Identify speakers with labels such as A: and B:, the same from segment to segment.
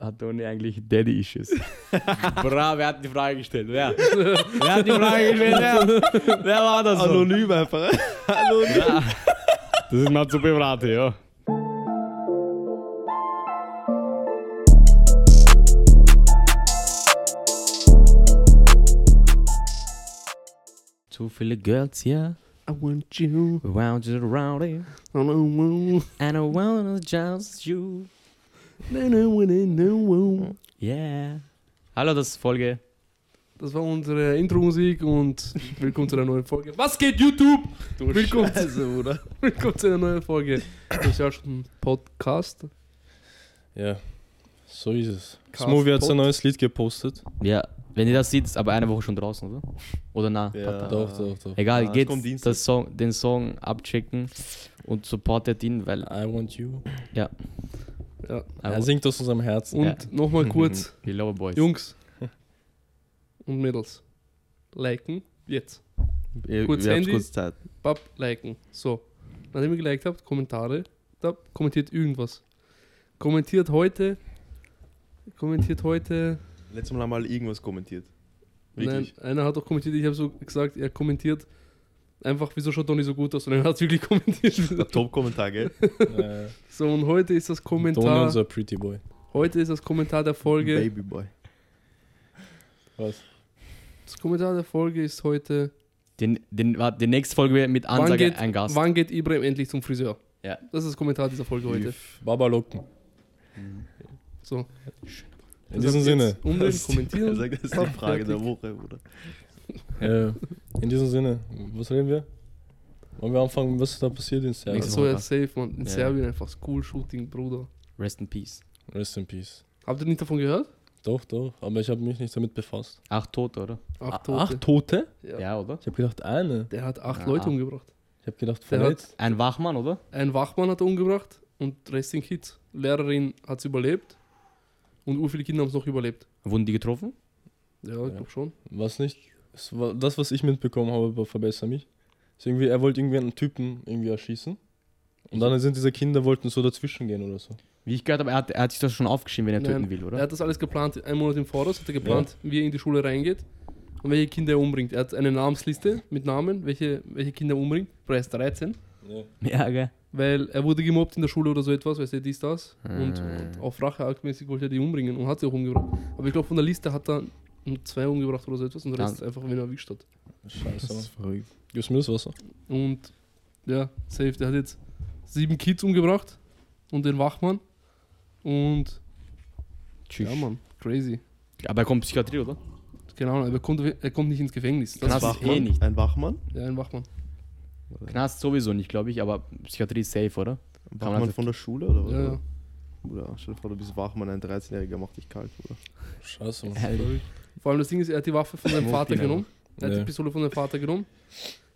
A: hat Toni eigentlich Daddy-Issues? Bra, wer hat die Frage gestellt? Wer?
B: Wer hat die Frage gestellt?
A: Wer, wer war das? so?
B: Anonym einfach. Anonym.
A: Das ist mal zu beraten, ja. Zu viele Girls hier.
B: I want you.
A: Round and round it.
B: I don't want-
A: And I wanna just you.
B: I don't want it, no one.
A: Yeah. Hallo, das ist Folge.
B: Das war unsere Intro-Musik und willkommen zu einer neuen Folge. Was geht, YouTube? willkommen,
C: oder?
B: willkommen zu einer neuen Folge. Ich habe schon einen Podcast.
C: Ja, so ist es.
B: Cast
C: Smoothie hat
B: Pod.
C: sein neues Lied gepostet.
A: Ja, wenn ihr das seht, ist aber eine Woche schon draußen, oder? Oder na? Pata.
C: Doch, doch, doch.
A: Egal,
D: Ah, es
A: geht
D: kommt Dienstag.
A: das Song, den Song abchecken und supportet ihn, weil
C: I want you.
B: Ja.
C: Er singt aus unserem Herzen.
B: Und nochmal kurz,
A: We love boys.
B: Jungs und Mädels, liken jetzt.
A: Äh,
D: Wir,
B: Kurz
D: wir haben
B: Handy.
D: kurz Zeit.
B: Bap, liken. So. Nachdem ihr geliked habt, Kommentare. Da kommentiert irgendwas. Kommentiert heute. Kommentiert heute.
D: Letztes Mal haben wir irgendwas kommentiert. Wirklich.
B: Nein, einer hat auch kommentiert. Ich habe so gesagt, er kommentiert einfach, wieso schaut Donny so gut aus? Und er hat wirklich kommentiert.
D: Top-Kommentar, gell?
C: Äh,
B: so, und heute ist das
C: Donny,
B: Kommentar.
C: unser Pretty Boy.
B: Heute ist das Kommentar der Folge.
D: Babyboy.
C: Was?
B: Das Kommentar der Folge ist heute.
A: Den, den, warte, die nächste Folge wird mit
B: Wann
A: Ansage
B: geht,
A: ein Gast.
B: wann geht Ibrahim endlich zum Friseur?
A: Ja.
B: Das ist das Kommentar dieser Folge heute.
C: Baba Locken.
B: So.
C: In diesem
B: Deshalb jetzt
C: Sinne.
B: Unbedingt
D: Er
B: kommentieren.
D: sagt, das ist die Frage der Woche, oder?
C: Äh, in diesem Sinne. Was reden wir? Wollen wir anfangen, was ist da passiert in Serbien?
A: Nächste
B: so ja, safe, Mann. In
A: Ja.
B: Serbien einfach School-Shooting, Bruder.
A: Rest in peace.
C: Rest in Peace.
B: Habt ihr nicht davon gehört?
C: Doch, doch. Aber ich habe mich nicht damit befasst.
A: Acht Tote, oder?
B: Acht
C: A-
B: Tote.
C: Acht Tote?
B: Ja.
A: Ja, oder?
C: Ich habe gedacht, eine.
B: Der hat acht
A: Ah.
B: Leute umgebracht.
C: Ich habe gedacht,
B: Der hat-
C: verletzt.
A: Ein Wachmann, oder?
B: Ein Wachmann hat er umgebracht und Resting Kids. Lehrerin hat es überlebt und ur viele Kinder haben es noch überlebt.
A: Wurden die getroffen?
B: Ja, ich
C: Ja.
B: glaube schon.
C: Was nicht? Es war das, was ich mitbekommen habe, aber verbessere mich. Ist irgendwie, er wollte irgendwie einen Typen irgendwie erschießen. Und dann sind diese Kinder, wollten so dazwischen gehen oder so.
A: Wie ich gehört habe, er hat, er hat sich das schon aufgeschrieben, wenn er
B: Nein,
A: töten will,
B: Er
A: oder?
B: hat das alles geplant. Einen Monat im Voraus hat er geplant, wie er in die Schule reingeht und welche Kinder er umbringt. Er hat eine Namensliste mit Namen, welche, welche Kinder er umbringt. Preis 13.
A: Ja, gell.
B: Weil er wurde gemobbt in der Schule oder so etwas, weißt du, dies, das. Und,
A: Hm.
B: und auf Racheaktmäßig wollte er die umbringen und hat sie auch umgebracht. Aber ich glaube, von der Liste hat er nur zwei umgebracht oder so etwas und der Rest einfach, wenn er erwischt hat.
C: Scheiße.
D: verrückt.
C: Gibst du mir das Wasser?
B: Und ja, safe, der hat jetzt sieben Kids umgebracht und den Wachmann. Und
A: Tschüss.
B: ja, Mann, crazy.
A: Aber er kommt Psychiatrie, oder?
B: Genau, aber er kommt, er kommt nicht ins Gefängnis. Das
A: Krass.
B: war
A: ist eh nicht.
D: Ein Wachmann?
B: ja, ein Wachmann.
A: Knast sowieso nicht, glaube ich, aber Psychiatrie ist safe, oder?
D: Ein
A: Kann man
D: Wachmann
A: das-
D: von der Schule, oder? was?
B: Ja,
A: Also,
B: ja.
D: Bruder, stell dir vor, du bist Wachmann, ein 13-Jähriger macht dich kalt, Bruder.
C: Scheiße. Mann.
A: Äh,
B: Vor allem das Ding ist, er hat die Waffe von seinem
A: Muss
B: Vater
A: die
B: genommen. Er hat die
C: Ja.
B: Pistole von seinem Vater genommen.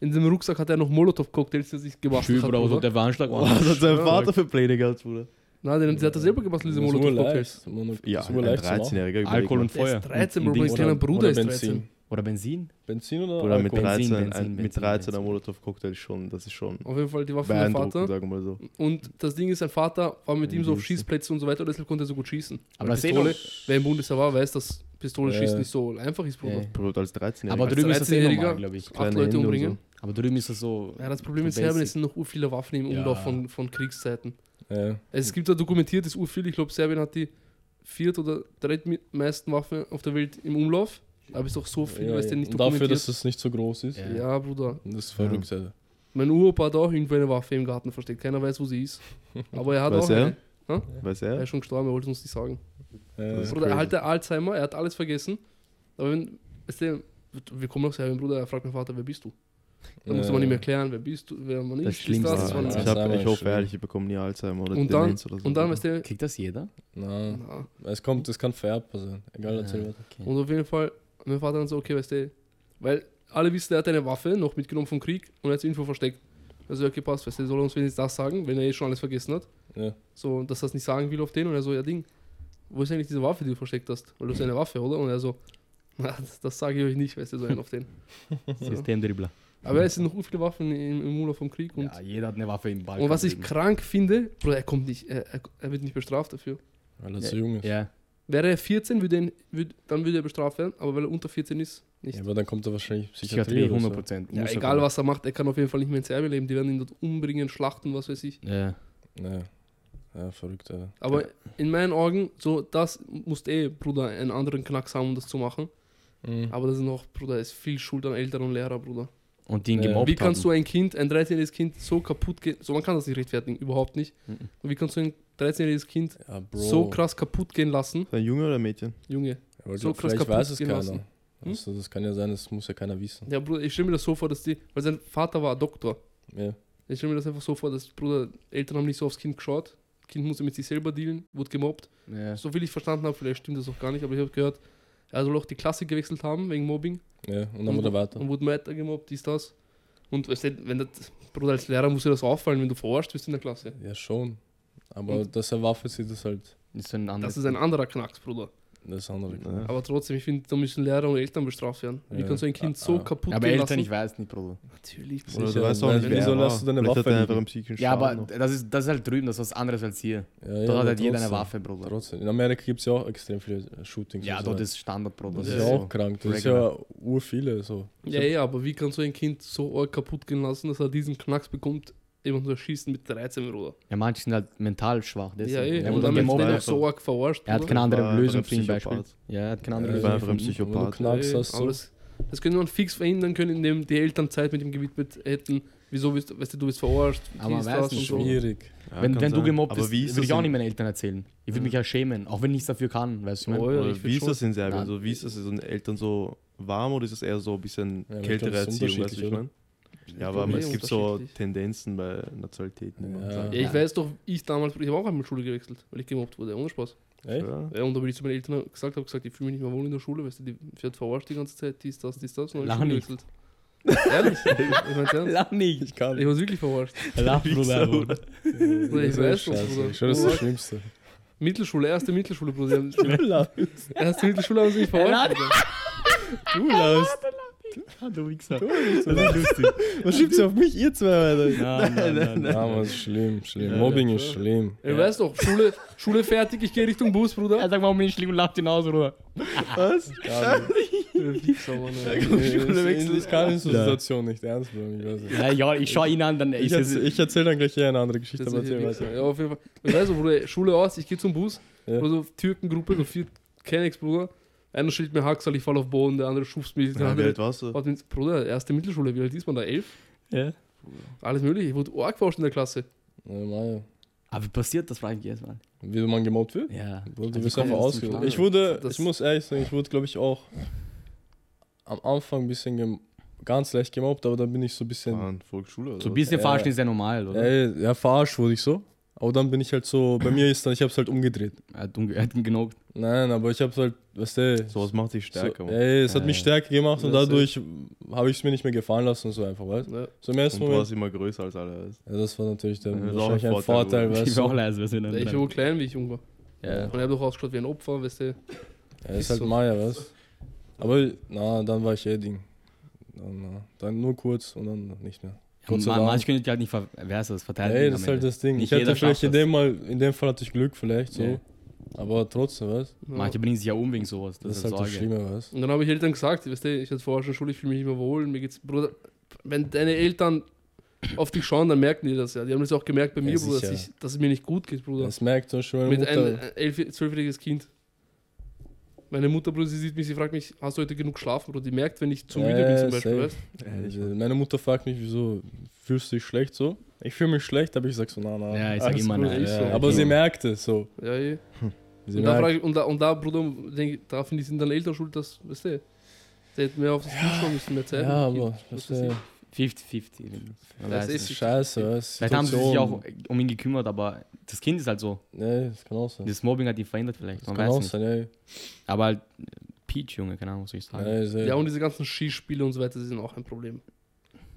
B: In seinem Rucksack hat er noch Molotow-Cocktails, die er sich gebastelt
A: Typ,
B: hat.
A: oder was
B: halt Bruder.
A: hat also der für Anschlag? Mann?
D: Was hat sein
B: Ja.
D: Vater für Pläne gehabt, Bruder?
B: Nein, den, der hat er selber gebastelt, diese
C: Das ist
B: Molotow-Cocktails.
C: urleicht, Mann.
D: Ja,
C: Das
D: ein
C: ist urleicht zu machen.
D: 13-Jähriger. überleg
A: Alkohol
D: mal.
A: und
B: Der
A: Feuer.
B: ist 13,
A: Und
B: Bro, mein
A: Dings.
B: kleiner Bruder
C: oder
B: ist
C: Benzin.
B: 13.
A: Oder Benzin?
C: Benzin oder,
D: Bruder, mit
C: Alkohol?
A: Benzin,
D: 13, ein,
A: Benzin,
D: mit
A: Benzin,
D: 13 er
A: Benzin.
D: Molotow-Cocktail schon, das ist schon
B: Auf jeden Fall die Waffe von seinem
D: beeindruckend,
B: Vater.
D: sagen wir mal so.
B: Und das Ding ist, sein Vater war mit ihm so auf
D: Riesen.
B: Schießplätzen und so weiter, deshalb konnte er so gut schießen.
A: Aber
B: Weil
A: das eh sehen
B: Pistole,
A: doch-
B: wer im Bundesheer war, weiß, dass Pistole
C: Ja,
B: schießen
C: ja.
B: nicht so einfach ist, Bruder.
A: Ja.
D: Bruder, als 13-Jähriger.
A: Aber
B: Als
A: drüben ist das eh
B: 13-Jähriger
A: normal, glaube ich.
B: Acht
D: kleine
B: Leute
D: Hände und
B: umbringen.
A: Aber drüben ist das so.
B: Ja, das Problem
A: So
B: in Serbien,
A: basic.
B: es sind noch ur viele Waffen im
C: Ja.
B: Umlauf von, von Kriegszeiten.
C: Ja.
B: Es gibt ja dokumentiert, ist ur viel. Ich glaube, Serbien hat die viert- oder drittmeisten Waffen auf der Welt im Umlauf. Aber ist doch so viel,
C: Ja,
B: weil es
C: ja.
B: denn nicht
C: Und dafür,
B: dokumentiert
C: dass es nicht so groß ist.
A: Ja.
B: Ja, Bruder.
C: Das ist verrückt, Alter.
B: Mein Uropa hat auch irgendwo eine Waffe im Garten versteckt. Keiner weiß, wo sie ist. Aber er hat
D: Weiß
B: auch
D: er?
B: eine.
D: Weiß
B: Er
D: er?
B: ist schon gestorben, er wollte uns nicht sagen.
C: Ja.
D: Das ist
B: Bruder, er
D: crazy.
B: hat der Alzheimer, er hat alles vergessen. Aber wenn, ist der, wir kommen nach Serbien, Bruder, er fragt meinen Vater, wer bist du? Da musste man ihm erklären, wer bist du, wer man ist.
A: Äh, Das
B: ist
A: Schlimmste
B: das, ist man
A: war
B: ist.
D: Ah, ich,
C: Alzheimer
D: hab, ich
C: ist
D: hoffe
C: schlimm.
D: ehrlich, ich bekomme nie Alzheimer oder
B: Und dann,
D: Demenz oder so.
B: und dann, weißt du,
A: Kriegt das jeder?
C: Na,
B: na,
C: es kommt, es kann vererbbar sein. Egal, erzähl weiter.
A: okay.
B: und auf jeden Fall, mein Vater dann so, okay, weißt du, weil alle wissen, er hat eine Waffe noch mitgenommen vom Krieg und er hat sie irgendwo versteckt. Also, okay, passt, weißt du, soll er uns wenigstens das sagen, wenn er eh schon alles vergessen hat.
C: Ja.
B: So, dass er es nicht sagen will auf den und er so, ja Ding, wo ist eigentlich diese Waffe, die du versteckt hast? Weil du hast eine Waffe, oder? Und er so, na, das, das sage ich euch nicht, weißt du, so einen auf den.
A: Systemdribbler.
B: Aber es sind noch viele Waffen im, im Urlaub vom Krieg und
A: Ja, jeder hat eine Waffe im Balkan.
B: Und was ich
A: drüben.
B: krank finde, Bruder, er kommt nicht, er, er, er wird nicht bestraft dafür.
C: Weil er zu jung ist.
A: Ja.
B: Wäre er 14, würde ihn, würde, dann würde er bestraft werden, aber weil er unter 14 ist, nicht.
C: Ja, aber dann kommt er wahrscheinlich Psychiatrie.
A: Psychiatrie
C: oder
A: 100%.
C: so.
B: Ja,
A: Muss er
B: egal
A: kommen.
B: was er macht, er kann auf jeden Fall nicht mehr in Serbien leben. Die werden ihn dort umbringen, schlachten, was weiß ich.
A: Ja.
C: Ja. ja, verrückt, Alter.
B: Aber in meinen Augen, so, das musste eh, Bruder, einen anderen Knacks haben, um das zu machen.
C: Mhm.
B: Aber das ist noch, Bruder, ist viel Schuld an Eltern und Lehrer, Bruder.
A: Und den
C: Ja.
A: gemobbt
B: Wie kannst
A: haben.
B: du ein Kind, ein 13-jähriges Kind, so kaputt gehen? So, man kann das nicht rechtfertigen, überhaupt nicht.
A: Mhm.
B: Und wie kannst du ein 13-jähriges Kind
C: Ja, Bro.
B: so krass kaputt gehen lassen?
D: Ein Junge oder ein Mädchen?
B: Junge.
C: Aber ich
B: so
C: glaub,
B: krass
C: vielleicht
B: kaputt
C: weiß es keiner.
B: gelassen. Hm?
C: Also, das kann ja sein, das muss ja keiner wissen.
B: Ja, Bruder, ich stelle mir das so vor, dass die, weil sein Vater war Doktor.
C: Ja.
B: Ich stelle mir das einfach so vor, dass, Bruder, Eltern haben nicht so aufs Kind geschaut. Kind musste mit sich selber dealen, wurde gemobbt.
A: Ja.
B: So viel ich verstanden habe, vielleicht stimmt das auch gar nicht, aber ich habe gehört, er soll auch die Klasse gewechselt haben wegen Mobbing.
C: ja. Und dann wurde er weiter.
B: Und wurde weiter gemobbt, dies, das. Und weißt du, wenn das, Bruder, als Lehrer muss dir das auffallen, wenn du verarscht bist in der Klasse.
C: Ja, schon. Aber
B: Und-
C: dass er Waffe sieht, ist halt
A: Das ist ein anderes.
B: Das ist ein anderer Knacks, Bruder.
C: das andere.
D: Ja.
B: Aber trotzdem, ich finde, da müssen Lehrer und Eltern bestraft werden. Wie
C: Ja.
B: kannst du ein Kind so
C: Ah, ah.
B: kaputt
A: aber
B: gehen
A: Eltern, ich
B: lassen?
A: weiß nicht, Bruder.
B: Natürlich.
C: Sicher,
D: Oder du weißt auch nicht,
C: weil-
D: wer
C: wieso
D: er
C: lässt
D: war.
C: du deine
D: Vielleicht
C: Waffe
D: hat er
C: liegen?
D: einfach einen psychischen
A: Ja, aber
D: Schaden noch.
A: das ist, das ist halt drüben, das ist was anderes als hier.
C: Ja, ja,
A: dort hat
C: aber
A: halt jeder eine
C: trotzdem.
A: Waffe, Bruder.
C: Trotzdem. In Amerika gibt es ja auch extrem viele äh, Shootings.
A: Ja,
C: und so
A: dort
C: weiter.
A: ist Standard, Bruder.
C: Das
B: Ja,
C: ist ja
B: ja.
C: auch krank. Das ist ja ur viele. So.
B: Ja, ja, aber wie kannst du ein Kind so arg kaputt gehen lassen, dass er diesen Knacks bekommt, jemanden zu erschießen mit 13, Bruder?
A: Ja, manche sind halt mental schwach.
B: Ja,
A: deswegen.
B: eh.
A: Er
B: Und
A: wurde
B: dann wird
A: gemobbt.
B: er
D: einfach.
B: noch so arg verarscht.
A: Er hat
B: Bruder.
A: keine
D: War
A: andere
D: einfach
A: Lösung
D: ein
A: für ihn, Beispiel.
D: Psychopath.
A: Ja, er hat keine
C: Ja,
A: andere
C: er
A: Lösung.
C: war
D: einfach
A: für
D: ein
A: ihn.
D: Psycho-
C: Wenn du
D: Psychopath.
C: Knacks
B: Ey,
C: hast,
B: aber
C: so.
B: das, eh, das könnte man fix verhindern können, indem die Eltern Zeit mit ihm gewidmet hätten. Wieso bist weißt du, du bist verarscht,
A: Aber
B: dies,
A: weiß
B: das und
A: nicht,
B: so.
C: schwierig.
D: Ja,
A: wenn
D: kann
A: wenn du
D: sein.
A: gemobbt
D: Aber
A: bist,
D: wie ist
A: würde ich
D: das
A: auch
D: in-
A: nicht meinen Eltern erzählen. Ich würde mich ja schämen, auch wenn ich nichts dafür kann, weißt du, ich
B: Oh,
A: mein?
B: ja,
D: Oder
B: ich
D: wie
B: find
D: ist das in Serbien?
A: Nein.
D: So, wie ist das? Ist so den Eltern so warm oder ist es eher so ein bisschen
C: Ja, aber ich
D: kältere
C: glaub, das ist
D: Erziehung, weißt du,
C: unterschiedlich,
D: ich meine?
B: Ich
D: Ja,
B: glaub,
D: aber
B: eh
D: es gibt so
B: unterschiedlich.
D: Tendenzen bei Nationalitäten. die man
C: Ja.
D: sagt.
B: Ja, ich
A: Ja.
B: weiß doch, ich damals, ich habe auch einmal Schule gewechselt, weil ich gemobbt wurde, ohne Spaß.
C: Echt?
D: Ja.
B: Ja, und da bin ich zu meinen Eltern gesagt, habe gesagt, ich fühle mich nicht mehr wohl in der Schule, weißt du, die wird verarscht die ganze Zeit, dies, das, dies, das. Und dann hab
A: Lach
B: ich Schule gewechselt. Ehrlich? Ich mein's ernst.
A: Lach nicht.
C: Ich kann
B: Ich war wirklich verarscht.
A: Lach, Bruder. Bruder.
B: Bruder, ich
C: Das
B: weiß
C: ist
B: was,
C: scheiße.
B: Bruder.
C: Ich schwör, das ist das Schlimmste.
B: Mittelschule, erste Mittelschule, Bruder. die haben- Erste Mittelschule haben sie mich verarscht. Bruder.
C: Du lachst.
A: Ah, du Wichser. Das ist lustig.
C: Was schiebt sie auf mich, ihr zwei, Alter?
A: Nein, nein, nein.
C: Ja,
A: nein.
C: aber es ist schlimm, schlimm.
B: Ja,
C: Mobbing
B: ja,
C: ist
B: klar.
C: schlimm.
B: Ey, weißt doch, Schule, Schule fertig, ich gehe Richtung Bus, Bruder.
A: Er sagt, warum bin ich schlimm und lacht ihn aus, Bruder.
D: Was?
B: Äh,
C: Äh,
B: Mann,
C: Schulwechsel. Ich kann die
D: Ja.
C: Situation nicht ernst nehmen, ich weiß nicht.
A: Ja, ja, ich schau ihn an, dann
C: Ich,
A: ist
C: erz- ich erzähle dann gleich eher eine andere Geschichte,
B: das
C: aber
B: ist
C: erzähl
B: ja,
C: weiter.
B: ja, auf jeden Fall. Ich weiß so, Bruder, äh, Schule aus, ich gehe zum Bus,
C: Ja.
B: oder so Türkengruppe, so vier Kennex, Bruder. Einer schlägt mir Hacksal, ich falle auf den Boden, der andere schubst mich, der
D: Ja, wie
B: andere.
D: alt warst du?
B: Hat mich, Bruder, erste Mittelschule, wie alt ist man da? Elf?
A: Ja.
B: Alles mögliche, ich wurde arg verarscht in der Klasse.
C: Ja, Maja.
A: Aber wie passiert das, frage ich jetzt mal.
C: Wie man gemobbt wird?
A: Ja.
C: Bro, du
A: Also
C: wirst
A: kommt
C: einfach
A: das zum
C: ausgelacht.
A: Schlagen.
C: Ich wurde,
B: Das-
C: ich muss ehrlich sagen, ich wurde, glaube ich, auch am Anfang ein bisschen gem ganz leicht gemobbt, aber dann bin ich so ein bisschen.
D: Mann, Ah, Volksschule oder
A: So ein
D: was?
A: bisschen
C: Ja.
A: verarschen ist ja normal, oder?
C: Ey, ja, verarscht wurde ich so. Aber dann bin ich halt so, bei mir ist dann, ich hab's halt umgedreht.
A: Er hat, unge- er hat ihn genug.
C: Nein, aber ich hab's halt, weißt du,
D: Sowas macht dich
C: so, äh,
D: stärker. Mann.
C: ey, es hat
A: Ja,
C: mich
A: ja.
C: stärker gemacht und
B: Ja, safe.
C: dadurch habe ich es mir nicht mehr gefallen lassen und so einfach, weißt du?
B: Ja.
C: So im ersten
D: Und du
C: Moment.
D: warst immer größer als alle. weißt
C: Ja, das war natürlich dann
D: Ja, das ist auch
C: wahrscheinlich
D: ein
C: ein
D: Vorteil,
C: Vorteil,
D: Bruder.
A: Ich
C: weißt
A: war auch
C: du.
A: leise, was wir dann
B: Ich war wohl klein, wie ich jung war.
A: Ja.
B: Und ich habe doch ausgeschaut wie ein Opfer, weißt du.
C: Ja, ist
B: Ist
C: halt
B: so.
C: Maya, was? Aber na, dann war ich eh Ding. Dann, na, dann nur kurz und dann nicht mehr. Gott sei
A: Man,
C: Dank.
A: manche können dich halt nicht ver wer ist das, verteidigen.
C: Ey,
A: am
C: das ist
A: Ende.
C: halt das Ding.
A: Nicht
C: ich hatte
A: jeder
C: vielleicht
A: schafft
C: in
A: das.
C: dem Mal, in dem Fall hatte ich Glück vielleicht so.
A: Ja.
C: Aber trotzdem, was?
B: Ja.
A: Manche bringen sich ja um wegen sowas.
C: Das,
A: Das,
C: ist halt das
A: Sorge.
C: Schlimme, was?
B: Und dann habe ich Eltern gesagt, weißt du, ich hatte vorher schon Schule, ich fühle mich nicht mehr wohl. Mir geht's, Bruder, wenn deine Eltern auf dich schauen, dann merken die das ja. Die haben das auch gemerkt bei mir, Bruder, dass,
C: sicher.
B: ich, dass es mir nicht gut geht, Bruder.
C: Das merkt zum Beispiel meine
B: Mit
C: Mutter.
B: einem elf-, zwölfjähriges Kind. Meine Mutter, Bruder, sie sieht mich, sie fragt mich, hast du heute genug geschlafen, Bruder? Die merkt, wenn ich zu müde bin
C: Ja,
B: zum Beispiel,
C: safe.
B: weißt du?
C: Also, meine Mutter fragt mich, wieso fühlst du dich schlecht so? Ich fühle mich schlecht, aber ich sag so, na, na.
A: Ja, ich sag
C: alles
A: immer
C: gut.
A: nein.
C: Ja,
B: Ja,
C: aber
A: okay.
C: sie merkt es so.
B: Ja, ja.
C: Sie
B: Und da,
C: merkt,
B: frage ich, und, da, und da, Bruder, denk, ich, da finde ich, sind deine Eltern schuld, dass, weißt du, sie hätten mehr auf das Kind schauen müssen, mehr Zeit.
C: ja,
B: mit dem
C: aber
B: Kind,
C: das
B: was weiß
C: ist
A: 50-50. Man
B: Das
A: weiß
B: ist-
A: nicht.
C: scheiße, was?
A: Vielleicht haben sie sich
C: Situation.
A: auch um ihn gekümmert, aber das Kind ist halt so.
C: Nee, das kann auch sein.
A: Das Mobbing hat ihn verändert vielleicht.
C: Das
A: Man
C: kann auch
A: weiß nicht.
C: sein, ey.
A: Aber halt äh, Peach, Junge, keine Ahnung, was soll ich sagen.
C: Nee,
B: ich.
C: sehr.
B: Ja, und diese ganzen Skispiele und so weiter, sie sind auch ein Problem.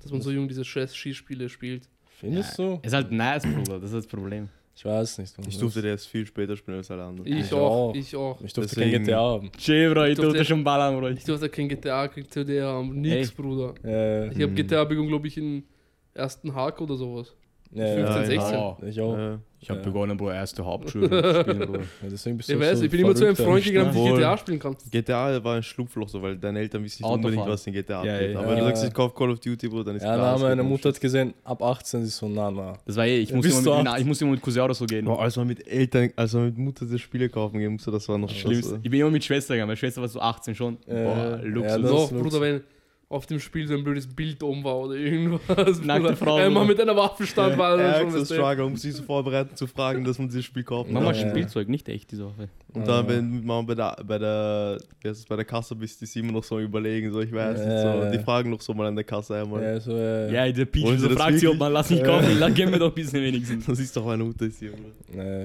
B: Dass man so jung diese Scheiß Skispiele spielt.
C: Findest
A: Ja,
C: du?
A: Ist halt nice, Bruder, das ist das Problem.
C: Ich weiß nicht. Mann.
D: Ich durfte das viel später spielen als alle anderen.
B: Ich
C: Ich
B: auch,
C: auch.
B: ich auch.
C: ich durfte kein
D: Deswegen-
C: GTA haben.
A: Che, Bro, ich
B: durfte
A: schon ballern, Bro.
B: Ich durfte kein GTA, kein CDA, nix,
A: Ey.
B: Bruder.
C: Äh,
B: Ich habe
D: Hm.
B: GTA begonnen, glaube ich, in ersten Hack oder sowas.
C: nee,
B: 15,
C: ja,
B: 16.
C: Ich auch.
D: Ja.
A: Ich habe
C: Ja.
A: begonnen, Bro, erste Hauptschule zu spielen, Bro.
C: Ja, deswegen bist
B: Ich
C: auch
B: weiß,
C: so
B: ich bin immer zu einem
C: verrückter
B: Freund gegangen, damit ich
E: Wohl.
B: GTA spielen kann.
E: GTA war ein Schlupfloch, so, weil deine Eltern wissen nicht
A: Autofahren.
E: unbedingt, was in GTA
A: Ja,
E: abgeht.
A: ja,
E: Aber
C: ja.
E: du sagst, ich kauf Call of Duty, Bro, dann ist
C: Ja,
E: klar.
C: na,
E: es
C: meine
D: um
E: geht
C: Mutter hat gesehen, ab 18 ist so, na, na.
A: Das war eh, ich
C: Ja,
A: musste,
C: bis
A: immer
C: zu
A: mit,
C: acht.
A: na, ich musste immer mit Cousin oder so gehen.
E: um- Boah, als man mit Eltern, als man mit Mutter das Spiele kaufen gehen musste, das war noch
A: Schlimmst-
E: das, äh,
A: Ich bin immer mit Schwester gegangen. Meine Schwester war so 18 schon. Boah,
C: Äh,
A: Luxus.
C: ja, das-
B: Doch,
C: ist Luxus.
B: Bruder, wenn auf dem Spiel so ein blödes Bild oben war oder irgendwas.
A: Nackte
B: Bruder.
A: Frau,
B: Einmal
A: Bruder.
B: mit einer Waffe stand, war dann schon
E: ärgster
B: was drin.
E: Struggle, um sie zu vorbereiten, zu fragen, dass man dieses Spiel kauft.
A: Mama,
C: Ja, ja.
A: Spielzeug, nicht echt, diese Waffe.
E: Und dann,
C: Ah.
E: wenn man bei der, bei der, wie heißt es, bei der Kasse bist, ist sie immer noch so am überlegen, so ich weiß nicht,
C: Ja,
E: so.
C: ja.
E: Die fragen noch so mal an der Kasse einmal.
C: Ja, so, äh,
A: Ja, der Peach
E: Wollen
A: so
E: Sie das
A: fragt sie, ob
E: wirklich?
A: man lass nicht kaufen, dann gehen wir doch ein bisschen wenigstens.
E: Das ist doch meine Mutter ist hier, Bruder.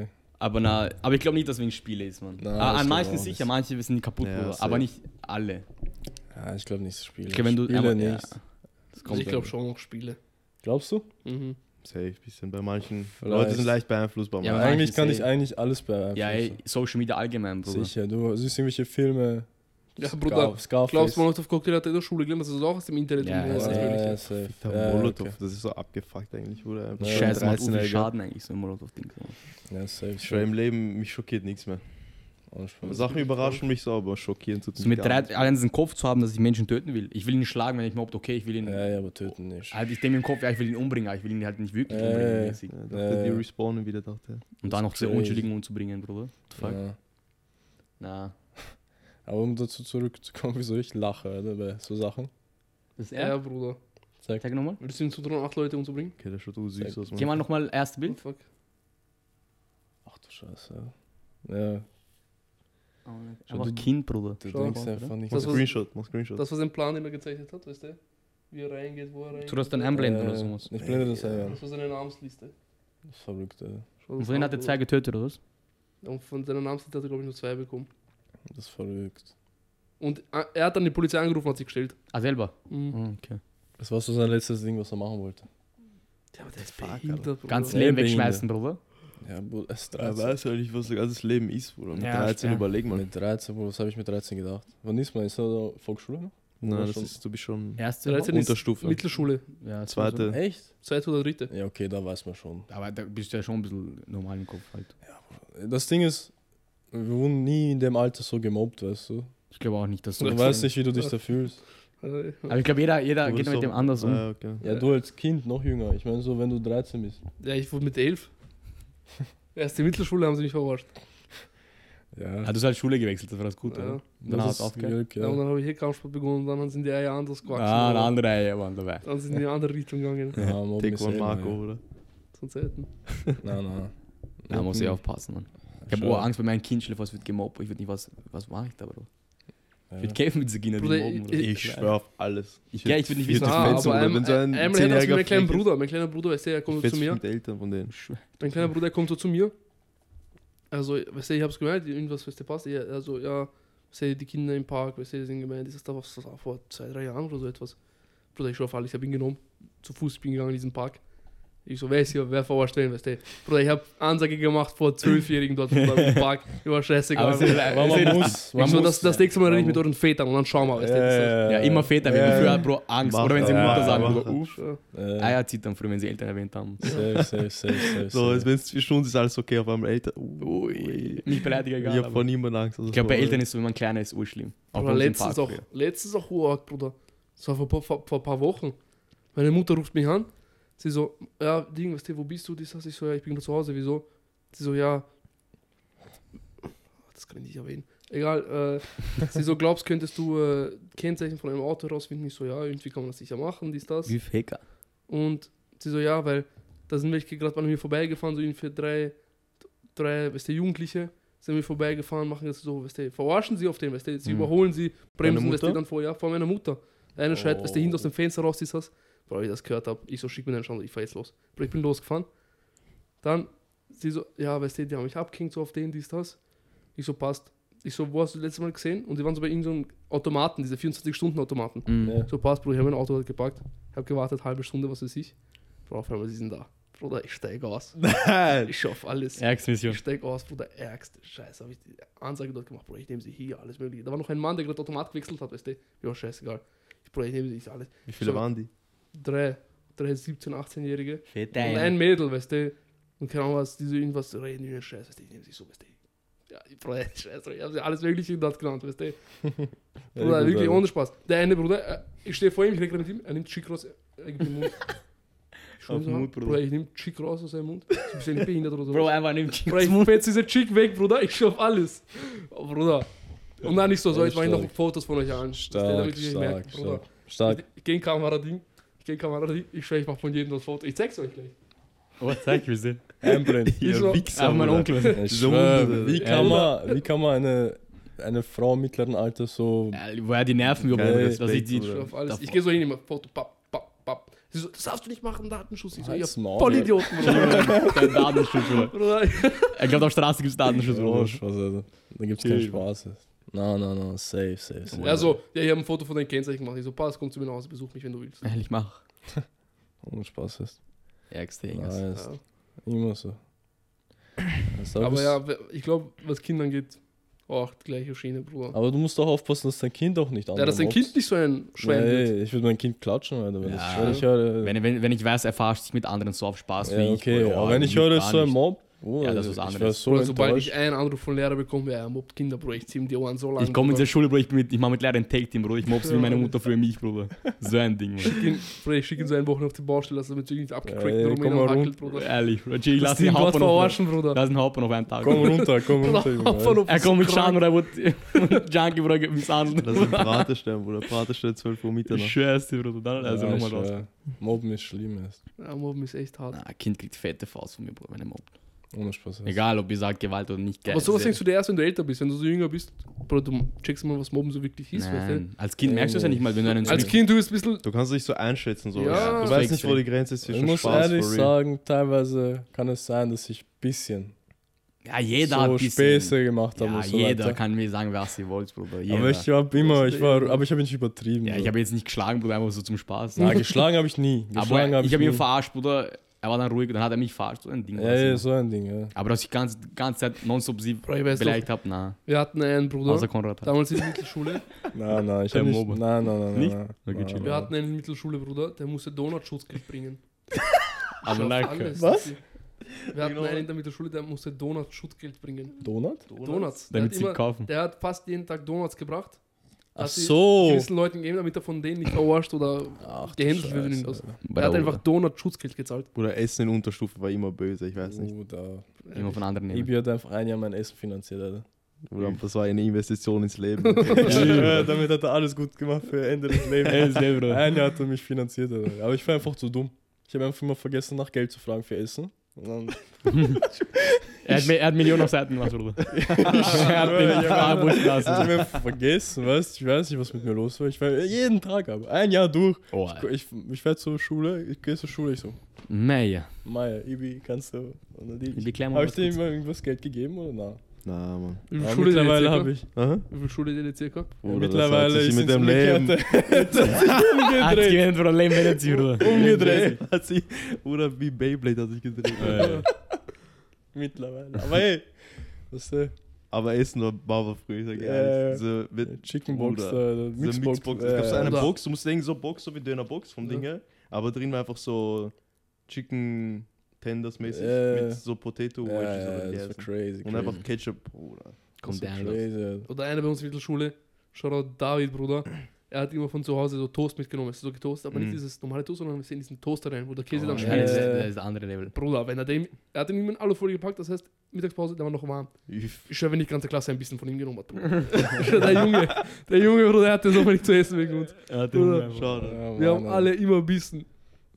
C: Nee.
A: Aber na, aber ich glaube nicht, dass wegen Spiele ist, man.
C: Na,
A: Ah,
C: das
A: an
C: glaub
A: manchen
C: ich auch
A: sicher,
C: nicht.
A: manche wissen kaputt,
E: Ja,
A: Bruder,
E: safe.
A: aber nicht alle.
C: Ja, ich glaube nicht, das Spiel.
A: Ich glaube, wenn du
C: Spiele
A: aber- ja,
C: nicht.
A: das kommt
B: Also Ich glaube
A: dann.
B: schon noch Spiele.
C: Glaubst du?
B: Mhm.
E: Safe, bisschen. Bei manchen
C: Vielleicht.
E: Leute sind leicht beeinflussbar.
A: Ja,
E: man.
A: aber
C: eigentlich
A: manche
C: kann ich
A: sehen-
C: eigentlich alles beeinflussen.
A: Ja, ey, Social Media allgemein, Bruder.
C: Sicher, du siehst irgendwelche Filme.
B: Ja,
C: Scar-
B: Bruder,
C: Scarface.
B: Glaubst du, man hat auf Cocktail hat in der Schule gelernt, dass du das auch aus dem Internet
A: Ja,
B: und alles
A: ja,
C: ja,
B: Mögliche.
C: ja, safe.
E: Der
C: ja,
E: Molotov,
C: okay.
E: das ist so abgefuckt eigentlich, Bruder. Einfach
C: Ja,
A: Scheiße,
E: so ein
A: macht so viel
E: 13-Jähriger.
A: Schaden eigentlich, so ein Molotov-Ding.
C: Ja, safe.
E: Ich schwöre
C: safe.
E: im Leben, mich schockiert nichts mehr.
C: Ohne Spaß.
E: Sachen überraschen mich so, aber schockieren tut
A: So mit
E: gar
A: drei,
E: nichts.
A: allein diesen Kopf zu haben, dass ich Menschen töten will. Ich will ihn schlagen, wenn ich mobbt, okay, ich will ihn.
C: Ja, ja, aber töten nicht.
A: Halt, ich denke im Kopf, ja, ich will ihn umbringen, aber ich will ihn halt nicht wirklich
C: Ja,
A: umbringen.
C: ja, ja.
A: mäßig.
E: Ja, dachte, die
C: Äh.
E: respawnen wieder, dachte
A: Und dann noch
C: ist
A: diese
C: crazy.
A: Unschuldigen umzubringen, Bruder. Fuck.
C: Ja.
A: Na,
C: Aber um dazu zurückzukommen, wieso ich lache, oder? Bei so Sachen.
A: das ist
B: Ja,
A: er.
B: Bruder.
C: Zeig.
A: Sag nochmal.
B: Würdest du ihn zutrauen, acht Leute umzubringen?
E: Okay, der schaut so süß
C: Zeig-
E: aus,
A: Geh mal nochmal erst
B: Oh,
A: Bild.
B: fuck.
C: Ach du Scheiße. Ja,
A: Ah, Aber
C: du-
A: Kind, Bruder.
C: du
B: Schau
C: denkst
B: mal,
C: einfach nicht.
E: Mach
B: Das was-
E: Screenshot, mach Screenshot.
B: Das war sein Plan, den er gezeichnet hat, weißt du? Wie er reingeht, wo er reingeht.
A: Tu das dann
B: wo er-
A: einblenden
C: Äh,
A: oder sowas.
C: Ich blende das ein, ja.
B: Das war seine Namensliste.
C: Das ist verrückt, ey.
B: Schau
A: Und
B: das
A: vorhin
B: an,
A: hat er
B: Bruder.
A: zwei getötet, oder was?
B: Und von seiner Namensliste hat er, glaube ich, nur zwei bekommen.
C: Das ist verrückt.
B: Und äh, er hat dann die Polizei angerufen und hat sich gestellt.
A: Ah, selber.
B: Mhm.
A: Mhm, Okay.
C: Das war so sein letztes Ding, was er machen wollte.
B: Ja, aber der ist
E: Fuck,
B: behindert, Bruder.
A: Ganz
C: Ja,
A: Leben
C: bin ich
A: wegschmeißen, Bruder.
C: Ja, Bruder, es ist
E: Er
C: 13.
E: Äh, weiß ja nicht, was das ganze Leben ist, Bruder. Mit
A: Ja,
E: 13
A: ja.
E: überleg mal.
C: Mit 13, Bruder, was habe ich mit 13 gedacht? Wann ist man? Ist er da Volksschule noch?
E: Nein, das
C: schon-
E: ist, du bist schon
A: Erste
B: 13 ist
E: Unterstufe.
B: Mittelschule,
A: Ja,
E: Zweite.
C: Echt?
B: zweite oder dritte.
C: Ja, okay, da weiß man schon.
A: Aber da bist du ja schon ein bisschen normal im Kopf halt.
C: Das Ding ist, wir wurden nie in dem Alter so gemobbt, weißt du?
A: Ich glaube auch nicht, dass
C: Du weißt nicht, wie du dich da fühlst.
B: Äh,
A: Aber ich glaube, jeder, jeder
E: Du
A: geht
E: bist
A: mit
E: so-
A: dem anders um.
E: Ah, okay.
C: Ja, du als Kind noch jünger. Ich meine, so wenn du 13 bist.
B: Ja, ich wurde mit elf. Erst die Mittelschule haben sie mich verarscht.
C: Ja. Also
A: Ah, du hast halt Schule gewechselt, das war das gut,
B: ja.
A: oder? Dann
C: Das
A: hast
C: ist
A: du aufgehört.
C: Glück,
B: Ja, und
C: ja.
B: dann habe ich hier Kampfsport begonnen und dann sind die Eier anders gewachsen.
A: Ah, eine
B: aber
A: andere Eier waren dabei.
B: Dann sind die in eine andere Richtung gegangen.
C: Ja, Mobben
E: Take
C: ist
E: one
C: eh
E: Marco,
C: immer,
E: oder?
B: Sonst selten.
C: ja. Nein, nein.
A: Da muss ich
C: Mobben-
A: aufpassen, Mann. Ich habe
C: Schau.
A: auch Angst, bei meinem Kind schläft, was wird gemobbt. Ich würde nicht, was, was mache ich da, Bro? Ich würde kämpfen mit dieser Kinder, die
B: Bruder,
A: mobben,
B: ich-
A: oder?
B: ich-
E: Ich schwör auf alles.
A: Ja, ich würd nicht wissen,
E: Vierte
B: Na,
E: Fenster, Bruder.
B: aber einmal,
E: Wenn so ein
B: einmal hätte das mit meinem kleinen
E: Bruder.
B: Bruder. Mein kleiner Bruder, weißt du, er kommt zu
E: Ich
B: mir.
E: mit Eltern von denen.
B: Mein
A: Hm.
B: kleiner Bruder kommt so zu mir. Also, weißt du, ich hab's gemeint, irgendwas, weißt du, passt. Ja, also, ja, weißt du, die Kinder im Park, weißt du, die sind gemeint, ist das da was, das war vor zwei, drei Jahren oder so etwas. Bruder, ich schau auf alles, ich hab ihn genommen, zu Fuß bin gegangen in diesen Park. Ich so, wer ist hier, wer vorstellen, weißt du. Bruder, ich hab Ansage gemacht vor Zwölfjährigen dort Bruder, im Park, ich war scheißegal.
A: Aber es ist-
B: Bruder.
C: Aber man muss.
B: Ich
C: Man
B: so,
C: muss
B: das, das nächste Mal rede ich mit euren Vätern und dann schauen wir, weißt du. das
A: Ja, immer Väter werden. Früher hat Bro Angst.
E: Äh, Mach
A: Oder wenn sie
E: das.
A: Mutter
E: Ja,
A: sagen,
E: mach
A: Bruder,
E: das.
A: uff.
B: ist-
C: Äh,
A: Eier zieht dann früher, wenn sie Eltern erwähnt haben.
C: safe, safe, safe, safe.
E: So, als
C: safe.
E: wenn es zwischen uns ist, alles okay, auf einmal Eltern. Ui.
A: Nicht beleidigen,
E: Ich
A: egal.
E: hab
A: aber-
E: vor niemandem Angst. also
A: Ich glaube, bei
E: voll.
A: Eltern ist so, wenn man kleiner ist, urschlimm. Auch bei
B: Aber
A: uns im
B: letztens
A: Park
B: auch,
A: früher.
B: letztens auch urarg, Bruder. Das war vor, vor, vor, vor ein paar Wochen. Meine Mutter ruft mich an. Sie so, ja, Ding, weißt du, wo bist du? Dies, das. Ich so, ja, ich bin gerade zu Hause, wieso? Sie so, ja. Das kann ich nicht erwähnen. Egal, äh, sie so, glaubst, könntest du äh, Kennzeichen von einem Auto herausfinden? Ich so, ja, irgendwie kann man das sicher machen, dies, das.
A: Wie Faker.
B: Und sie so, ja, weil da sind welche gerade an mir vorbeigefahren, so ungefähr drei, drei, weißt du, Jugendliche sind mir vorbeigefahren, machen das so, weißt du, verarschen sie auf den, weißt du, sie
A: Mhm.
B: überholen sie, bremsen, weißt du,
E: Mutter?
B: dann vor, ja, vor meiner Mutter. Einer schreit, weißt du,
C: Oh.
B: hinten aus dem Fenster raus, ist das. Weil ich das gehört habe, ich so, schick mir den Schand, ich fahr jetzt los. Bro, ich bin losgefahren. Dann, sie so, ja, weißt du, die haben mich abgehängt, so auf den, dies, das. Ich so, passt. Ich so, wo hast du das letzte Mal gesehen? Und die waren so bei irgendeinem Automaten, diese 24-Stunden-Automaten.
A: Mhm.
C: Ja.
B: So, passt, Bruder, ich habe mein Auto halt geparkt. Ich habe gewartet, halbe Stunde, was weiß ich. Bro, auf einmal, sie sind da. Bruder, ich steige aus.
E: Nein.
B: Ich schaff alles. Ich
A: Ärgstmission.
B: steige aus, Bruder, ärgste Scheiße. Habe ich die Ansage dort gemacht, Bruder, ich nehme sie hier, alles mögliche. Da war noch ein Mann, der gerade Automat gewechselt hat, weißt du. Ja, scheißegal. Ich, Bruder, ich nehme sie, ich alles.
E: Wie viele
B: So.
E: waren die?
B: Drei, drei 17-, 18-Jährige.
A: Fett,
B: Und ein Mädel, weißt du. Und keine Ahnung was, diese irgendwas reden, irgendeinen Scheiß, weißt du, die nehmen sich so, weißt du. Ja, ich freue mich, Scheiß, ich habe sie alles Mögliche dort genannt, weißt du. Bruder,
C: gut,
B: wirklich
C: Alter.
B: ohne Spaß. Der eine Bruder, äh, ich stehe vor ihm, ich rede mit ihm, er nimmt Chick raus, er gibt den Mund.
D: Auf den Mund, Bruder.
B: Bruder, ich nehme Chick raus aus seinem Mund. So ein bisschen behindert oder so.
A: Bro, einfach nimm
B: Bruder,
A: Chicks
B: ich
A: Mund.
B: fetz diese Chick weg, Bruder, ich schaff alles. Oh, Bruder. Und dann nicht so, so,
C: Ja,
B: jetzt mache ich noch
C: stark.
B: Fotos von euch an. dass der
C: Stark,
B: damit nicht
C: stark,
B: merkt, Bruder.
C: stark. Stark.
B: Ich gehe in Kamerading, ich gehe in Kamerading, ich schwöre, ich mache von jedem das Foto. Ich zeig's euch gleich.
A: Oh, zeig, wie sie.
C: Einbrennen.
D: Ihr
B: so-
D: Wichser,
A: Aber mein
D: Bruder.
A: Onkel.
C: Ich
D: So,
C: schwör,
D: Bruder.
C: wie kann man, wie kann man eine, eine Frau mittleren Alters so.
A: Äh, Woher die Nerven überhaupt
D: Kein
A: ist, dass ich
D: Respekt,
A: die.
B: Ich schwöre auf alles.
A: davon-
B: Ich gehe so hin, immer Foto, papp, papp, papp. Sie so, das darfst du nicht machen, Datenschutz. Ich so, ihr
C: Halt's Maul,
B: Vollidioten, Bruder.
A: Dein Datenschutz, Bruder.
B: Bruder.
A: Ich glaube, auf Straße gibt es Datenschutz,
C: Oh,
A: Bruder.
C: Spaß, Alter. Da gibt's keinen Spaß. Na, na, na, safe, safe, safe.
B: Ja, so, ja, ich habe ein Foto von deinem Kennzeichen gemacht. Ich so, pass, komm zu mir nach Hause, besuch mich, wenn du willst.
A: Ehrlich, mach.
C: Ohne Spaß ist.
A: Ärgste Engels.
C: Nice.
B: Ja.
C: Immer so. Das hab
B: Aber
C: ich-
B: ja, we- ich glaube, was Kindern geht, auch die gleiche Schiene, Bruder.
C: Aber du musst auch aufpassen, dass dein Kind auch nicht
B: Ja, dass dein
C: anmobbt.
B: Kind nicht so ein Schwein wird.
C: Nee, ich würde mein Kind klatschen, Alter. Wenn,
A: Ja.
C: ich, wenn ich höre.
A: Wenn, wenn, wenn ich weiß, er verarscht sich mit anderen so auf Spaß wie
C: ja, okay,
A: ich. Bruder,
C: aber wenn ich höre, ist so ein
A: oh, gar
C: Mob. Oh,
A: Ja, das ist was
C: ich wär
A: anderes.
C: so
B: Bruder, sobald
C: enttäuscht.
B: ich einen Anruf von Lehrer bekomme, ja, er mobbt Kinder, Bruder, ich zieh ihm die Ohren so lang.
A: nicht. Ich komme in
B: Bruder.
A: diese Schule, Bruder, ich, bin mit- ich mache mit Lehrern ein Tag-Team, Bruder. Ich mobs wie meine Mutter früher mich, Bruder. So ein Ding, Bruder.
B: Schick ihn- Bruder, ich schicke ihn so eine Woche auf die Baustelle, dass er mit irgendwie abgecrackt
C: Ey, komm
B: Rumänern
C: mal
B: hackelt, Bruder.
A: Ehrlich, Bruder. Ich lass
B: Das
A: ihn
B: Team dort
A: hauptbahnhof noch.
B: verarschen, Bruder.
A: Lass ihn hauptbahnhof auf einen Tag.
C: Komm runter, komm runter, Junge.
B: Hauptbahnhof
A: Er
B: ist
A: kommt mit
B: krank.
A: Schaden, Bruder, er wird Junkie, Bruder, misshandelt.
D: Das ist ein Pratestein, Bruder. Pratestein 12 Uhr
A: Ich
D: Mitternacht.
A: schwör's dir, Bruder. Dann, also
C: Ja,
A: nochmal
C: ich
A: raus.
C: schwör. Mobben ist schlimm, erst.
B: Ja, Mobben ist echt hart.
A: Na, ein Kind kriegt fette Faust von mir, Bruder, wenn er mobbt.
C: Ohne Spaß. erst.
A: Egal, ob ich sage Gewalt oder nicht. also-
B: Aber sowas
A: Sehr-
B: denkst du dir erst, wenn du älter bist. Wenn du so jünger bist, Bruder, du checkst mal, was Mobben so wirklich ist. Weißt du?
A: Nein. Als Kind merkst du es ja nicht mal, wenn du einen
B: Als
A: Swing-
B: Kind, du bist ein bisschen
D: Du kannst dich so einschätzen, so.
B: Ja.
D: Du weißt nicht, wo die Grenze ist
C: Ich
D: zwischen
C: muss
D: Spaß
C: ehrlich
D: for real.
C: sagen, teilweise kann es sein, dass ich ein bisschen
A: Ja, jeder hat
C: so
A: ein bisschen-
C: Späße gemacht habe.
A: Ja,
C: und so
A: jeder
C: weiter.
A: kann mir sagen, was sie wollt, Bruder. Jeder.
C: Aber ich habe immer, ich war, aber ich habe nicht übertrieben.
A: ja, ich
C: so.
A: habe jetzt nicht geschlagen, Bruder, einfach so zum Spaß.
C: Na, geschlagen habe ich nie.
A: aber
C: Geschlagen
A: ich habe ihn
C: nie.
A: verarscht, Bruder. Er war dann ruhig, dann hat er mich verarscht. So ein Ding.
C: Ja,
A: war's
C: ja,
A: immer.
C: so ein Ding, ja.
A: Aber dass ich ganz, ganze Zeit nonstop sie
B: Bro, ich weiß
A: beleidigt habe, na.
B: Wir hatten einen Bruder,
A: Außer Konrad. Halt.
B: damals in der Mittelschule.
C: Nein, nein, ich
A: Der
C: habe nicht.
A: Mobbe.
C: Nein, nein, nein, nein.
A: Nicht?
C: nein,
A: Okay,
C: nein,
A: chill.
B: Wir
C: nein.
B: hatten einen Mittelschule, Bruder, der musste Donutschutzgeld bringen.
A: Aber
B: Auf
A: danke.
B: alles.
C: Was? Genau.
B: Wir hatten einen in der Mittelschule, der musste Donutschutzgeld bringen.
C: Donut?
B: Donuts. Der
A: Damit
B: hat,
A: sie
B: immer,
A: kaufen.
B: der hat fast jeden Tag Donuts gebracht.
C: Ach
B: Hat sie
C: so.
B: Gewissen Leuten gegeben, damit er von denen nicht verarscht oder
C: Ach, du
B: gehändelt wird. und das.
C: Scheiße.
B: Er hat einfach Donutschutzgeld gezahlt.
D: Oder Essen in Unterstufe war immer böse, ich weiß nicht.
C: Bruder.
A: Immer von anderen nehmen.
C: Ibi hat einfach ein Jahr mein Essen finanziert, Alter.
D: Oder das war eine Investition ins Leben.
C: Ja, damit hat er alles gut gemacht für Ende des
A: Ey,
C: Lebens.
A: sehr, Bruder.
C: ein Jahr hat er mich finanziert, Alter. Aber ich war einfach zu dumm. Ich habe einfach immer vergessen, nach Geld zu fragen für Essen. Und dann
A: Er hat, mir- er hat Millionen auf Seiten gemacht, Bruder. er hat
C: schwöre,
A: mir nicht
C: ja.
A: verarbeiten
C: ich hab
A: lassen.
C: mir vergessen, weißt du, ich weiß nicht, was mit mir los war. Ich war jeden Tag, aber ein Jahr durch.
A: Oh, ey.
C: Ich, ich werde zur Schule, ich gehe zur Schule, ich so,
A: Meier.
C: Maya, Ibi, kannst du. Und dann
A: Ibi, klär mal
C: Habe ich
A: was
C: dir
A: kurz.
C: immer irgendwas Geld gegeben oder na?
D: Na, Mann.
B: Wie viel
C: Ja,
B: Schule der
C: mittlerweile
B: circa?
C: habe ich.
D: Aha.
B: Wie viel Schule der circa?
D: Bruder,
C: mittlerweile
D: das hat sich
C: ist
D: mit dem
C: Leben.
D: Leben.
C: Jetzt hat sich
A: Hat sich
C: umgedreht.
A: gewinnt, Ah, Bruder. Leben wendet sich, Bruder.
E: Oh,
C: umgedreht.
D: Hat sich, oder wie Beyblade hat sich gedreht.
A: Äh,
C: mittlerweile. Aber hey, was ist
D: Aber Essen war Barber früher, ich sag
C: Ja, ja.
D: ehrlich. Diese, mit,
C: Chickenbox,
D: Bruder.
C: äh,
D: diese
C: Mixbox.
D: Mixbox. Es gab so
C: äh,
D: eine
B: Oder-
D: Box, du musst denken, so Box, so wie Dönerbox vom
B: Ja.
D: Ding her. Aber drin war einfach so Chicken Tenders mäßig
C: Äh.
D: mit so Potato
C: ja,
D: Wedges
C: ja,
D: oder wie die
C: das war
D: heißen.
C: crazy.
D: Und einfach Ketchup, Bruder.
A: Kommt der
C: crazy.
A: eine.
C: crazy.
B: Oder einer bei uns in der Mittelschule, Shoutout David, Bruder. Er hat immer von zu Hause so Toast mitgenommen, weißt du, so getoastet, aber
D: Mhm.
B: nicht dieses normale Toast, sondern wir sehen diesen Toaster rein, wo der Käse dann
A: Oh,
B: schmilzt.
A: das ist-
C: Äh.
A: das ist ein anderes Level.
B: Bruder, wenn er dem, er hat ihm immer in Alufolie gepackt, das heißt, Mittagspause, der war noch warm. Ich schwöre, wenn die ganze Klasse ein bisschen von ihm genommen hat, Bruder. Ich schwör, der Junge, der Junge, Bruder, der hatte so wenig zu essen wegen uns. Bruder,
D: Schade.
B: Wir haben alle immer ein bisschen.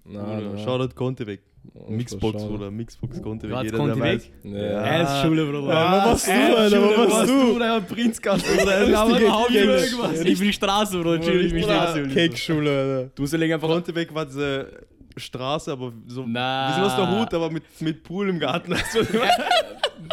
D: Bruder, Shoutout Conte weg. Mixbox, Bruder. Mixbox Conte weg.
A: Hat's
D: Jeder,
A: Conte
D: der
A: weg?
D: weiß.
C: Ja.
D: Ja.
A: Schule, Bruder.
D: wo warst du,
A: Alter? Wo warst
D: du? Bruder, Prinzkasten, Bruder.
A: Ich
D: Richtige Gänge.
A: bin die Straße, Bruder. Chill, ich bin die Straße. Bruder.
C: Cake-Schule, Alter.
A: Du sollst einfach.
D: Conte weg war diese Straße, aber so.
A: Na.
D: Wir sind aus der Hut, aber mit, mit Pool im Garten. Also,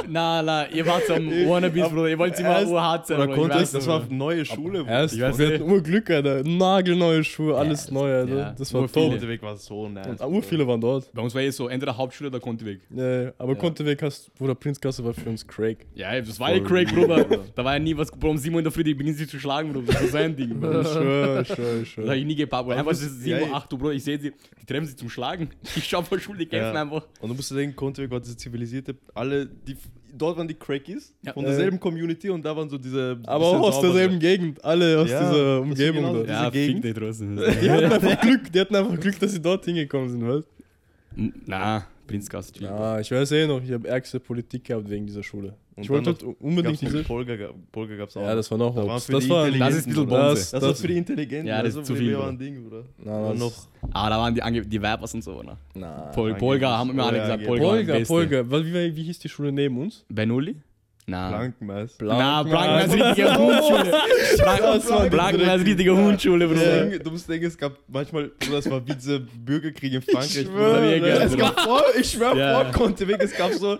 A: na, na, ihr wart so am Wannabes, Bruder. Ihr wollt immer
E: Erst-
A: urhart sein.
E: Oder
A: Bruder, ich
E: Kontext,
A: weiß noch,
E: das war
A: Bruder.
E: neue Schule. Bruder.
C: Erst,
A: Ich
C: ich
A: weiß
C: wir
A: nicht.
C: hatten Urglück, Alter. Nagelneue Schuhe, alles
A: das-
C: neu, Alter.
A: ja.
C: Das war
A: Nur
C: top.
A: viele.
E: Konteweg war so nice.
C: Und
E: Bruder.
C: ur viele waren dort.
A: Bei uns war eh so, entweder Hauptschule oder Konteweg.
C: Ja, ja. aber Konteweg hast, Bruder Prinzgasse war für uns Craig.
A: Ja, ey, das war eh Craig, Bruder. Da war ja nie was, Bruder, um 7 Uhr in der Früh, die beginnen sich zu schlagen, Bruder. Das war sein Ding, Bruder.
C: Ich schwör, ich schwör, ich
A: Das hab
C: schwör.
A: ich nie gepackt, Bruder. Einfach
E: Aber
A: es
E: das-
A: ist 7
E: ja,
A: Uhr, 8 Uhr, Bruder. Ich sehe sie, die treffen sich zum Schlagen. Ich schau vor Schule, die kämpfen
E: Ja.
A: einfach.
E: Und du musst dir denken, Konteweg war diese zivilisierte, alle, die, dort waren die Crackies
A: Ja.
E: von derselben Community und da waren so diese.
C: Äh. Aber auch aus
E: saubere.
C: derselben Gegend, alle aus
E: Ja, das
C: dieser
E: sind
C: Umgebung
E: genauso
C: dort.
E: Diese Gegend?
A: dich trotzdem.
C: Die hatten einfach Glück, die hatten einfach Glück, dass sie dort hingekommen sind, weißt du?
A: Na, Prinzgast.
C: Ja, ich weiß eh noch, ich habe ärgste Politik gehabt wegen dieser Schule.
E: Und
C: ich wollte
E: dann
C: halt unbedingt
E: Gab's noch
C: diese
E: Polga, Polga gab's auch.
C: Ja, das war noch
E: Da waren
C: Obst.
E: für
C: Das
E: die
C: war
E: Intelligenten,
A: Das ist ein bisschen
C: Bruder.
A: Bombe.
C: Das,
E: das,
C: das,
E: ist für die Intelligenten.
A: Ja, das ist
E: also
A: zu
E: wir
A: viel,
E: waren
A: Bruder.
E: ein Ding, Bruder.
C: na,
E: Und
C: was,
E: noch
A: Ah, da waren die, ange die Werbers und so, ne?
E: Ah,
C: Na.
A: Pol
E: angeblich.
A: Polga haben immer alle
E: Ja,
A: gesagt,
E: angeblich.
A: Polga.
C: Polga,
A: Beste.
C: Polga. Weil, wie, war- wie hieß die Schule neben uns?
A: Bernoulli? Na.
E: Blankenmeiß.
A: Na, Blanken als
C: Blankenmeiß.
A: richtige Hundschule. Blanken als richtige Hundschule,
E: Du musst
A: Bruder.
E: denken- Du musst denken, es gab manchmal, Bruder, es war wie dieser Bürgerkrieg in Frankreich.
C: schwör,
E: Bruder.
A: wir gern,
E: es
A: Bruder.
E: gab vor, ich schwör,
A: Ja.
E: vor Konteweg, es gab so,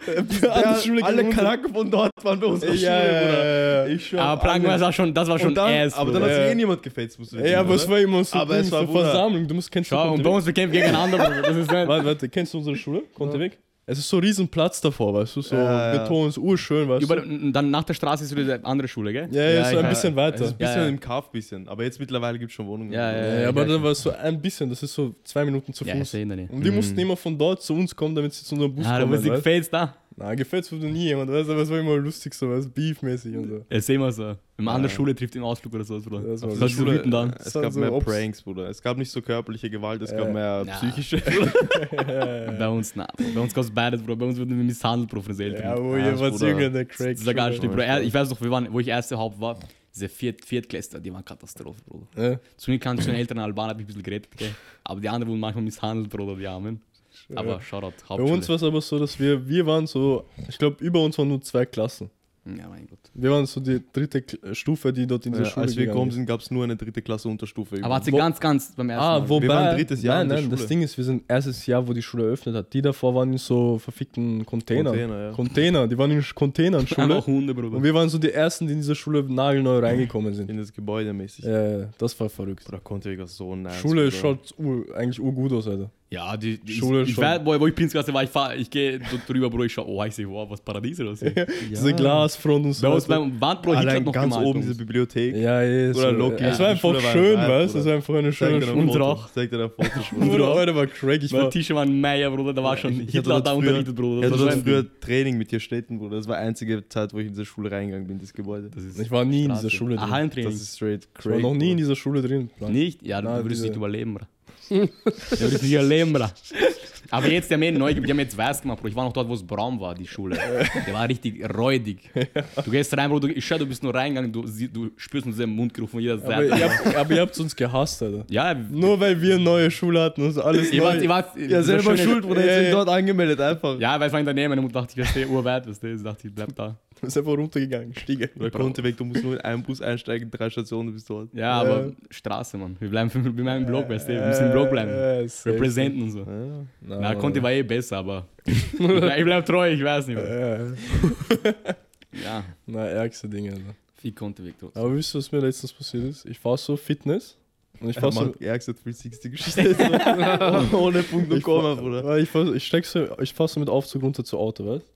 C: Alle
E: alle,
C: Schule
E: alle
C: gegen
E: Kanaken von dort waren bei uns
C: Ja,
E: auf Schule, Bruder.
C: ja, ja.
E: Ich schwör.
A: Aber Blanken
E: alle.
A: war schon, das war schon
E: Und dann,
A: ass,
E: aber dann hat
A: Bruder.
E: sich
C: Ja.
E: eh niemand gefaced, musst du
C: Ey, aber es war immer so
E: Aber
C: Ding,
E: es war,
C: so
E: Bruder.
C: Versammlung. Du musst kennst du
A: Schau, und bei
C: Konteweg?
A: uns, wir kämpfen gegeneinander, Bruder. Das ist nicht.
C: Warte, warte, kennst du unsere Schule? Konteweg? Es ist so riesen Platz davor, weißt du? So
E: Ja, ja.
C: Beton, so urschön, weißt
A: Über,
C: du?
A: dann nach der Straße ist wieder eine andere Schule, gell?
C: Ja, ja, so
A: ich
C: ein
A: weiß.
C: bisschen
E: Es ist
C: weiter.
E: ein bisschen
A: Ja, ja.
E: im Kaff, bisschen. Aber jetzt mittlerweile gibt es schon Wohnungen.
A: Ja, ja,
C: Ja,
A: ja,
C: aber
A: gleich.
C: dann war es so ein bisschen, das ist so zwei Minuten zu
A: Ja, ist
C: Fuß.
A: ja in der Nähe.
C: Und die
E: Mhm.
C: mussten immer von dort zu uns kommen, damit sie zu unserem Bus
A: Ah, da
C: kommen.
A: bist du
C: weißt?
A: gefällt da.
C: Na, gefällt's wurde nie jemand, weißt du, aber es war immer lustig so, weißt du, beefmäßig und so.
A: Ja, sehen wir so. Wenn man an der Schule trifft, im Ausflug oder sowas, Bruder.
C: Das war
A: Das
C: so.
A: ist so wütend dann.
E: Es
C: war
E: gab
C: so
E: mehr
C: obs-
E: Pranks, Bruder. Es gab nicht so körperliche Gewalt, es
C: Ja.
E: gab mehr
A: Na.
E: psychische.
C: Äh.
A: Bei uns, na, bei uns gab es beides, Bruder. Bei uns wurden wir misshandelt, Bruder, von unseren Eltern.
C: Ja, wo
E: Ja,
C: ihr was
E: Bruder.
C: jünger, der Craig.
A: Das ist ja gar nicht schlimm,
C: Schule.
A: Bruder. Er- Ich weiß noch, wir waren, wo ich erste Haupt war, diese Viert Viertklässler, die waren Katastrophe, Bruder.
C: Ja,
A: Zu mir kannten schon Eltern Albaner, hab ich ein bisschen geredet, gell? Aber die anderen wurden manchmal misshandelt, Bruder, die Armen. Aber Shoutout,
C: Bei
A: Hauptschule.
C: uns war es aber so, dass wir, wir waren so, ich glaube, über uns waren nur zwei Klassen.
A: Hm, Ja, mein Gott.
C: Wir waren so die dritte K Stufe, die dort in diese
E: Ja,
C: Schule
E: als wir
C: gegangen
E: gekommen
C: ist.
E: sind, gab es nur eine dritte Klasse Unterstufe.
A: Aber hat sie
C: Wo-
A: ganz, ganz beim ersten
C: Ah,
A: Mal.
C: wobei,
E: waren drittes Jahr
C: nein,
E: in der
C: nein, das
E: Schule.
C: Ding ist, wir sind erstes Jahr, wo die Schule eröffnet hat. Die davor waren in so verfickten Containern.
E: Container, ja.
C: Container, die waren in Containern Schule.
A: Einfach Hunde,
C: Und
A: Bruder.
C: wir waren so die ersten, die in diese Schule nagelneu reingekommen sind.
E: in das Gebäude mäßig.
C: Äh, das war verrückt.
E: Bruder, Konteweg war so nice.
C: Schule
E: Bruder.
C: schaut ur, eigentlich urgut aus, Alter.
A: Ja, die, die
C: Schule
A: ich, ich
C: schon.
A: war, boah, wo ich Prinzklasse war, ich fahr, ich gehe drüber, Bruder, ich schau, oh, ich sehe, wow, was Paradies oder so. Bei
C: Diese Glasfront und so.
A: uns
C: weiter.
A: beim Wandbruder Hitler hat
E: Allein
A: noch
E: ganz
A: gemalt.
E: oben
A: bei
E: diese
A: uns.
E: Bibliothek.
C: ja, ja,
E: Oder
C: so,
E: Loki.
C: ja, es war
E: Die
C: einfach
E: Schule war
C: schön,
E: ein Vibe,
C: weißt du?
E: Bruder.
C: Es
E: genau.
C: war einfach eine
E: Zeig
C: schöne
E: dir
C: Schule.
E: ein
A: Und
E: Foto.
A: Rauch.
E: Zeig dir ein Foto. Bruder.
C: Bruder, eure war Craig. Ich
A: Meine
C: war,
A: Tische waren Meier, Bruder, da war schon
E: Ich hatte
A: Hitler
E: dort
A: da
E: früher-
A: unterrichtet, Bruder.
E: Ich
A: war
E: hatte dort
A: ein Ding.
E: früher Training mit dir Städten, Bruder. Das war die einzige Zeit, wo ich in diese Schule reingegangen bin, das Gebäude.
A: Das ist
C: ich war nie in dieser
A: Straße.
C: Schule
A: Ah,
C: drin.
E: Das
A: Hallentraining.
E: ist straight
C: Ich war
E: crazy.
C: noch nie in dieser Schule drin.
A: Nicht? Ja,
C: Nein,
A: du würdest
C: diese-
A: nicht überleben, bra. du würdest nicht überleben, bra. Aber jetzt, die haben eh neu, die haben jetzt weiß gemacht, Bro. Ich war noch dort, wo es braun war, die Schule. Der war richtig räudig. Du gehst rein, Bro, du, ich schau, du bist nur reingegangen, du, sie- du spürst nur diesen Mundgeruch von jeder
C: Aber
A: Seite.
C: ihr, habt, aber ihr habt uns gehasst, Alter.
A: ja,
C: Nur weil wir neue Schule hatten und so alles
A: ich war,
C: neu.
A: ich war,
E: Ja, selber schuld, Bruder. Jetzt
C: Ja,
E: bin
C: ja.
E: ich dort angemeldet, einfach.
A: Ja, weil es war in der Nähe, meine Mutter dachte, ich verstehe urweit, was der dachte, ich bleib da.
C: Du bist einfach runtergegangen, Stiege.
E: Oder Konteweg, du musst nur in einen Bus einsteigen, drei Stationen, du bist dort.
A: Ja,
C: Ja.
A: aber Straße, Mann. Wir bleiben, wir bleiben im Block, weißt du, wir müssen im Block bleiben.
C: Äh, safe.
A: Representen und so.
E: Ja.
C: Nein,
A: Na,
C: Mann.
A: Conte war eh besser, aber ich bleib ich bleib treu, ich weiß nicht. Bro.
C: Äh,
A: Ja,
C: na, ärgste Dinge, Alter.
A: viel Conte weg trotzdem.
C: Aber wisst ihr, was mir letztens passiert ist? Ich war so Fitness und ich
E: Ich
C: war
E: fasse
C: so.
E: die ärgste 360-Geschichte. Ohne Punkt und
C: Ich,
E: Komma,
C: fahr,
E: Bruder.
C: weil ich, fahr, ich, steck so, ich fahr so mit Aufzug runter zu Auto, weißt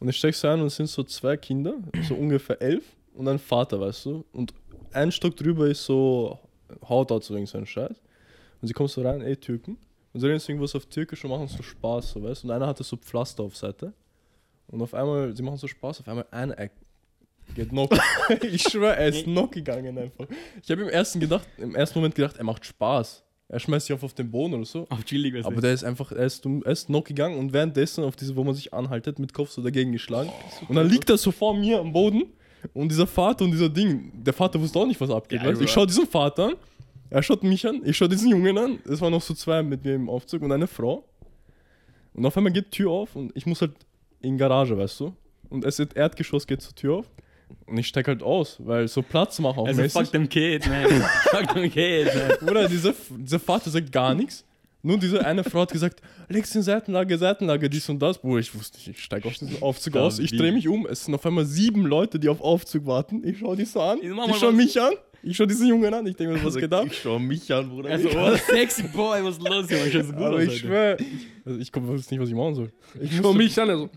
C: Und ich steck so ein und es sind so zwei Kinder, so ungefähr elf und ein Vater, weißt du? Und ein Stock drüber ist so Hautarzt wegen so ein Scheiß. Und sie kommen so rein, ey Türken. Und sie reden so irgendwas auf Türkisch und machen so Spaß, so, weißt du? Und einer hatte so Pflaster auf Seite. Und auf einmal, sie machen so Spaß, auf einmal ein Eck geht knock. ich schwör, er ist knock gegangen einfach. Ich habe im ersten gedacht, im ersten Moment gedacht, er macht Spaß. Er schmeißt sich auf, auf den Boden oder so.
A: Auf chillig, weißt
C: Aber
A: du.
C: der ist einfach, er ist, dumm- er ist noch gegangen und währenddessen auf diese, wo man sich anhaltet, mit Kopf so dagegen geschlagen. und dann liegt er so vor mir am Boden und dieser Vater und dieser Ding, der Vater wusste auch nicht, was abgeht.
A: Ja,
C: weißt? du? Ich
A: Bruder.
C: schaue diesen Vater an, er schaut mich an, ich schaue diesen Jungen an. Es waren noch so zwei mit mir im Aufzug und eine Frau. Und auf einmal geht die Tür auf und ich muss halt in die Garage, weißt du? Und es ist Erdgeschoss, geht zur Tür auf. Und ich steig halt aus, weil so Platz machen auch
A: Also fuck
C: mäßig.
A: dem Kid, man. fuck dem Kid, man.
C: Oder dieser, dieser Vater sagt gar nichts. Nur diese eine Frau hat gesagt, links in Seitenlage, Seitenlage, dies und das. Bruder, ich wusste nicht, ich steige aus diesem Aufzug
A: Da
C: aus, ich
A: wie-
C: drehe mich um. Es sind auf einmal sieben Leute, die auf Aufzug warten. Ich schaue die so an,
A: Ich mach
C: die
A: mal
C: schauen
A: was.
C: mich an, ich schaue diesen Jungen an. Ich denke mir, was
D: Also,
C: geht ab?
D: Ich schau mich an, Bruder.
A: Also, oh, sexy boy, was ist los, Junge? Ich schätze gut
C: Aber
A: aus,
C: ich
A: Alter.
C: schwöre, also ich komm- wusste nicht, was ich machen soll. Ich
B: Schau
C: musste,
B: mich an, also.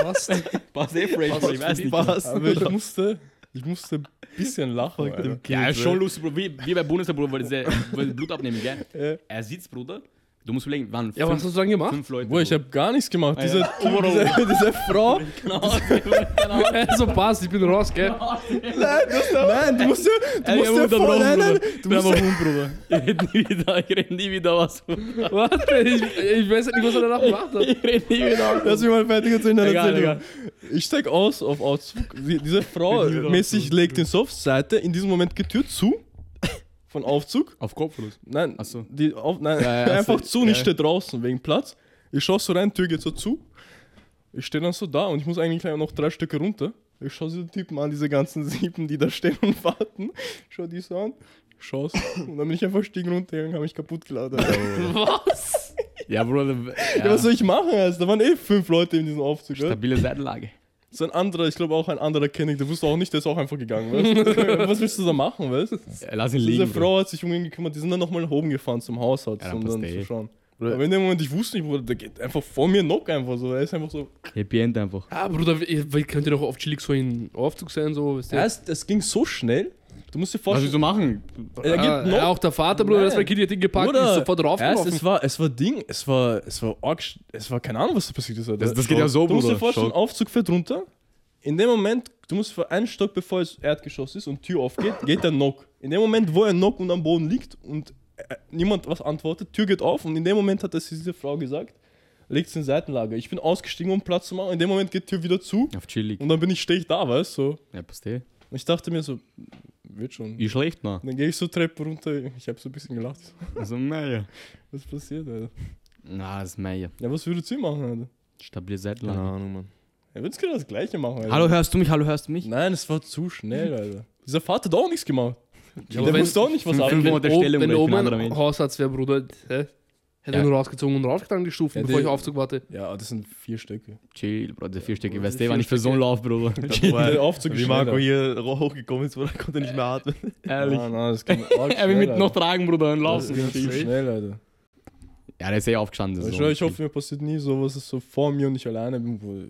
B: Passt.
A: Pass eh fresh, Bro, ich weiß nicht.
D: was?
C: aber ich musste, ich musste ein bisschen lachen.
D: Fuck
C: Alter.
D: dem
A: Ja,
D: Kind,
A: ist schon lustig, Bro. Wie, wie bei Bundeswehr, Bro, weil sie weil sie Blut abnehmen, gell?
C: Äh,
A: Er sitzt, Bruder. Du musst überlegen, waren
B: Ja, was
A: fünf,
B: hast du dann gemacht?
A: fünf Leute.
C: Boah, ich
A: Bro.
C: habe gar nichts gemacht.
A: Ah,
C: Diese,
A: ja.
C: diese, diese Frau,
A: Genau.
B: Also passt, ich bin raus, gell?
C: nein, du musst ja, du musst ja voll einen, du musst ja
A: Bruder. Ich rede nie wieder, ich rede nie wieder was.
B: Warte, ich, ich weiß nicht, was er danach gemacht hat.
A: Ich rede nie wieder was.
C: Lass mich mal fertig erzählen, dann
A: Egal,
C: erzähl du. Ich steig aus auf Auszug. Sie- Diese Frau mäßig legt den Softseite, in diesem Moment geht Tür zu. Von Aufzug.
A: Auf Kopflos.
C: Nein,
A: Ach so.
C: die auf, nein
A: Ja, ja,
C: einfach
A: ach so,
C: zu und ich
A: ja.
C: stehe draußen wegen Platz. Ich schaue so rein, Tür geht so zu. Ich stehe dann so da und ich muss eigentlich gleich noch drei Stücke runter. Ich schaue diese Typen an, diese ganzen Sieben, die da stehen und warten. Schau die so an, schau's. Und dann bin ich einfach stiegen runtergegangen, habe mich kaputt geladen.
B: Was?
A: Ja, Bruder.
C: Ja, was soll ich machen? Also, da waren eh fünf Leute in diesem Aufzug. ja?
A: Stabile Seitenlage.
C: So ein anderer, ich glaube auch ein anderer Kennig, der wusste auch nicht, der ist auch einfach gegangen, weißt du? Was willst du da machen, weißt du?
A: Ja, Lass ihn liegen.
C: Diese Frau hat sich um ihn gekümmert, die sind dann nochmal nach oben gefahren zum Haushalt,
A: Ja, dann
C: um
A: passt
C: dann
A: eh.
C: zu schauen. Aber in dem Moment, ich wusste nicht, Bruder, der geht einfach vor mir knock einfach so. Er ist einfach so.
A: Bro. Happy End einfach.
B: Ah, Bruder, ihr, weil könnt ihr doch auf chillig so in Aufzug sein, so, wisst ihr?
C: Es, es ging so schnell. Du musst dir
A: Was um- willst
C: vorstellen.
A: du machen?
C: er geht
B: Ah,
C: knock.
B: ja, auch der Vater, Bruder,
C: Nein.
B: das war Kind, hat ihn gepackt,
C: Bruder,
B: ist sofort
C: erst,
B: raufgelaufen.
C: es war, es war Ding, es war, es war arg, sch- es war keine Ahnung, was da passiert ist. Alter.
A: Das- das geht ja so,
C: Du musst dir
A: Bruder,
C: vorstellen,
A: Schock.
C: Aufzug fährt runter. In dem Moment, du musst für einen Stock, bevor es Erdgeschoss ist und Tür aufgeht, geht der Knock. In dem Moment, wo er Knock und am Boden liegt und äh, niemand was antwortet, Tür geht auf und in dem Moment hat das diese Frau gesagt, legt's in Seitenlage. Ich bin ausgestiegen, um Platz zu machen. In dem Moment geht Tür wieder zu
A: Auf chillig.
C: und dann bin ich stehe ich da, weißt du? So.
A: Ja, passt eh.
C: Und ich dachte mir so, wird schon.
A: Ist schlecht, ne?
C: Dann gehe ich so Treppe runter. Ich habe so ein bisschen gelacht.
A: Also, naja.
C: Was passiert, Alter?
A: Na, das ist meier.
C: Ja, was würdest du machen, Alter?
A: Stabile Seitenlage.
D: Keine Ahnung, Mann.
C: Er würde genau das gleiche machen, Alter.
A: Hallo, hörst du mich? Hallo, hörst du mich?
C: Nein, es war zu schnell, Alter. Dieser Vater hat auch nichts gemacht.
B: Ja,
C: der
B: aber
C: wusste auch nicht, was
A: fünf-
C: abgeht.
A: fünf- Monate Stellung,
B: wenn
A: Bruder, ich
B: oben
A: bin ein anderer
B: ein
A: Mensch.
B: Hausarzt wäre, Bruder, hä? hätte
A: Ja.
B: ihn nur rausgezogen und raufgegangen die Stufen,
C: Ja,
B: bevor
C: die-
B: ich Aufzug warte.
C: Ja, das sind vier Stücke.
A: Chill, Bro, der Vierstecke.
B: Bruder,
A: Weißt
B: der
A: du, war nicht für so einen Lauf, Bruder.
C: Der Aufzug ist
D: Wie Marco
C: schneller.
D: hier hochgekommen ist, Bruder, konnte nicht mehr atmen.
A: Ehrlich.
C: Nein, nein, das kann
A: Er will mit noch tragen, Bruder, und
C: Das
A: laufen.
C: ging zu schnell, Alter.
A: Ja, der ist eh aufgestanden.
C: ich, schwör, ich hoffe, mir passiert nie sowas, dass so vor mir und ich alleine bin. Wo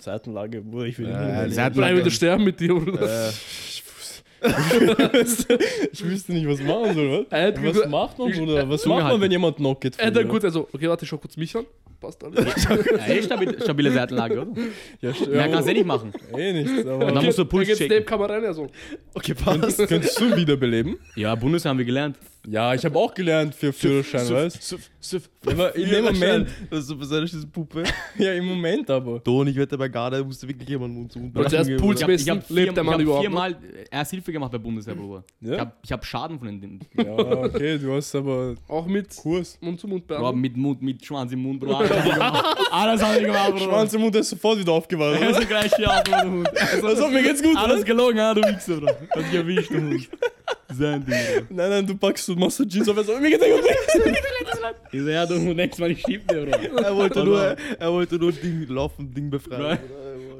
C: Seitenlage, wo ich will
D: Äh,
C: nicht.
A: Seit-
B: Drei
A: Bruder.
B: wieder sterben mit dir, Bruder.
D: Äh,
C: Ich wus- ich wüsste nicht, was machen soll,
A: Äh,
B: Er
C: was?
B: hätte
C: Was
B: gesagt-
C: macht man, Bruder? Was
A: Zunge
C: macht man,
A: halten.
C: wenn jemand knock geht?
B: Er hätte dann gut, also, okay, warte, schau kurz mich an. Passt alles.
A: Ja, eh stabil, stabile Seitenlage, oder?
C: Ja,
A: Mehr
C: ja,
A: kannst du eh nicht machen.
C: eh nichts, aber.
A: Und dann musst du Puls
B: Dann geht's
A: checken.
B: Snap-Kamera rein, also.
D: okay, passt.
C: Könntest du wiederbeleben?
A: Ja, Bundeswehr haben wir gelernt.
C: Ja, ich habe auch gelernt für Führerschein, weißt
D: Suff, suff.
C: du? Aber In dem Moment,
D: Das ist so besonders diese Puppe.
C: ja, im Moment aber.
D: Don, ich wette, bei Garda musste wirklich jemand Mund zu Mund
B: Bro, zuerst
D: bringen,
B: Puls-
D: Bruder.
A: ich habe
B: Besten lebt der Mann überhaupt
A: viermal erst Hilfe gemacht bei Bundeswehr, Bruder. Ich
C: Ja?
A: habe ich hab Schaden von dem.
C: ja, okay, du hast aber
B: Auch mit
C: Kurs.
A: Bro,
B: Mund-zu-Mund-Beamten.
A: mit Mund, mit Schwanz im Mund, Bro. Alles hab ich gemacht. Alles hab ich gemacht, Bro.
C: Schwanz im Mund ist sofort wieder aufgewacht.
A: Er ist so gleich hier auf, Bruder, Hund.
C: Was auf, mir geht's gut, oder?
A: Alles gelogen, ah, du Wichser, Bro. Hat gewischt, du Hund. Sein Ding, Bro.
C: Nein, nein, du packst, du machst so Jeans auf, er sagt, mir geht's gut.
A: Ich so, ja, du Hund, nächstes Mal, ich schieb dir, Bro.
D: Er wollte
A: Oh
D: nur,
A: Mann.
D: er wollte nur Ding, laufen, Ding befreien.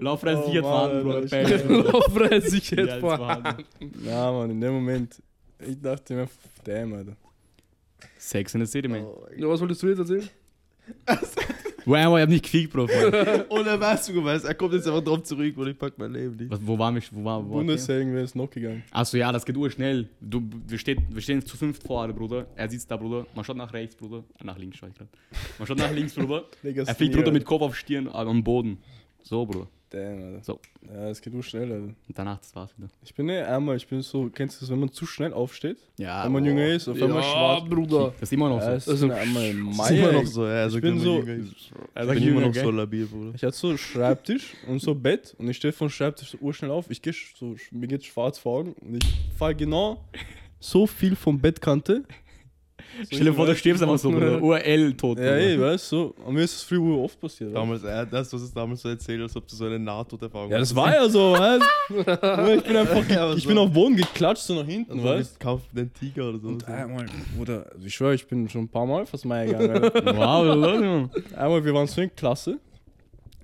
A: Lauf rein,
C: Oh,
A: sicher
C: Mann,
A: fahren, Bro.
C: Alter,
A: Pech, Bro.
B: Laufreihe
A: Ja,
B: Sicherheit
A: jetzt
B: vor.
A: fahren.
C: Ja, Mann, in dem Moment, ich dachte mir, damn, Alter.
A: Sex in the City, man.
D: Oh.
B: Ja, was wolltest du jetzt erzählen?
A: Wow, ich hab nicht gekriegt, Bro. vorhin.
D: Und er weiß, du weißt, er kommt jetzt einfach drauf zurück und ich pack mein Leben nicht.
A: Was, wo waren wir? Wo war, wo war
C: Bundeshelden wäre es noch gegangen.
A: Achso, ja, das geht urschnell. Du, wir, steht, wir stehen zu fünft vorne, Bruder. Er sitzt da, Bruder. Man schaut nach rechts, Bruder. Ah, Nach links schau ich grad. Man schaut nach links, Bruder.
C: Digga,
A: Er fliegt runter mit Kopf auf Stirn äh, am Boden. So, Bruder.
C: Damn, Alter.
A: So.
C: Ja, es geht nur schnell, Alter.
A: Und danach, das war's wieder.
C: Ich bin eh einmal, ich bin so, kennst du das, wenn man zu schnell aufsteht?
A: Ja,
C: wenn man
A: boah.
C: jünger ist, auf
B: Ja,
C: einmal schwarz.
B: Bruder.
A: Das ist immer noch so.
C: Ja, es
B: Also,
C: ist einmal
D: Das ist immer
C: Meier,
D: noch so, ja. Also
C: ich bin
D: wenn man
C: so-
D: jünger ist.
A: Er
D: Ich bin
A: sagt
D: immer
A: jünger,
D: noch
A: gell?
D: so labil, Bruder.
C: Ich hatte so Schreibtisch und so Bett und ich stehe vom Schreibtisch so urschnell auf. Ich gehe so, mir geht schwarz vor Augen und ich fall genau so viel vom Bettkante
A: Stell dir vor, du
C: weiß,
A: stirbst einfach so, Bruder. URL tot.
C: Ja,
A: Bruder.
C: ey, weißt du, so, mir ist das früher oft passiert. Alter.
D: Damals, äh, das, was es damals so erzählt, als ob du so eine NATO-Erfahrung
C: Ja, das war ja so, weißt du? Ich bin einfach,
D: Ja, aber
C: ich
D: so-
C: bin auf den Boden geklatscht, so nach hinten,
D: Also,
C: weißt
D: weißt, kauf den Tiger oder so.
C: du? Einmal, Bruder, also ich schwöre, ich bin schon ein paar Mal fast mal gegangen. Alter.
A: Wow, Leute, Mann.
C: Einmal, wir waren so in Klasse,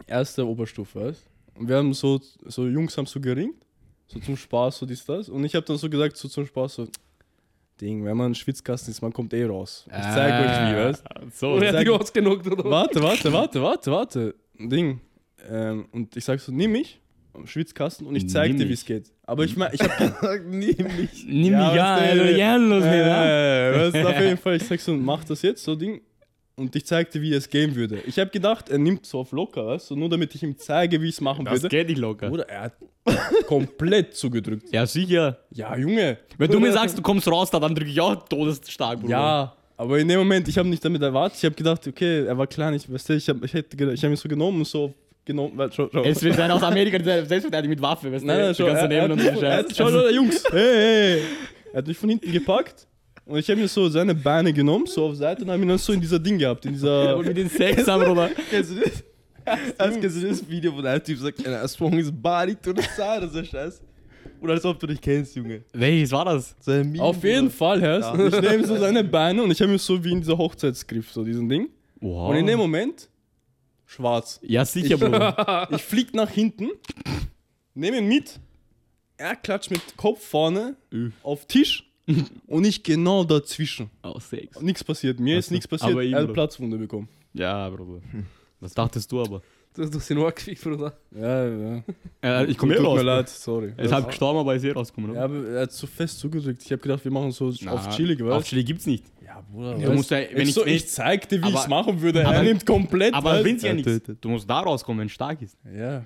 C: erste Oberstufe, weißt Und wir haben so, so Jungs haben so geringt, so zum Spaß, so dies, das. Und ich habe dann so gesagt, so zum Spaß, so, Ding, wenn man einen Schwitzkasten ist, man kommt eh raus. Ich zeig euch
A: Ah.
C: wie, weißt
A: So,
B: Und er hat
C: sag-
B: dich ausgenockt, oder?
C: Warte, warte, warte, warte, warte. Ding. Ähm, und ich sag so, nimm mich, am Schwitzkasten, und ich zeig
A: Nimm
C: dir, wie
A: mich.
C: es geht. Aber ich mein, ich hab
D: Nämlich.
A: nimm
C: Ja,
A: mich ja,
C: weißt du,
A: Alter, ja, los, Alter.
C: Äh, weißt du, auf jeden Fall, ich sag so, mach das jetzt, so Ding. Und ich zeigte, wie es gehen würde. Ich habe gedacht, er nimmt so auf locker, weißt du, nur damit ich ihm zeige, wie ich es machen
A: Das
C: würde.
A: geht nicht locker.
C: Oder er hat komplett zugedrückt.
A: Ja, sicher.
C: Ja, Junge.
A: Wenn du mir sagst, du kommst raus, da, dann drücke ich auch todesstark, Bruder.
C: Ja, aber in dem Moment, ich habe nicht damit erwartet. Ich habe gedacht, okay, er war klein, ich weißt du, ich habe ich hätte gedacht- ich hab ihn so genommen, und so genommen. Warte, schau, schau.
A: Es wird sein aus Amerika, der Selbstverteidigung mit Waffe, weißt du?
C: nein, nein,
A: du
C: schau,
A: kannst
C: er, er,
A: daneben
C: hat
A: und
C: mich-
A: so
C: er,
A: Scheiß.
C: schau, schau, Jungs. Hey, hey, hey. Er hat mich von hinten gepackt. Und ich habe mir so seine Beine genommen, so auf Seite, und habe ihn dann so in dieser Ding gehabt, in dieser...
A: Und mit den Sex haben, Bruder.
D: Kennst du das? Hast kennst du das Video, wo der Typ sagt, "Äh, and I swung his body to the side, das ist der Scheiß. Oder als ob du dich kennst, Junge.
A: Welches war das?
D: So ein Meme,
C: Auf jeden
D: Bruder.
C: Fall, Herr.
D: Ja.
C: Ich nehme so seine Beine und ich habe mir so wie in dieser Hochzeitsgriff, so diesen Ding.
A: Wow.
C: Und in dem Moment, schwarz.
A: ja, sicher, Bruder.
C: Ich flieg nach hinten, nehme ihn mit, er klatscht mit Kopf vorne auf Tisch und ich genau dazwischen.
A: Auch Oh, Sex.
C: Nichts passiert, mir ist nichts passiert,
A: aber ihm,
C: er hat
A: Bro.
C: Platzwunde bekommen.
A: Ja, Bruder. Was dachtest du aber?
B: Du hast den Ohr gekriegt, Bruder.
C: Ja, ja.
A: Äh, ich
D: eh
A: komme hier
C: Tut
A: raus.
C: mir leid, sorry.
A: Er ist halb gestorben, aber er ist hier rausgekommen. oder?
C: Ja, aber er hat so fest zugedrückt. Ich habe gedacht, wir machen so
A: Na,
C: auf chillig,
A: Auf
C: weißt
A: Chili gibt's nicht.
C: Ja, Bruder.
A: Du musst ja, wenn
C: ich,
A: ich,
C: so,
A: wenn
C: ich zeig dir, wie ich
A: aber-
C: es machen würde.
A: aber-
C: er nimmt komplett.
A: aber
C: weißt?
A: wenn's ja
D: Er
A: nichts.
D: tötet.
A: Du musst da rauskommen, wenn es stark ist.
C: Ja.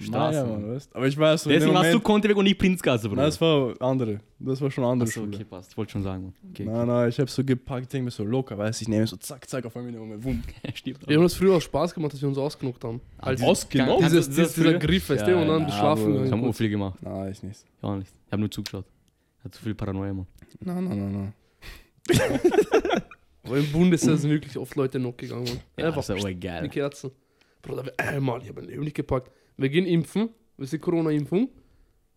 A: Straße,
C: Naja,
A: Mann.
C: Mann, weißt? Aber ich weiß, so in dem
A: Deswegen warst du
C: Moment,
A: Konteweg und nicht Prinzgasse,
C: Nein,
A: Bruder.
C: das war andere. Das war schon andere
A: Achso,
C: Schule.
A: okay, passt. Ich wollte schon sagen. Mann. Okay.
C: Nein, nein, ich hab so gepackt, denk mir so locker, weißt ich nehme so zack, zack auf einmal in dem Moment. Wumm.
A: Er stirbt.
B: Wir haben das früher auch Spaß gemacht, dass wir uns ausgenockt haben. Als
C: Ausgenommen?
A: Kannst du-
B: dieses, dieses, dieser Griff, weißt du,
C: Ja,
B: und dann
C: ja,
B: schlafen
C: aber-
A: Das haben
B: gegangen.
A: auch viele gemacht.
C: Nein, ich nicht.
A: Ich auch nicht. Ich habe nur zugeschaut. Hat zu viel Paranoia, Mann.
C: Nein, nein, nein, nein.
B: Aber im Bundesheer sind wirklich oft Leute noch gegangen. Mann. Einfach
A: das ist aber
B: die
A: geil.
B: Kerzen. Bruder, wir- einmal, ich habe mein Leben nicht gepackt. Wir gehen impfen, weißt du, Corona-Impfung.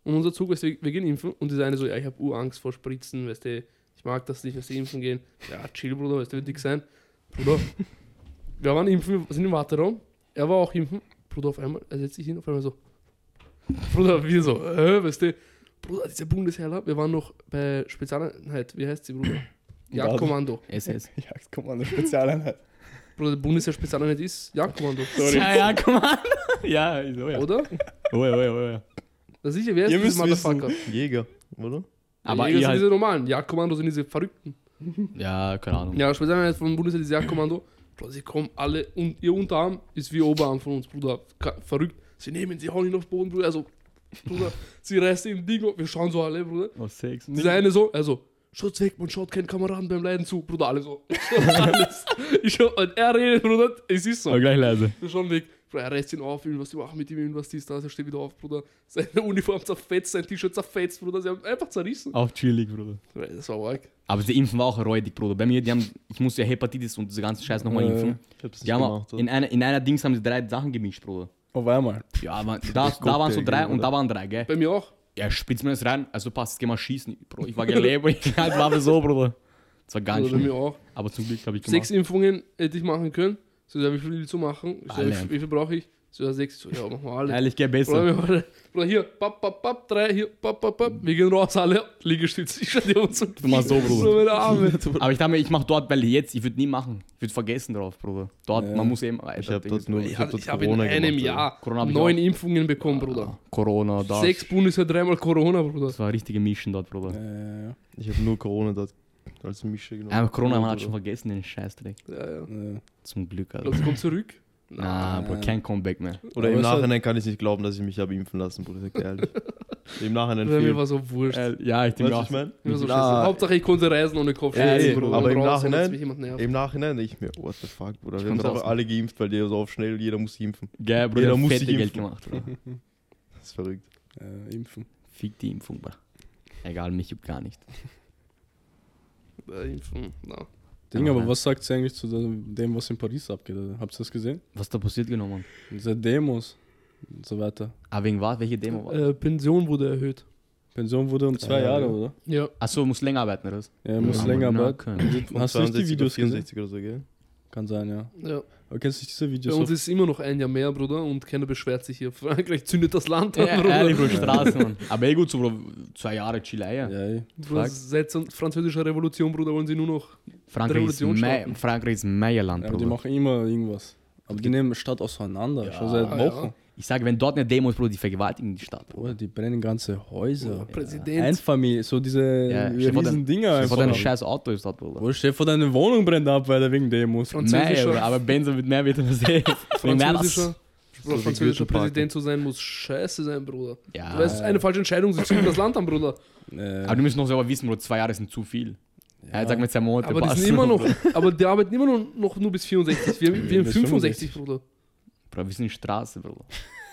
B: Und unser Zug ist, wir, wir gehen impfen. Und dieser eine so, ja, ich habe Urangst vor Spritzen, weißt du, ich mag das nicht, weißt du, impfen gehen. Ja, chill, Bruder, weißt du, wird dick sein. Bruder, wir waren impfen, wir sind im Warteraum. Er war auch impfen. Bruder, auf einmal, er setzt sich hin, auf einmal so. Bruder, wir so, äh, weißt du, Bruder, diese Bundesherrler, wir waren noch bei Spezialeinheit, wie heißt sie, Bruder? Jagdkommando.
A: SS.
C: Ja, jetzt kommt mal eine Spezialeinheit.
B: Bruder, die Bundesheer-Spezialeinheit ist Jagdkommando.
A: Ja, ja, komm an. Ja, so, ja.
B: Oder?
A: Oh, ja, oh, ja, oh, ja.
B: Das sicher, wer ist
C: Ihr
B: dieses
C: müsst wissen.
B: Motherfucker?
D: Jäger, oder?
A: Aber
B: Jäger
A: ihr
B: sind
A: halt.
B: diese normalen. Jagdkommando sind diese Verrückten.
A: Ja, keine Ahnung.
B: Ja, Spezialeinheit vom Bundesheer, diese Jagdkommando. Bro, sie kommen alle und ihr Unterarm ist wie Oberarm von uns, Bruder. Ka- Verrückt. Sie nehmen, sie hauen ihn auf den Boden, Bruder. Also, Bruder, sie reißen ihn Ding. auf. Wir schauen so alle, Bruder.
A: Oh, Sex.
B: Dieser eine so, also, schaut weg, man schaut keinen Kameraden beim Leiden zu, Bruder. Alle so. Alles. Ich schau, und er redet, Bruder. Es ist so.
A: Aber gleich leise.
B: Wir schon weg. Bruder, er reißt ihn auf, irgendwas, die machen mit ihm irgendwas, dies, das, er steht wieder auf, Bruder. Seine Uniform zerfetzt, sein T-Shirt zerfetzt, Bruder. Sie haben einfach zerrissen.
A: Auch chillig, Bruder.
B: Bruder, Das war arg.
A: Aber die Impfen war auch räudig, Bruder. Bei mir, die haben, ich muss ja Hepatitis und diese ganzen Scheiß nochmal
C: Äh,
A: impfen.
D: Ich hab's nicht
A: Die haben
D: gemacht.
A: auch- in einer, in einer Dings haben sie drei Sachen gemischt, Bruder.
C: Auf einmal.
A: Ja, aber da, da waren so drei und da waren drei, gell?
B: Bei mir auch.
A: Ja, spitz mir das rein. Also passt, jetzt gehen wir schießen. Bro, ich war gelebt und ich halt Waffe so, Bruder. Das war gar nicht
B: Oder bei mir
A: schlimm.
B: auch.
A: Aber zum Glück habe ich gemacht.
B: Sechs Impfungen hätte ich machen können. So, ja, wie viel willst du machen? Ich so, ja, wie
A: Alle.
B: viel- wie viel brauche ich? So, ja, sechs. So, ja, machen wir alle.
A: Ehrlich, gell,
B: Bruder,
A: besser.
B: wir waren, Bruder, hier, papp, papp, papp, drei, hier, papp, papp, papp. Wir gehen raus, alle. Liegestütze, ich dir uns. Du
A: machst so, Bruder.
B: So meine Arme.
A: Aber ich dachte mir, ich mache dort, weil jetzt, ich würde nie machen. Ich würde vergessen drauf, Bruder. Dort,
C: Ja.
A: man muss eben.
D: Ich hab
A: Ding
D: dort
A: ist-
D: nur-
B: Ich
D: Ich hab
B: habe
D: dort
B: hab in
D: Corona
B: einem
D: gemacht,
B: Jahr
A: Ah, Corona hab ich Ah,
B: neun Impfungen bekommen, Bruder.
A: Corona, da.
B: Sechs Bundesjahr, dreimal Corona, Bruder.
A: Das war richtige Mischen dort, Bruder.
C: Äh, ja.
D: Ich hab nur Corona dort als Mische genommen.
A: Aber Corona, man hat schon vergessen, den Scheißdreck.
B: Ja, ja.
C: Äh.
A: Zum Glück, Alter.
B: Glaubst du, kommt zurück?
A: Na, Bro, kein Comeback mehr.
D: Oder
C: Aber
D: im
C: es hat-
D: Nachhinein kann ich nicht glauben, dass ich mich habe impfen lassen, Bruder. Sag dir ehrlich. Im Nachhinein
B: Oder
D: viel.
B: mir
D: Weißt
B: war so wurscht.
A: Äh, ja, ich
D: du,
A: denke
D: was
A: auch.
D: ich meine?
B: mir war so
D: Na,
B: scheiße. Hauptsache ich konnte reisen ohne Kopfschmerzen.
A: Ey,
B: Bruder.
D: aber
B: Und
D: im
B: draußen, dass
D: Nachhinein-
B: mich jemand nervt.
D: Im Nachhinein denke ich mir, what the fuck, Bruder. Wir haben
A: komm's
D: uns einfach
A: raus.
D: alle geimpft, weil die so auf schnell, jeder muss impfen.
A: Gell, Bruder,
D: Jeder
A: ich hab
D: muss
A: fette
D: sich
A: Geld
D: impfen.
A: gemacht, Bruder.
D: Das ist verrückt.
C: Äh, impfen.
A: Fick die Impfung, Bruder. Egal, mich juckt gar nicht.
B: Äh, impfen, na.
C: Ding,
A: Ja,
C: aber
A: ne?
C: was sagt sie eigentlich zu dem, was in Paris abgeht? Alter? Habt ihr das gesehen?
A: Was da passiert
D: genau,
A: genommen?
C: Diese Demos und so weiter.
A: Ah, wegen was? Welche Demo war?
B: Äh, Pension wurde erhöht.
C: Pension wurde um zwei
D: Jahre.
C: Jahre, oder?
B: Ja.
A: Achso, muss länger arbeiten, oder was?
C: Ja, er muss
A: Ja,
C: länger
A: aber na,
C: arbeiten.
D: Von
C: Hast du nicht die
D: 62
C: Videos
D: auf
C: gesehen?
D: 64 oder so, gell?
C: Kann sein, ja.
B: ja.
C: Aber kennst du nicht diese
B: Bei
C: Videos?
B: uns
C: auf-
B: ist immer noch ein Jahr mehr, Bruder, und keiner beschwert sich hier. Frankreich zündet das Land an,
A: Ja,
B: Bruder.
A: ehrlich, Bro, Straße, Mann. Aber eh gut, so, Bro, zwei Jahre Chile, ja.
C: Ja, ey.
B: Bruder, seit der französischen Revolution, Bruder, wollen sie nur noch.
A: Frankreich, ist
B: Revolution
A: Mei-
B: starten.
A: Frankreich ist Meierland,
C: Ja, aber die
A: Bro.
C: machen immer irgendwas. Aber die nehmen Stadt auseinander, schon
A: Ja.
C: seit
B: Ah, ja.
C: Wochen.
A: Ich sage, wenn dort eine Demo ist, Bro, die vergewaltigen die Stadt, Bro.
C: Bruder, die brennen ganze Häuser.
B: Präsident.
C: Einfamilie, so diese
A: Ja, stell vor,
C: riesen
A: dein-
C: Dinger
A: Vor
C: einfach.
A: deinem scheiß Auto ist dort, Bro.
C: Wo steht vor deine Wohnung brennt ab, weil der wegen Demos.
B: Franz-
A: Mei,
B: Französischer-
A: Bro, aber Benzo wird mehr Vitamin C. Wegen mehr
B: Französischer, Bruder,
D: die
B: französischer
D: Goethe-Parken.
B: Präsident zu sein muss scheiße sein, Bruder.
A: Ja.
B: Du weißt, eine falsche Entscheidung, sie zünden das Land an, Bruder.
C: Äh,
A: Aber du musst noch selber wissen, Bro, zwei Jahre sind zu viel. Ja, jetzt sag mir zwei Monate.
B: Aber die
A: passt.
B: sind immer noch, aber die arbeiten immer noch, noch nur bis 64. Wir, wir haben
C: Bis
B: 65, Bruder.
A: Bro, wir sind Straße, Bro.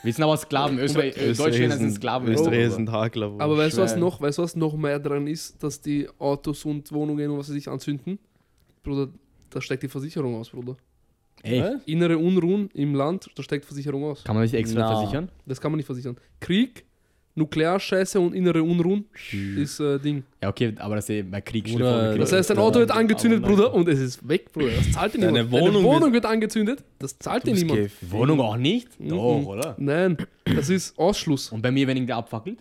A: Wir sind aber Sklaven. Österreich, äh,
D: Österreicher
A: Deutschländer sind Sklaven.
D: Österreicher
A: Bro.
D: sind Hakler.
A: Oh,
D: Bro.
B: Aber weißt du, was
A: schwer.
B: noch, weißt du, was noch mehr dran ist, dass die Autos und Wohnungen und was sie sich anzünden? Bruder, da steigt die Versicherung aus, Bruder.
A: Ey,
C: Hä?
B: Innere Unruhen im Land, da steigt Versicherung aus.
A: kann man nicht extra
C: Na.
A: versichern?
B: Das kann man nicht versichern. Krieg, Nuklearscheiße und innere Unruhen ist äh, Ding.
A: Hm. Ja, okay, aber das ist eh bei Krieg.
C: Bruder,
A: Stefan, Krieg.
B: Das heißt, dein Auto wird angezündet, Bruder, und es ist weg, Bruder. Das zahlt dir
C: Deine
B: niemand.
C: Wohnung
B: Deine Wohnung wird angezündet, das zahlt dir niemand.
A: Wohnung auch nicht? Doch,
B: Mhm.
A: oder?
B: Nein, das ist Ausschluss.
A: Und bei mir, wenn irgendwer abfackelt?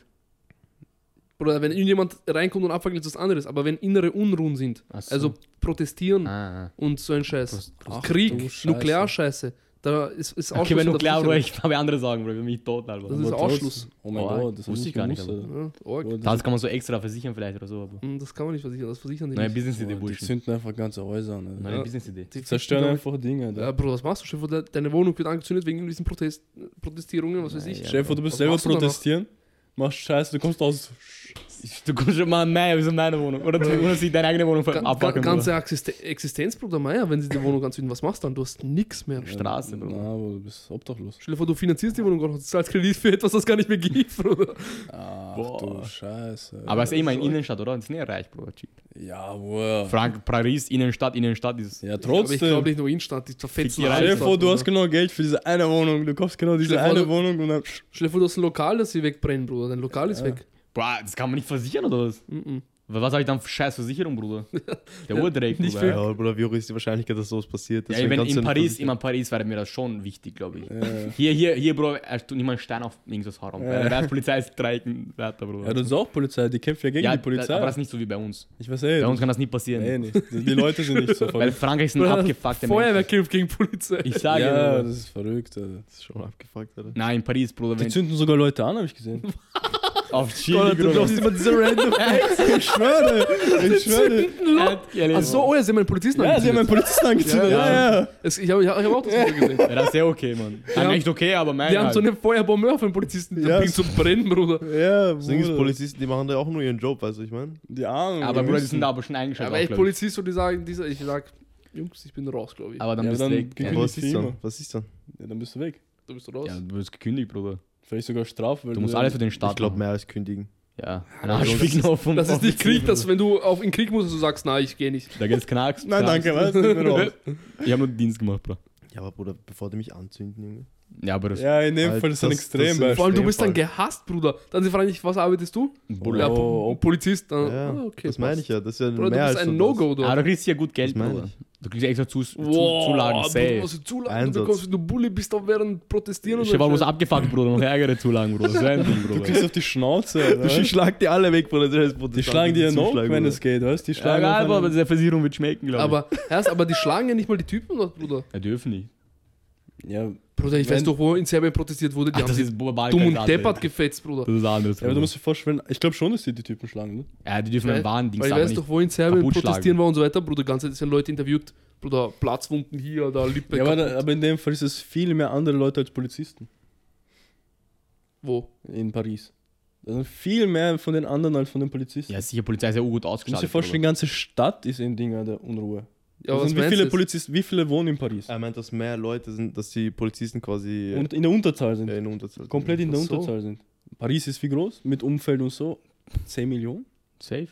B: Oder wenn irgendjemand reinkommt und abfackelt, ist das anderes. Aber wenn innere Unruhen sind,
A: Ach so.
B: also protestieren
A: Ah, ah.
B: und so ein Scheiß,
C: Prost-
B: Krieg,
C: du Scheiße.
B: Nuklearscheiße, da ist, ist Ausschluss.
A: Okay, wenn
B: von
A: du
B: der
A: klar, Bro,
B: Versicherung.
A: ich habe andere Sorgen, Bro, ich bin mich tot, Alter.
B: Das ist
C: Aber trotzdem-
B: Ausschluss.
C: Oh mein
A: Oh,
C: Gott, das
A: wusste
C: wusste
A: ich gar nicht, aber-
B: Ja, arg.
A: Das kann man so extra versichern vielleicht oder so. Aber.
B: Hm, Das kann man nicht versichern, das versichern die
A: Neue
B: nicht.
A: Business-Idee,
C: Die
A: Bullshit.
C: zünden einfach ganze Häuser an. Alter.
A: Neue
B: Ja.
A: Business-Idee.
B: Die
C: Zerstören
B: ficken
C: einfach Dinge. ne?
B: da- Ja, Bro, was machst du? Stell dir vor, de- deine Wohnung wird angezündet wegen diesen Protest Protestierungen, was weiß ich.
A: Naja.
C: Stell dir vor, du bist
B: Was
C: selber
B: machst du danach?
C: protestieren, machst Scheiße, du kommst aus.
A: Du kommst schon mal mehr bis in meine Wohnung. Oder du oder sie deine eigene Wohnung
B: Ga-
A: ver-
B: ga-
A: abfacken.
B: ganze Existe- Existenz, Bruder Meier, wenn sie die Wohnung anzünden, was machst du dann? Du hast nichts mehr.
A: Bruder. Straße,
C: Na,
A: Bro.
C: aber du bist obdachlos.
B: Stell dir vor, du finanzierst die Wohnung auch noch, du zahlst Kredit für etwas, das gar nicht mehr gibt, Bruder.
C: Ach
A: Boah.
C: du Scheiße.
A: Aber es ist eh immer in Innenstadt, oder? Das ist nicht reich, Bro. Cheap.
C: Ja, wow.
A: Frank, Paris, Innenstadt, Innenstadt ist.
C: Ja,
B: Aber ich glaube
C: trotzdem.
B: nicht nur Innenstadt, die zerfetzen
A: Fick die
C: Stell dir
A: Reise.
C: vor, du
B: dort,
C: hast
B: Bruder.
C: genau Geld für diese eine Wohnung. Du kaufst genau diese
B: Stell dir vor,
C: eine
B: du-
C: Wohnung und dann.
B: Stell dir vor, du hast ein Lokal, das sie wegbrennen, Bruder. Dein Lokal ist
C: Ja.
B: weg.
A: Bro, das kann man nicht versichern, oder was?
B: Mhm.
A: Wa- Was habe ich dann für scheiß Versicherung, Bruder? Der
B: Ja,
A: Urdreck,
B: nicht
A: Bruder.
B: viel.
A: Ja,
D: Ja, Bruder, wie hoch ist die Wahrscheinlichkeit, dass sowas passiert?
A: ey,
D: Deswegen
A: wenn
D: kannst du nicht
A: in Paris,
D: versichern.
A: immer Paris wäre mir das schon wichtig, glaube ich.
C: Ja.
A: Hier, hier, hier, Bro, er tut niemand einen Stein auf irgendwas Haram.
C: Ja.
A: Ja. Die Polizei ist drei Ecken weiter, Bruder.
C: Ja, das ist auch Polizei, die kämpft ja gegen
A: Ja,
C: die Polizei.
A: da- aber das ist nicht so wie bei uns.
C: ich weiß eh.
A: Bei uns kann das nicht passieren.
C: eh nicht. Die die Leute sind nicht so
A: Weil
C: verrückt.
A: Frankreich sind
B: Bruder,
A: abgefuckte
B: Feuerwehr
A: Menschen.
B: kämpft gegen Polizei.
A: Ich sage
C: Ja,
A: nur.
C: das ist verrückt. Alter.
D: Das ist schon abgefuckt, Alter.
A: Nein, in Paris, Bruder,
C: Die
A: wenn
C: zünden sogar Leute an, habe ich gesehen.
A: auf
D: Bruder,
A: Chili,
B: Genau.
D: du glaubst
A: Bruder.
D: immer diese random
C: Ich schwöre, ich schwöre.
A: Ach
B: Achso, oh ja, sie haben einen Polizisten
C: Ja, sie haben
B: angezündet.
C: einen Polizisten angezündet.
A: Ja,
C: Ja,
A: ja.
C: ja.
B: Es- Ich habe ich hab auch das Video gesehen.
A: Ja, das ist ja okay, Mann. Ja,
B: haben-
A: echt okay, aber mein.
B: Die haben
A: halt.
B: so eine Feuerbombe auf den Polizisten die
C: Ja,
B: bringt zum Brennen, Bruder.
C: Ja,
D: Das Ding ist,
C: Bruder.
D: Polizisten, die machen da auch nur ihren Job, weißt du, ich meine?
C: Die Armen.
A: aber Bruder, die
C: müssen-
A: sind da aber schon eingeschaltet.
B: Aber
A: auch,
B: echt
A: glaub ich.
B: Polizist und die sagen, dieser, ich sag, Jungs, ich bin raus, glaube ich.
A: aber dann
C: Ja,
A: bist
C: dann
A: du weg.
C: gekündigt.
A: Ja.
D: Was ist
C: Thema.
D: dann? Was ist dann?
C: Ja, dann bist du weg.
B: du bist raus.
A: Ja, du wirst gekündigt, Bruder.
C: Vielleicht sogar Straf, weil
A: Du musst alles für den Staat
D: Ich glaube,
A: machen.
D: mehr als kündigen.
A: Ja. Ein
B: das ist-
A: Arschficken auf
B: Das ist nicht Krieg, dass wenn du auf in Krieg musst, dass du sagst, nein, ich gehe nicht.
A: Da geht's knacks.
C: Nein,
A: knacks.
C: danke, was? Ich bin raus.
A: Ich hab nur Dienst gemacht, Bro.
D: Ja, aber Bruder, bevor die mich anzünden, Junge.
A: Ja, aber das.
C: Ja, in dem
D: Alter,
C: Fall ist ein
D: das-
C: extrem
D: das-
B: Vor allem, du
D: Extrem
B: bist dann
D: voll.
B: gehasst, Bruder. Dann sie fragen dich, was arbeitest du?
A: Bull.
B: Ja,
A: Ja,
C: Oh, oh.
B: Polizist. Dann,
D: Ja,
B: ah, okay,
D: das meine
B: passt.
D: ich ja. Das ist ja
B: Bruder,
D: mehr
B: du bist
D: als
B: ein
D: nur das.
B: No-Go,
A: aber
B: dort.
A: du kriegst ja gut Geld,
D: Das meine
A: Bruder.
D: ich.
A: Du kriegst ja extra Zus
B: Wow,
A: zu, Zulagen,
B: Bruder,
A: safe.
B: was für Zulagen du
D: Einsatz.
B: bekommst, wenn du Bulli bist, dann während Protestieren
A: Ich war
B: so.
A: muss abgefuckt, Bruder, noch ärgere Zulagen, Bruder. So ein Ding,
C: Du
A: Bruder.
C: kriegst auf die Schnauze. Alter.
D: Du schlag die alle weg, Bruder.
C: Die schlagen dir noch, wenn es geht, weißt du? Die
A: Ja,
C: schlagen
A: egal,
C: auf
A: Bro, aber
C: einen-
A: der Versicherung wird schmecken, glaube ich.
B: aber, Herr, aber die schlagen ja nicht mal die Typen dort, Bruder.
A: Ja, dürfen nicht.
C: Ja, ja,
B: Bruder, ich
C: Wenn-
B: weiß doch, wo in Serbien protestiert wurde. Die
A: Ach,
B: haben
A: das
B: sich
A: ist global
B: dumm und
A: Kandidat, ey.
B: deppert gefetzt, Bruder.
A: Das ist anders.
C: aber du
A: Bruder.
C: musst dir vorstellen, ich glaube schon, dass die die Typen schlagen, ne?
A: ja, die dürfen einen Warndienst
B: Weil ich
A: aber
B: weiß
A: nicht.
B: doch, wo in Serbien
A: kaputt schlagen.
B: protestieren war und so weiter, Bruder. Die ganze Zeit sind Leute interviewt. Bruder, Platzwunden hier, da Lippe.
C: Ja, aber,
B: kaputt.
C: da- aber in dem Fall ist es viel mehr andere Leute als Polizisten
B: Wo?
C: in Paris. Das sind viel mehr von den anderen als von den Polizisten.
A: Ja, sicher, Polizei ist ja gut
C: Du musst dir
A: ausgestattet.
C: vorstellen, die ganze Stadt ist in Dinger der Unruhe.
B: Ja,
C: Das
B: was
C: sind wie
B: meinst
C: viele
B: du?
C: Polizisten, wie viele wohnen in Paris?
D: Er meint, dass mehr Leute sind, dass die Polizisten quasi äh,
C: Und in der Unterzahl sind.
D: in Unterzahl sind.
C: komplett in der
B: Ach so.
C: Unterzahl sind. Paris ist wie groß? Mit Umfeld und so? 10 Millionen?
A: Bruder. Safe.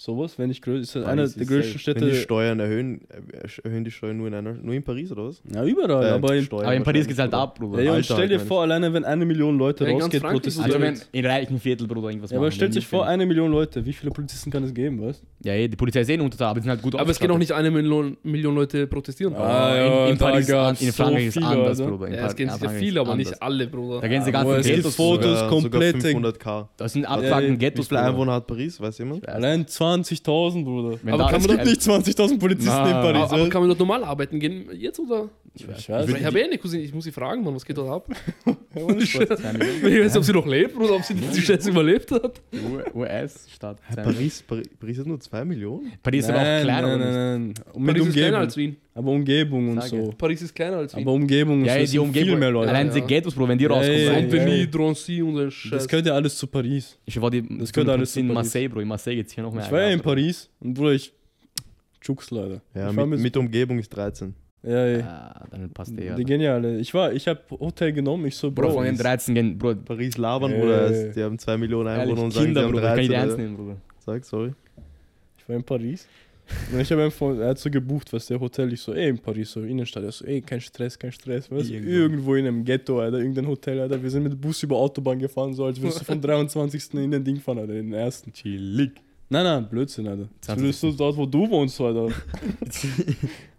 C: sowas, wenn nicht größer. Ist das
E: Paris
C: eine
E: ist
C: der
E: safe.
C: größten
E: Wenn die
C: Städte.
E: Steuern erhöhen, äh, erhöhen die Steuern nur in einer, nur in Paris oder was?
C: Ja, überall,
E: Äh,
C: aber in,
E: Steuern
A: Aber in Paris geht's halt
E: wahrscheinlich,
A: ab, Bruder.
E: Alter,
C: ja, und stell dir
E: ich mein-
C: vor, alleine wenn eine Million Leute
B: Ja, in ganz
C: rausgeht,
B: Frankreich ist es
A: Also
C: protestieren.
A: wenn in reichen Viertel, Bruder, irgendwas
C: ja, aber
A: machen,
C: stell
A: wenn
C: dich
A: nicht,
C: vor,
A: dann-
C: eine Million Leute, wie viele Polizisten kann es geben, weißt
A: Ja, ja, die Polizei ist eh unterteilt, aber die sind halt gut
B: Aber es gehen auch
A: ausgestattet.
B: nicht eine Million, Million Leute protestieren.
C: Ah,
A: in,
C: ja,
A: in
C: da
A: Paris, an,
C: gab's
A: in
C: so
A: Frankreich ist
C: viele,
A: anders,
C: Alter.
A: Bruder. In
B: Ja,
A: Paris-
B: es gehen
A: in
B: sicher
A: Frankreich ist
B: viele, aber
A: anders.
B: nicht alle, Bruder.
A: Da gehen sie
C: Ja, wo
A: ganzen
C: es gibt
A: Ghettos.
C: Fotos,
A: Bruder.
E: sogar,
C: komplett in-
E: Sogar 500k.
A: Das sind
C: Ja, ja.
A: abgefuckten
E: Wie
A: Ghettos,
E: viele
A: Bruder.
E: Einwohner hat Paris, weiß jemand?
C: du? Allein 20.000, Bruder.
A: Wenn
B: Aber
A: da
B: kann
C: Es
A: jetzt
B: man
C: gibt
A: kein-
C: nicht 20.000 Polizisten
A: also- Na,
C: in Paris. äh?
B: Aber, aber
C: oder?
B: kann man dort normal arbeiten gehen jetzt oder?
C: ich
B: Ich,
C: weiß
B: ich
C: nicht.
B: habe eh eine Cousine, ich muss sie fragen, Mann, was geht dort ab?
C: ohne Spaß.
B: Ich weiß, ob sie noch lebt oder ob sie die Schätze überlebt hat.
A: U- US-Stadt.
E: Paris, Paris, Paris hat nur 2 Millionen?
A: Paris ist aber auch
C: Nein,
A: kleiner.
C: Nein,
A: oder nicht?
C: nein, nein. Und mit
B: Paris ist kleiner
C: Umgebung.
B: als Wien.
C: Aber Umgebung und
A: Sag
C: so.
B: Paris ist kleiner als Wien.
C: Aber Umgebung und
A: Ja,
C: so.
A: ja,
C: es
A: die
C: sind Viel
A: Umgebung.
C: mehr Leute.
A: Allein
B: Ja,
A: die
B: ja.
A: Ghettos, Bro, wenn die
C: Ja,
A: rauskommen.
C: ja,
A: sind-
C: ja.
B: Saint-Denis, Drancy und so ein Scheiß.
C: Das gehört ja alles zu Paris.
A: Ich war die, das
C: gehört alles zu
A: in
C: Paris.
A: Marseille, Bro. In Marseille geht's hier noch mehr.
C: Ich war ja in
A: ab, Bro.
C: Paris und Bruder, ich. Jucks leider.
E: Ja,
C: ich war
E: mit, mit Umgebung ist 13.
C: Ja, ja.
A: Ah, dann passt der ja.
C: Die geniale. Ich war, ich hab Hotel genommen, ich so,
A: Bro,
C: Bro.
A: von den 13 gehen, Bro.
E: Paris labern,
C: Äh.
E: Bruder. es- Die haben 2 Millionen Einwohner
A: Ehrlich,
E: und sagen,
A: Kinder,
E: sie haben
A: Bro. Kann ich
E: 13.
A: die ernst
E: Alter.
A: nehmen, Bruder.
E: Sag, sorry.
C: Ich war in Paris. Und ich habe einen Freund, er hat so gebucht, was der Hotel, ich so, ey, in Paris, so Innenstadt, er so, ey, kein Stress, kein Stress, weißt du,
E: Irgendwo.
C: irgendwo in einem Ghetto, Alter, irgendein Hotel, Alter, wir sind mit dem Bus über Autobahn gefahren, so, als würdest du vom 23. in den Ding fahren, Alter, in den ersten. Chillig. Nein, nein, Blödsinn, Alter. Das
A: 20..
C: würdest du dort, wo du wohnst, Alter.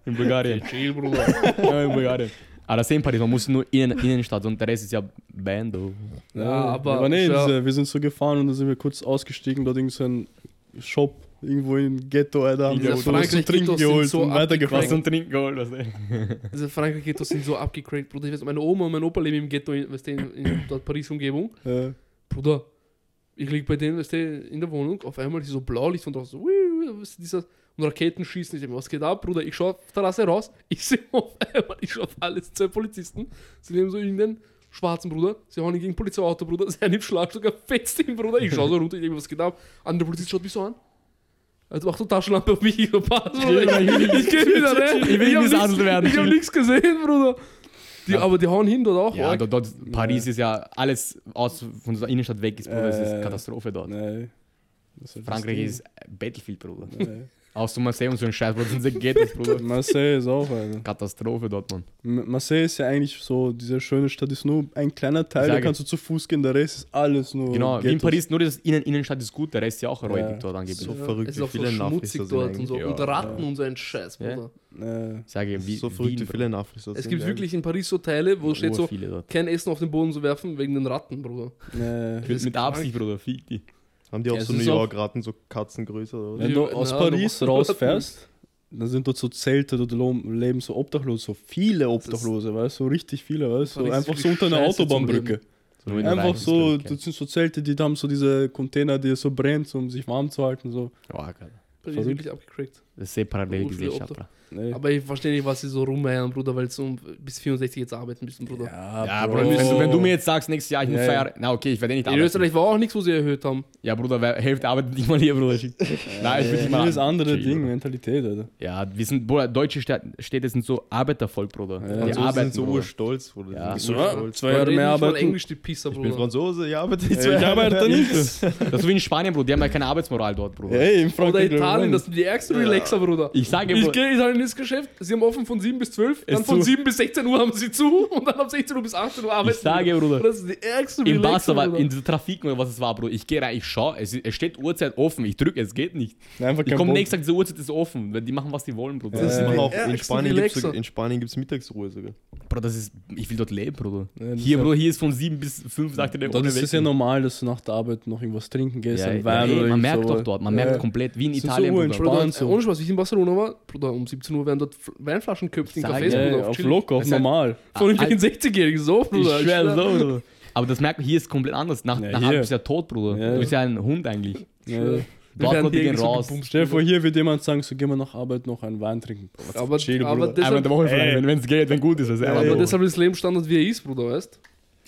A: In Bulgarien.
B: Chill, Bruder.
A: ja, in Bulgarien. Aber das ist in Paris, man muss nur in Innenstadt, sonst der Rest ist ja Bando.
B: Ja, aber-
C: Aber nee,
B: ja.
C: diese, wir sind so gefahren und dann sind wir kurz ausgestiegen, dort irgend so ein Shop, irgendwo im Ghetto, Alter, haben
B: Diese
C: wir uns was zu
B: Frankreich-Ghettos
C: trinken
B: sind
C: geholt
B: so
C: und weitergefahren.
B: abgecrackt.
A: und Trinken geholt, was der.
B: Diese Frankreich-Ghettos sind so abgecrackt, Bruder. Ich weiß, meine Oma und mein Opa leben im Ghetto, in- weißt du, in, in dort Paris-Umgebung.
C: Ja.
B: Bruder, ich lieg bei denen, weißt du, in der Wohnung, auf einmal ist so Blaulicht und draußen so, "Wiu, wiu", weißt du, dieser, und Raketen schießen. Ich denk mir, was geht ab, Bruder? Ich schau auf die Terrasse raus, ich sehe auf einmal, ich schau auf alles, zwei Polizisten, sie nehmen so irgendeinen schwarzen Bruder, sie hauen ihn gegen ein Polizeiauto, Bruder, sie haben ihn Schlagstocker, fetzt ihn, Bruder, ich schau so runter, ich denk mir, was geht ab? Andere Polizist schaut mich so an. Also macht so Taschenlampe auf mich, ich so, pass, Bruder, ich, ich geh wieder rein.
A: Ich will nicht
B: hab
A: misshandelt
B: nix-
A: werden.
B: Ich hab nichts gesehen, Bruder. Die,
A: Ja.
B: Aber die hauen hin dort auch.
A: Ja,
B: oder?
A: dort, dort Paris ist ja alles aus von der Innenstadt weg ist, Bruder. Es
C: Äh,
A: ist Katastrophe dort.
C: Nee. Das ist
A: Frankreich
C: das
A: ist Battlefield, Bruder.
C: Ding. Nee.
A: Aus dem Marseille und so ein Scheiß, Bruder, sind sie Ghettos, Bruder.
C: Marseille ist auch, Alter.
A: Katastrophe dort, Mann.
C: M- Marseille ist ja eigentlich so, diese schöne Stadt ist nur ein kleiner Teil, da
A: Sage-
C: kannst du zu Fuß gehen, der Rest ist alles nur.
A: Genau, wie in
C: Ghettos.
A: Paris, nur das Innen Innenstadt ist gut, der Rest ist ja auch räudig dort angeblich.
E: So
B: Ja,
E: verrückt,
B: Es ist
E: wie
B: auch so
E: viele Nachrichten
B: schmutzig
E: sind
B: dort und so.
A: eigentlich.
B: und
A: Ja.
B: Ratten und so ein Scheiß,
A: Ja.
B: Bruder.
C: Äh,
A: Ich Sage, wie,
E: So
A: Wien,
E: verrückt, wie
A: Bro.
E: viele Nachrichten
B: Es gibt wirklich in Paris so Teile, wo steht
A: Ur
B: so,
A: viele dort.
B: kein Essen auf den Boden zu werfen wegen den Ratten, Bruder.
C: nee.
A: Ich will mit Absicht, Bruder, fick die.
E: Haben die auch
C: Ja,
E: so
C: es
E: New
C: ist
E: York-Raten, so Katzengröße oder was?
C: Wenn du aus
B: Na, du
C: Paris
B: musst-
C: rausfährst, dann sind dort so Zelte, dort lo- leben so Obdachlose, so viele Obdachlose, weißt du, so richtig viele, weißt du,
B: Paris
C: so
B: ist
C: einfach so
B: wirklich
C: unter einer
B: scheiße zum
C: Autobahnbrücke.
A: So nur in
C: Einfach
A: Reichen-
C: so,
A: Ja,
C: das sind so Zelte, die haben so diese Container, die so brennen, so, um sich warm zu halten, so.
A: Alter.
B: Paris ist
C: Verrückt.
B: wirklich abgecrackt.
A: Das ist eh parallel
B: Ur viele
A: Gesellschaft,
B: Obdach-
A: Bro.
C: Nee.
B: Aber ich verstehe nicht, was sie so rumheiern, Bruder, weil sie um bis 64 jetzt arbeiten müssen, Bruder.
A: Ja, Bro, wenn du, wenn du mir jetzt sagst, nächstes Jahr, ich muss
C: Ja,
A: zwei
C: ja.
A: Jahre. Na, okay, ich werde eh nicht
B: In
A: arbeiten.
B: Österreich war auch nichts, wo sie erhöht haben.
A: Ja, Bruder, wer- Hälfte arbeitet nicht mal hier, Bruder. Nein, ich will nicht mal.
C: Äh, Jedes andere
A: Chill,
C: Ding,
A: Bruder.
C: Mentalität, Alter.
A: Ja, wir sind, Bruder, deutsche Stadt- Städte sind so Arbeitervolk, Bruder.
C: Ja,
A: die
C: Franzosen
E: Franzosen
A: arbeiten
E: sind so
A: Bruder.
E: urstolz, Bruder.
A: Ja.
E: Die
C: So,
E: sind
C: ja,
E: urstolz.
C: zwei Jahre
B: reden
C: mehr
B: nicht mal
C: arbeiten.
B: Englisch, die Pisser,
E: Ich bin
B: Bruder.
E: Franzose, ich arbeite
C: Ich arbeite nicht.
A: Das ist wie in Spanien, Bruder. Die haben ja keine Arbeitsmoral dort, Bruder.
C: Ey, in
B: Oder
C: Frankreich.
B: Italien, das sind die ärgsten Relaxer, Bruder.
A: Ich sage,
B: Ich
A: Bruder,
B: gehe Italien ins Geschäft, sie haben offen von 7 bis 12, dann
A: Ist
B: von
A: zu.
B: 7 bis 16 Uhr haben sie zu und dann ab 16 Uhr bis 18 Uhr arbeiten.
A: ich sage, Bruder.
B: Das ist die ärgste
A: Im
B: Relaxer,
A: Wasser, war,
B: Bruder.
A: in dieser Trafik oder was es war, Bruder. Ich gehe rein, ich schaue, es, es steht Uhrzeit offen, ich drücke, es geht nicht.
C: Einfach
A: Ich
C: kein
A: komme
C: Bock.
A: nächsten Tag, diese Uhrzeit ist offen, weil die machen, was die wollen, Bruder.
E: Das
A: Das
E: ist immer
C: Äh, Ja.
E: auf, in
B: Ärgsten
E: Spanien gibt's
B: Relaxer.
E: so- in Spanien gibt es Mittagsruhe sogar.
A: ist, Bruder, das ist, ich will dort leben, Bruder.
C: Ja, das
A: Hier,
C: ist ja-
A: Bruder, hier ist von 7 bis 5, sagt er der
C: Dort
A: ohne
C: ist es
A: Wechsel.
C: ja normal, dass du nach der Arbeit noch irgendwas trinken gehst,
A: Ja,
C: ein
A: ja,
C: Wein
A: ey,
C: oder
A: man
C: irgend
A: merkt
C: sowas.
A: doch dort, man merkt
C: Ja.
A: komplett, wie in
C: Sind so
A: Italien, Bruder.
C: urentspannt.
B: Bruder,
C: Wahnsinn.
B: ohne Spaß, wie ich in Barcelona war, Bruder, um 17 Uhr werden dort F- Weinflaschenköpfe in
A: Sag
B: Cafés,
A: ich.
C: Ja,
B: Bruder,
C: ja, auf
B: chill.
C: locker, auf
A: Das ist halt-
C: normal.
B: Vor allem
A: Ah,
B: gegen 60-Jährigen, so, Bruder.
A: Ich schwör so, Bruder. Aber das merkt man, hier ist komplett anders. Nach,
C: Ja,
A: nach halb
C: hier.
A: bist du ja tot, Bruder.
C: Ja.
A: Du bist ja ein Hund eigentlich.
C: Ja.
A: Dort,
B: werden
A: Bruder, die
B: hier
A: gehen
B: so
A: raus.
B: gebumst.
C: Stell dir vor, hier wird jemand sagen, so geh mal nach Arbeit noch einen Wein trinken. Boah,
B: Aber, aber,
C: chill, Bruder.
A: Einmal in
B: deshalb,
A: der Woche vielleicht, wenn es geht, wenn gut ist. Das ist
B: aber
A: einmal in der Woche.
B: deshalb ist Leben Standard, wie er ist, Bruder, weißt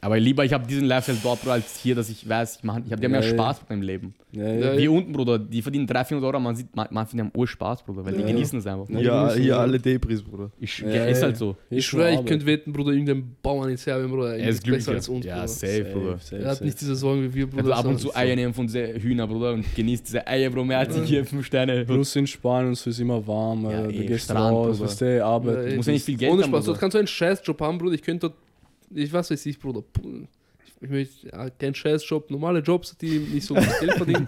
A: Aber lieber, ich habe diesen Lifestyle dort, Bruder, als hier, dass ich weiß, ich, mach, ich habe die haben ja
D: Ja, ja.
A: Spaß mit meinem Leben.
D: Ja,
B: Ja,
D: ja.
A: Hier
B: ja.
A: unten, Bruder, die verdienen 300, 400 Euro, man sieht, man, man findet die haben Spaß, Bruder, weil die
C: Ja.
A: genießen es einfach.
D: Ja,
E: Ja,
D: die müssen
E: hier
D: so-
E: alle Depris, Bruder.
A: Ich,
D: Ja,
A: ja, ist
D: ja.
A: halt so.
B: Ich schwöre, ich könnte wetten, Bruder, irgendein Bauern in Serbien, Bruder,
A: Er ist
B: ist besser
A: glücklicher.
B: als uns,
A: ja,
B: Bruder. halt
A: safe, Bruder.
B: Er hat nicht diese Sorgen wie wir, Bruder.
A: Also ab und
B: sondern-
A: zu Eier nehmen von Se- Hühner, Bruder, und genießt diese Eier, Bruder, mehr als ich hier fünf Sterne.
C: Plus in Spanien, so ist immer warm,
A: Ja,
C: ja,
A: eh,
C: du gehst
A: Strand,
C: raus,
A: Bruder.
C: weißt du, arbeiten.
B: Ja, eh.
A: Muss ja nicht viel Geld
B: Ohne
A: haben, also.
B: Spaß, dort
A: Bruder.
B: kannst du einen Scheißjob haben, Bruder. Ich könnte dort, ich weiß weiß ich, Bruder. Puh, Ich, ich möchte ja, keinen Scheißjob, normale Jobs, die nicht so viel Geld verdienen.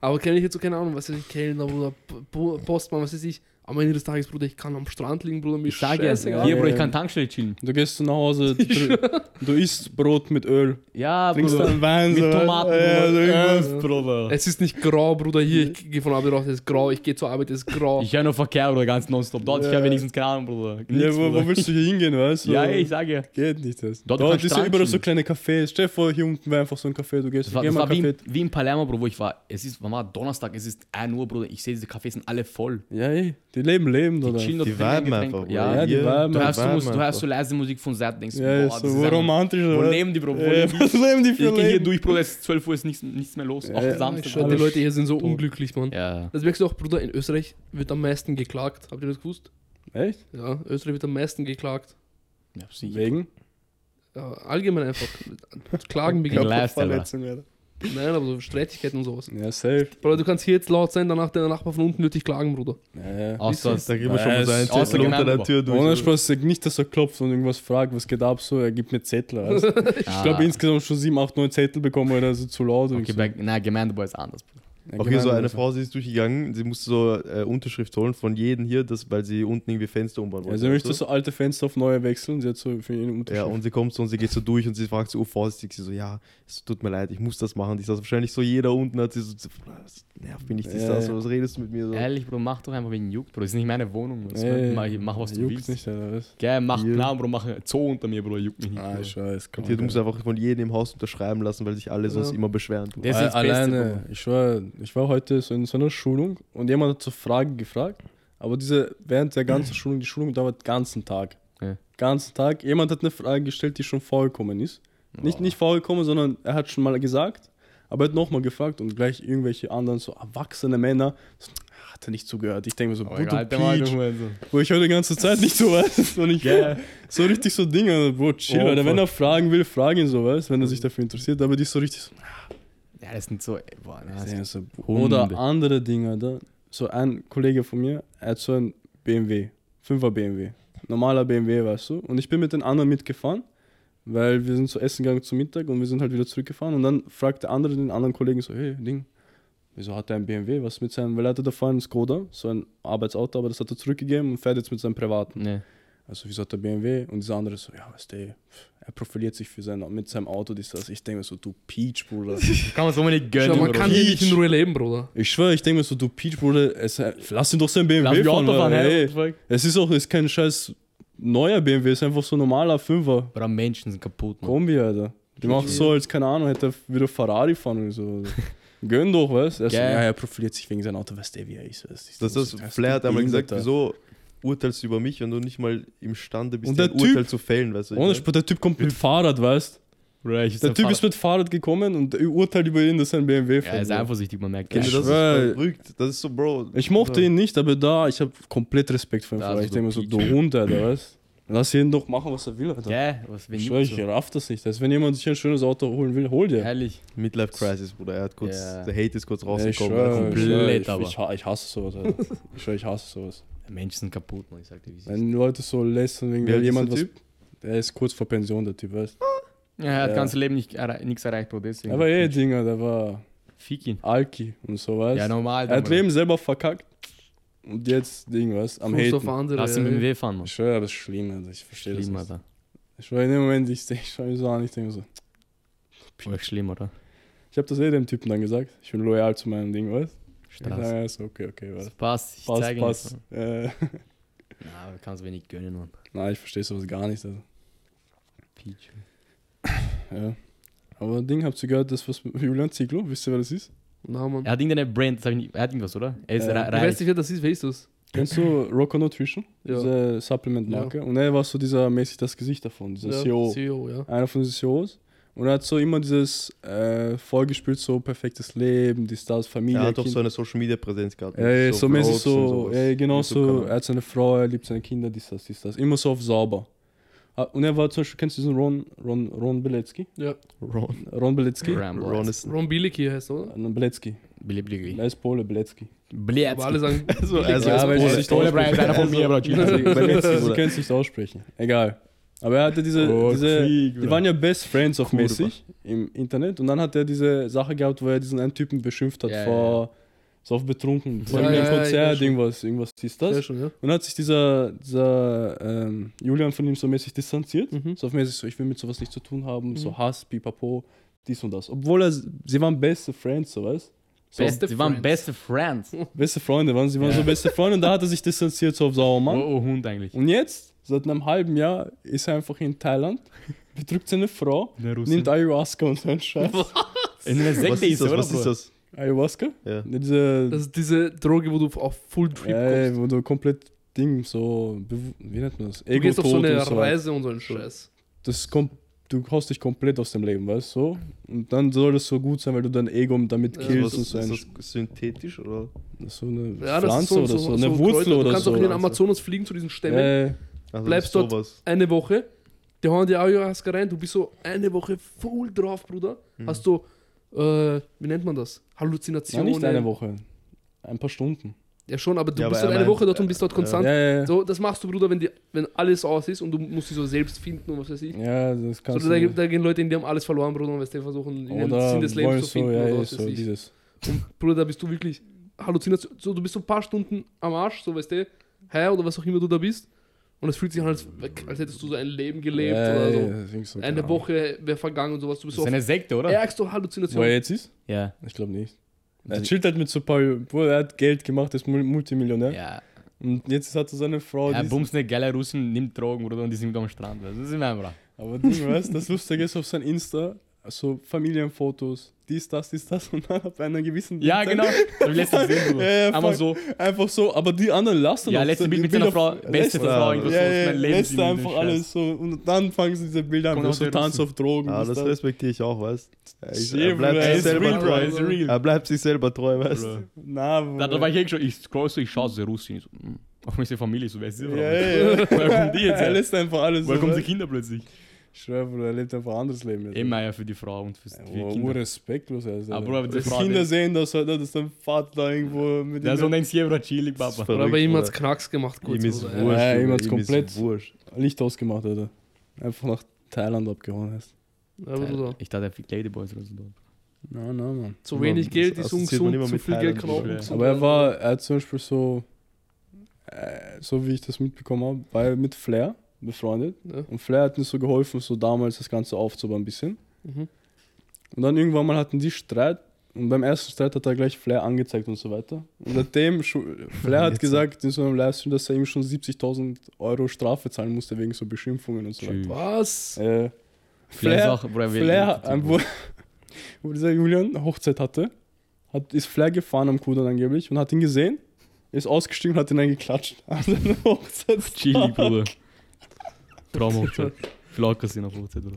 B: Aber kenne ich jetzt so, keine Ahnung, was weiß ich, Kellner, Bruder, P- Po- Postmann, was weiß ich. Am Ende des Tages, Bruder, ich kann am Strand liegen, Bruder, mir
A: Ich sage ja,
B: scheißegal.
A: hier, Bruder, ich
C: Ja.
A: kann Tankstelle chillen.
C: Du gehst nach Hause, dr- du isst Brot mit Öl,
A: Ja,
C: trinkst
A: Bruder.
C: dann Wein,
A: Mit
C: so,
A: Tomaten,
C: äh,
A: Bruder.
C: irgendwas.
A: Ernst, Bruder.
B: Es ist nicht grau, Bruder, hier, ich gehe von Arbeit raus, es ist grau, ich gehe zur Arbeit, es ist grau.
A: Mhm. Ich höre nur Verkehr, Bruder, ganz nonstop. Dort, ich
C: Ja.
A: habe wenigstens keine Ahnung, Bruder. Nix,
C: Ja, wo,
A: Bruder.
C: wo willst du hier hingehen, weißt du?
A: Ja, ey, ich sage ja.
C: Geht nicht das.
A: Dort
C: Dort,
A: kannst du
C: ist ja überall
A: tanzen.
C: so kleine Cafés. Stell dir vor, hier unten wäre einfach so ein Café, du gehst,
A: Das war,
C: geh
A: das
C: mal
A: war wie,
C: Café.
A: in, wie in Palermo, Bro, wo ich war. Es ist, Mama, Donnerstag, es ist 1 Uhr, Bruder. Ich sehe, diese Cafés sind alle voll.
C: Ja, ey, die leben, leben, oder?
A: chillen
E: Die
A: trinken
E: viben
A: Getränke.
E: einfach, Bruder.
A: Ja,
C: Ja, die
E: Hier,
C: viben
A: du hörst, du,
E: viben
A: musst, du
E: einfach.
A: hörst so leise Musik von Seiten, denkst,
C: Ja,
A: boah,
C: ist
A: das
C: so
A: ist ein-
C: romantisch,
A: Wo
C: oder?
A: leben die, Bro? Wo
C: Ja,
A: leben die?
C: was leben die für
A: Ich gehe hier
C: Leben?
A: durch, Bruder, es ist 12 Uhr, ist nichts, nichts mehr los. Auch
C: Ja,
B: Ich
A: Samstag.
B: schwör, die
A: Bruder.
B: Leute hier sind so
A: Tot.
B: unglücklich, Mann.
A: Ja.
B: Das merkst du auch, Bruder, in Österreich wird am meisten geklagt. Habt ihr das gewusst?
C: Echt?
B: Ja, Österreich wird am meisten geklagt.
A: Ja, sicher.
C: Wegen?
B: Ja, allgemein einfach. Klagen
A: Wegen
B: begangen.
A: Lifestyle, Bruder.
C: Verletzung, Alter.
B: Nein, aber so Streitigkeiten und sowas.
C: Ja, safe.
B: Bruder, du kannst hier jetzt laut sein, danach der Nachbar von unten wird dich klagen, Bruder.
C: Ja, ja.
A: Außer
E: Da gehen wir schon
C: Ja,
E: mal
C: es-
E: seinen
A: außer
E: Zettel unter
A: genau,
E: der Tür durch.
C: Ohne
E: oder?
C: Spaß, sag nicht, dass er klopft und irgendwas fragt, was geht ab, so, er gibt mir Zettel. Weißt? du? Ich glaube, insgesamt schon 7, 8, 9 Zettel bekommen, weil er so zu laut
A: Okay,
C: so.
A: bei, na, Gemeindeboy ist anders. Bruder.
C: Ja,
E: Okay, so
C: genau,
E: eine
C: also.
E: Frau, sie ist durchgegangen, sie musste so äh, Unterschrift holen von jedem hier, das, weil sie unten irgendwie Fenster umbauen wollte.
C: Also, er
E: weißt
C: möchte so alte Fenster auf neue wechseln, sie hat so für ihn
E: Ja,
A: oh,
C: Unterschrift.
E: und sie kommt so und sie geht so durch und sie fragt so oh, vorsichtig, sie so, ja, es tut mir leid, ich muss das machen. Die ist das wahrscheinlich so, jeder unten hat sie so, so, das nervt mich nicht, das
C: Ja,
E: ist das,
C: ja.
E: was redest du mit mir so?
A: Ehrlich, Bro, mach doch einfach wegen Juckt, Bro. Das ist nicht meine Wohnung. Das
C: Ey,
A: mach, mach, was du
C: juckt
A: willst.
C: nicht, Alter, weißt
A: Gell, mach
E: Hier.
A: einen Plan, Bro, mach einen Zoo unter mir, Bro, juckt mich
C: du?
A: nicht.
C: Ah,
A: Bro.
C: ich weiß, komm.
E: und hier, du musst
C: Alter.
E: einfach von jedem im Haus unterschreiben lassen, weil sich alle sonst
B: Ja.
E: immer beschweren. Bruder.
A: Der ist
C: Al-
A: jetzt
C: alleine,
A: alleine.
C: ich war, ich war heute so in so einer Schulung und jemand hat zur Frage gefragt, aber diese, während der ganzen Schulung, die Schulung dauert den ganzen Tag.
A: Ja.
C: Ganzen Tag. Jemand hat eine Frage gestellt, die schon vorgekommen ist. Nicht, nicht vorgekommen, sondern er hat schon mal gesagt, aber er hat nochmal gefragt und gleich irgendwelche anderen so erwachsene Männer, so, "Ah, hat er nicht zugehört. Ich denke mir so,
A: Bruder.
C: Bruder,
A: Alter, Mann, du
C: Peach,
A: Hurensohn.
C: wo ich heute die ganze Zeit nicht so weiß. Und ich,
A: Gell.
C: so richtig so Dinge, also, Bro, chill,
E: Oh,
C: Alter. Wenn
E: voll.
C: er fragen will, fragen ihn so, weißt
A: Mhm.
C: wenn er sich dafür interessiert, aber die ist so richtig so,
A: Ja, das sind so. ey, Boah, na, das
C: ja,
A: ist
C: so
A: Hunde.
C: oder andere Dinge, oder? So ein Kollege von mir, er hat so ein BMW, 5er BMW, normaler BMW, weißt du? Und ich bin mit den anderen mitgefahren, weil wir sind zu essen gegangen zum Mittag und wir sind halt wieder zurückgefahren und dann fragt der andere den anderen Kollegen so, hey, Ding, wieso hat er ein BMW, was mit seinem, weil er hatte davor einen Skoda, so ein Arbeitsauto, aber das hat er zurückgegeben und fährt jetzt mit seinem privaten.
A: nee.
C: Also wieso hat der BMW? Und dieser andere so, ja, weißt du, er profiliert sich für sein, mit seinem Auto, dies, das. Ich denke mir so, du Peach, Bruder.
A: Kann man so mal nicht
B: Schau,
A: gönnen, Bro.
B: man kann hier nicht in Ruhe leben, Bruder.
C: Ich schwöre, ich denke mir so, du Peach, Bruder, es, äh, lass ihn doch sein BMW
A: Lass mich
C: fahren.
A: Auto fahren,
C: Alter,
A: hey.
C: ey. Es ist auch es ist kein scheiß neuer BMW, es ist einfach so ein normaler Fünfer
A: Bro, Menschen sind kaputt, Mann.
C: Kombi, Alter. Die macht so, als keine Ahnung, hätte er wieder Ferrari fahren oder so. Gönn doch, weißt du? Er so,
A: Gell.
C: Ja, er profiliert sich wegen seinem Auto, weißt du, wie er ist. Weißt, du? Ich
E: Das
C: denk mir
E: ist,
C: so,
E: Flair hat einmal gesagt,
C: Behinderter.
E: wieso urteilst du über mich, wenn du nicht mal imstande bist,
C: Und der
E: ein Urteil
C: Typ-
E: zu fällen, weißt du? ich
C: Ohne
E: meine?
C: Spaß, der Typ kommt mit Fahrrad, weißt
A: Bro, ich
C: du? Der Typ ist mit Fahrrad gekommen und urteilt über ihn, dass er ein BMW
A: Ja, er ist
C: Bro.
A: eifersüchtig, man merkt.
E: Kennt ihr
C: Ich
E: das? das
C: schwör.
E: ist verrückt. Das ist so, Bro.
C: Ich mochte ihn nicht, aber da, ich habe komplett Respekt vor ihm.
A: Da
C: Alter.
A: ist
C: Ich
A: so
C: denke mir so,
A: Peach.
C: du Hund, Alter, weißt du? Lass ihn doch machen, was er will, Alter.
A: Gell, was wenn
C: Ich schwör, ich
A: Juckt?
C: raff das nicht. Also wenn jemand sich ein schönes Auto holen will, hol dir.
A: Herrlich.
E: Midlife Crisis, Bruder. Er hat kurz,
A: Ja.
E: der Hate ist kurz
C: Ja, ich,
E: rausgekommen.
C: schwör, ich, schwör,
A: komplett,
C: ich,
A: aber.
C: ich, ha- ich hasse sowas. Alter. ich schwör, ich hasse sowas.
A: Menschen sind kaputt, Mann. Ich sag dir, wie es ist.
C: Wenn Leute so lästern wegen
E: Wie alt
C: weil
E: ist
C: jemand
E: der
C: was...
E: Typ?
C: Der ist kurz vor Pension, der Typ, weißt du?
A: Ja, er hat
C: Ja.
A: das ganze Leben nicht errei- nichts erreicht, Bro. Deswegen.
C: Er war eh Dinger, der war
A: Fick ihn.
C: Alki und so, weißt
A: Ja,
C: du?
A: normal.
C: Er hat
A: Mann.
C: Leben selber verkackt und jetzt Ding, weißt du? Am
B: Fuß auf
C: Haten.
B: andere.
A: Lass ihn mit dem
B: ja.
A: Weh fahren, Mann.
C: Ich schwör, aber es ist schlimm, Alter. Ich verstehe das
A: Schlimm,
C: nicht.
A: Alter.
C: Ich schwör, in dem Moment, ich, ich schau ihn so an, ich denke so...
A: Voll schlimm, oder?
C: Ich habe das eh dem Typen dann gesagt. Ich bin loyal zu meinem Ding, weißt du? Ich sag,
A: Straße.
C: ja, ist okay, okay, weißt
A: Passt, ich
C: du? Pass,
A: zeig
C: pass.
A: ihn.
C: Äh,
A: Na, aber kannst du mir nicht gönnen, Mann.
C: Nein, ich verstehe sowas gar nicht, Alter.
A: Peach.
C: Ja. Aber Ding, habt ihr gehört, das was mit Julian Ziegler? Wisst ihr, wer das ist?
B: Na, Mann.
A: Er hat irgendeine Brand, das hab ich nicht, er hat irgendwas, oder? Er ist
C: Äh,
A: äh,
B: Du weißt
A: reich.
B: nicht, wer das ist, wer ist das?
C: Kennst du Rocker Nutrition?
B: Ja.
C: Diese Supplement-Marke. Und er war so dieser mäßig das Gesicht davon, dieser
B: Ja,
E: E
C: CEO.
B: CEO, ja.
C: Einer von den CEOs. Und er hat so immer dieses äh, vorgespielt, so perfektes Leben, die Stars, Familie.
E: Er hat auch
C: Kind-
E: so eine Social Media Präsenz gehabt.
C: Ja, ja, so, mäßig
E: Vlogs und
C: so,
E: sowas.
C: ja, genau so,
E: YouTube-Kanal.
C: er hat seine Frau, er liebt seine Kinder, dies, das, dies, das. Immer so auf sauber. Ah, Und er war zum Beispiel, kennst du diesen Ron, Ron, Ron Belecki?
B: Ja.
E: Ron,
C: Ron Belecki?
E: Ron
A: Rambo.
E: ist
B: Ron Bilecki heißt er, oder?
C: Nein, Belecki.
A: Blibli.
C: Er ist Pole, Belecki.
A: Blitz.
B: Aber alle sagen,
E: also, also
C: Ja, weil
E: Pole-
C: sie sich
A: Pole Brian ist einer von Also, mir, aber
C: Sie, sie,
E: Belecki,
C: sie
E: Bruder.
C: können es nicht aussprechen. Egal. Aber er hatte diese,
A: Oh,
C: diese
A: Krieg,
C: die
A: Bruder.
C: waren ja Best Friends auch
E: Cool,
C: mäßig im Internet. Und dann hat er diese Sache gehabt, wo er diesen einen Typen beschimpft hat
A: Ja,
C: vor, so auf betrunken, vor
B: Ja,
C: einem
B: ja, ja, ich weiß
C: Konzert,
B: schon.
C: irgendwas, irgendwas ist das.
B: ja schon, ja.
C: Und hat sich dieser, dieser ähm, Julian von ihm so mäßig distanziert.
B: Mhm.
C: So auf mäßig so, ich will mit sowas nichts zu tun haben, so Hass, pipapo, dies und das. Obwohl er, sie waren beste Friends, so weißt so,
A: Beste Sie waren
B: Friends.
A: beste Friends.
C: Beste Freunde waren, sie waren so beste Freunde und da hat er sich distanziert, so auf sauer
A: Oh,
C: Mann.
A: oh Hund eigentlich.
C: Und jetzt, seit einem halben Jahr, ist er einfach in Thailand, betrügt seine Frau, nimmt Ayahuasca und so einen Scheiß.
A: In einer
E: Was
A: Sekte
E: ist
A: ist
E: das?
A: er, oder?
E: Was ist
A: Bro?
E: das?
C: Ayahuasca?
E: Ja.
C: Diese,
B: Das ist diese Droge, wo du auf Full Trip
C: äh,
B: kommst.
C: wo du komplett Ding, so, bewu- wie nennt man das?
B: Du gehst auf so
C: Ego-Tod
B: eine
C: und so weiter.
B: Reise und so einen Scheiß.
C: das kommt, du haust dich komplett aus dem Leben, weißt du? So. Und dann soll das so gut sein, weil du dein Ego damit
B: Ja,
C: killst
E: Was
C: und
E: ist
C: so, ein,
E: das synthetisch oder?
C: so eine
B: Ja, das ist
C: Pflanze
B: so,
C: oder so,
B: so,
C: eine
B: so
C: Wurzel
B: Kräuter. Du
C: oder
B: kannst
C: so.
B: auch in den Amazonas fliegen zu diesen Stämmen.
C: Äh,
E: Also
B: Bleibst
E: das
B: dort
E: ist sowas.
B: eine Woche, die hauen dir Ayahuasca rein, du bist so eine Woche voll drauf, Bruder.
C: Mhm.
B: Hast du, äh, wie nennt man das?
C: nein,
B: Halluzinationen.
C: nicht eine Woche, ein paar Stunden.
B: Ja, schon, aber du
E: Ja,
B: bist
E: aber
B: dann
E: er
B: eine
E: meint,
B: Woche dort und bist dort
C: äh, Ja,
B: konstant.
C: ja, ja.
B: So, das machst du, Bruder, wenn, die, wenn alles aus ist und du musst dich so selbst finden und was weiß ich.
C: ja das
B: So,
C: kannst
B: da,
C: du.
B: da gehen Leute in, die haben alles verloren, Bruder, und weißt du, versuchen, in den
C: oder
B: Sinn des
C: wollen
B: Lebens zu
C: so,
B: finden.
C: ja,
B: oder
C: ja,
B: was
C: so
B: weiß ich.
C: dieses.
B: Bruder, da bist du wirklich Halluzination. So, du bist so ein paar Stunden am Arsch, so weißt du, hä, oder was auch immer du da bist. Und es fühlt sich halt, als, als hättest du so ein Leben gelebt
C: ja,
B: oder so.
C: ja, ja, ich denk so,
B: Eine
C: keine
B: Woche wäre vergangen und sowas. Du bist
A: Das
B: so
A: ist
B: auf
A: eine Sekte, oder?
B: ärgste
C: Ahnung. Wo er
B: Halluzination.
C: jetzt ist?
A: Ja.
C: Ich glaube nicht. Er chillt halt mit so ein paar, Bruder, er hat Geld gemacht, ist Mul- Multimillionär.
A: Ja.
C: Und jetzt hat er seine Frau.
A: Er
C: die-
A: bumst eine geile Russen, nimmt Drogen, Bruder, und die sind am Strand. weißt du? Das ist mein Bruder.
C: Aber Ding, weißt das Lustige ist auf sein Insta, so Familienfotos, dies, das, dies, das und dann ab einer gewissen
A: Ja,
C: Zeit
A: genau. Hab ich letztens gesehen, Bruder.
C: Ja, ja,
A: Einmal
C: voll.
A: so.
C: einfach so, aber die anderen lassen
A: Ja,
C: noch,
A: letzte
C: die
A: Bild mit
C: Bilder-
A: seiner Frau. Beste
C: letzte-
A: Frau.
E: Ja,
A: irgendwas so
C: Ja,
A: aus
C: ja,
A: meinem Leben
C: lässt
A: ziehen,
C: einfach
A: den Scheiß.
C: alles so und dann fangen sie diese Bilder an,
A: Kommt
C: wo
A: aus
C: so
A: der
C: Tanz auf Drogen.
E: Ah,
C: dies,
E: das respektiere ich auch, weißt du?
C: Sehr,
E: Er bleibt
C: Bruder,
E: sich
C: ist real,
E: selber
C: Bruder,
E: treu.
C: ist real.
E: Er bleibt sich selber treu, weißt du?
C: Na,
A: Da, da
C: Bruder.
A: war ich eh schon, ich scroll so, ich schau so Russin. Ich so, hm, auf meine Familie, so, wer ist diese Frau?
C: Ja, ja, ja.
A: Woher kommen die jetzt
C: Er
A: her?
C: lässt einfach alles.
A: Woher
C: so,
A: kommen die
C: weißt?
A: Kinder plötzlich?
C: Ich schwör, Bruder, er lebt einfach ein anderes Leben. jetzt.
A: Immer ja für die Frau und für die
C: Ja,
A: Kinder.
C: Wo wo respektlos er ist.
A: Aber
C: Alter.
A: Bruder, aber die
C: Dass
A: Frau,
C: Kinder
A: die-
C: sehen, dass,
E: halt,
C: Alter, dass dein Vater da irgendwo mit
A: Der
C: ihm-
A: so denkt, hier, Bruder, chillig,
E: Das ist
A: Papa.
B: Oder
E: verrückt,
B: bei ihm
E: Bruder.
B: hat's Knacks gemacht kurz.
E: Ihm ist
B: Bruder,
E: wurscht.
B: ja.
C: Ja,
E: Junge,
C: ihm hat's
E: ist
C: komplett-
E: wurscht.
C: Licht ausgemacht, Alter. Einfach nach Thailand abgehauen hast.
B: Ja,
E: halt
B: Bruder.
A: Ich dachte, er fickt Ladyboys oder so. dort.
C: Na, na, Mann.
B: Zu wenig
E: das
B: Geld ist
E: assoziiert man
B: ungesund,
E: immer
B: zu
E: mit
B: viel Geld
E: Thailand,
B: kann auch
A: Bruder.
B: ungesund
C: Aber er
B: sein.
C: war, er hat zum Beispiel so, äh, so wie ich das mitbekommen habe, war er mit Flair befreundet.
B: Ja.
C: Und Flair hat mir so geholfen, so damals das Ganze aufzubauen, ein bisschen.
B: Mhm.
C: Und dann irgendwann mal hatten die Streit. Und beim ersten Streit hat er gleich Flair angezeigt und so weiter. Und seitdem, schu- Flair hat gesagt in so einem Livestream, dass er ihm schon 70.000 Euro Strafe zahlen musste wegen so Beschimpfungen und so weiter.
A: Tschüss.
B: Was?
C: Äh,
A: Vielleicht
C: Flair,
A: auch, Bruder, wir-
C: Flair,
A: wir-
C: ähm, wo, wo dieser Julian eine Hochzeit hatte, hat, ist Flair gefahren am Kudan angeblich und hat ihn gesehen, ist ausgestiegen und hat ihn dann geklatscht. An seiner Hochzeit.
A: Chillig, Bruder. Traumhochzeit. Vielleicht kannst du ihn auf Hochzeit, Bruder.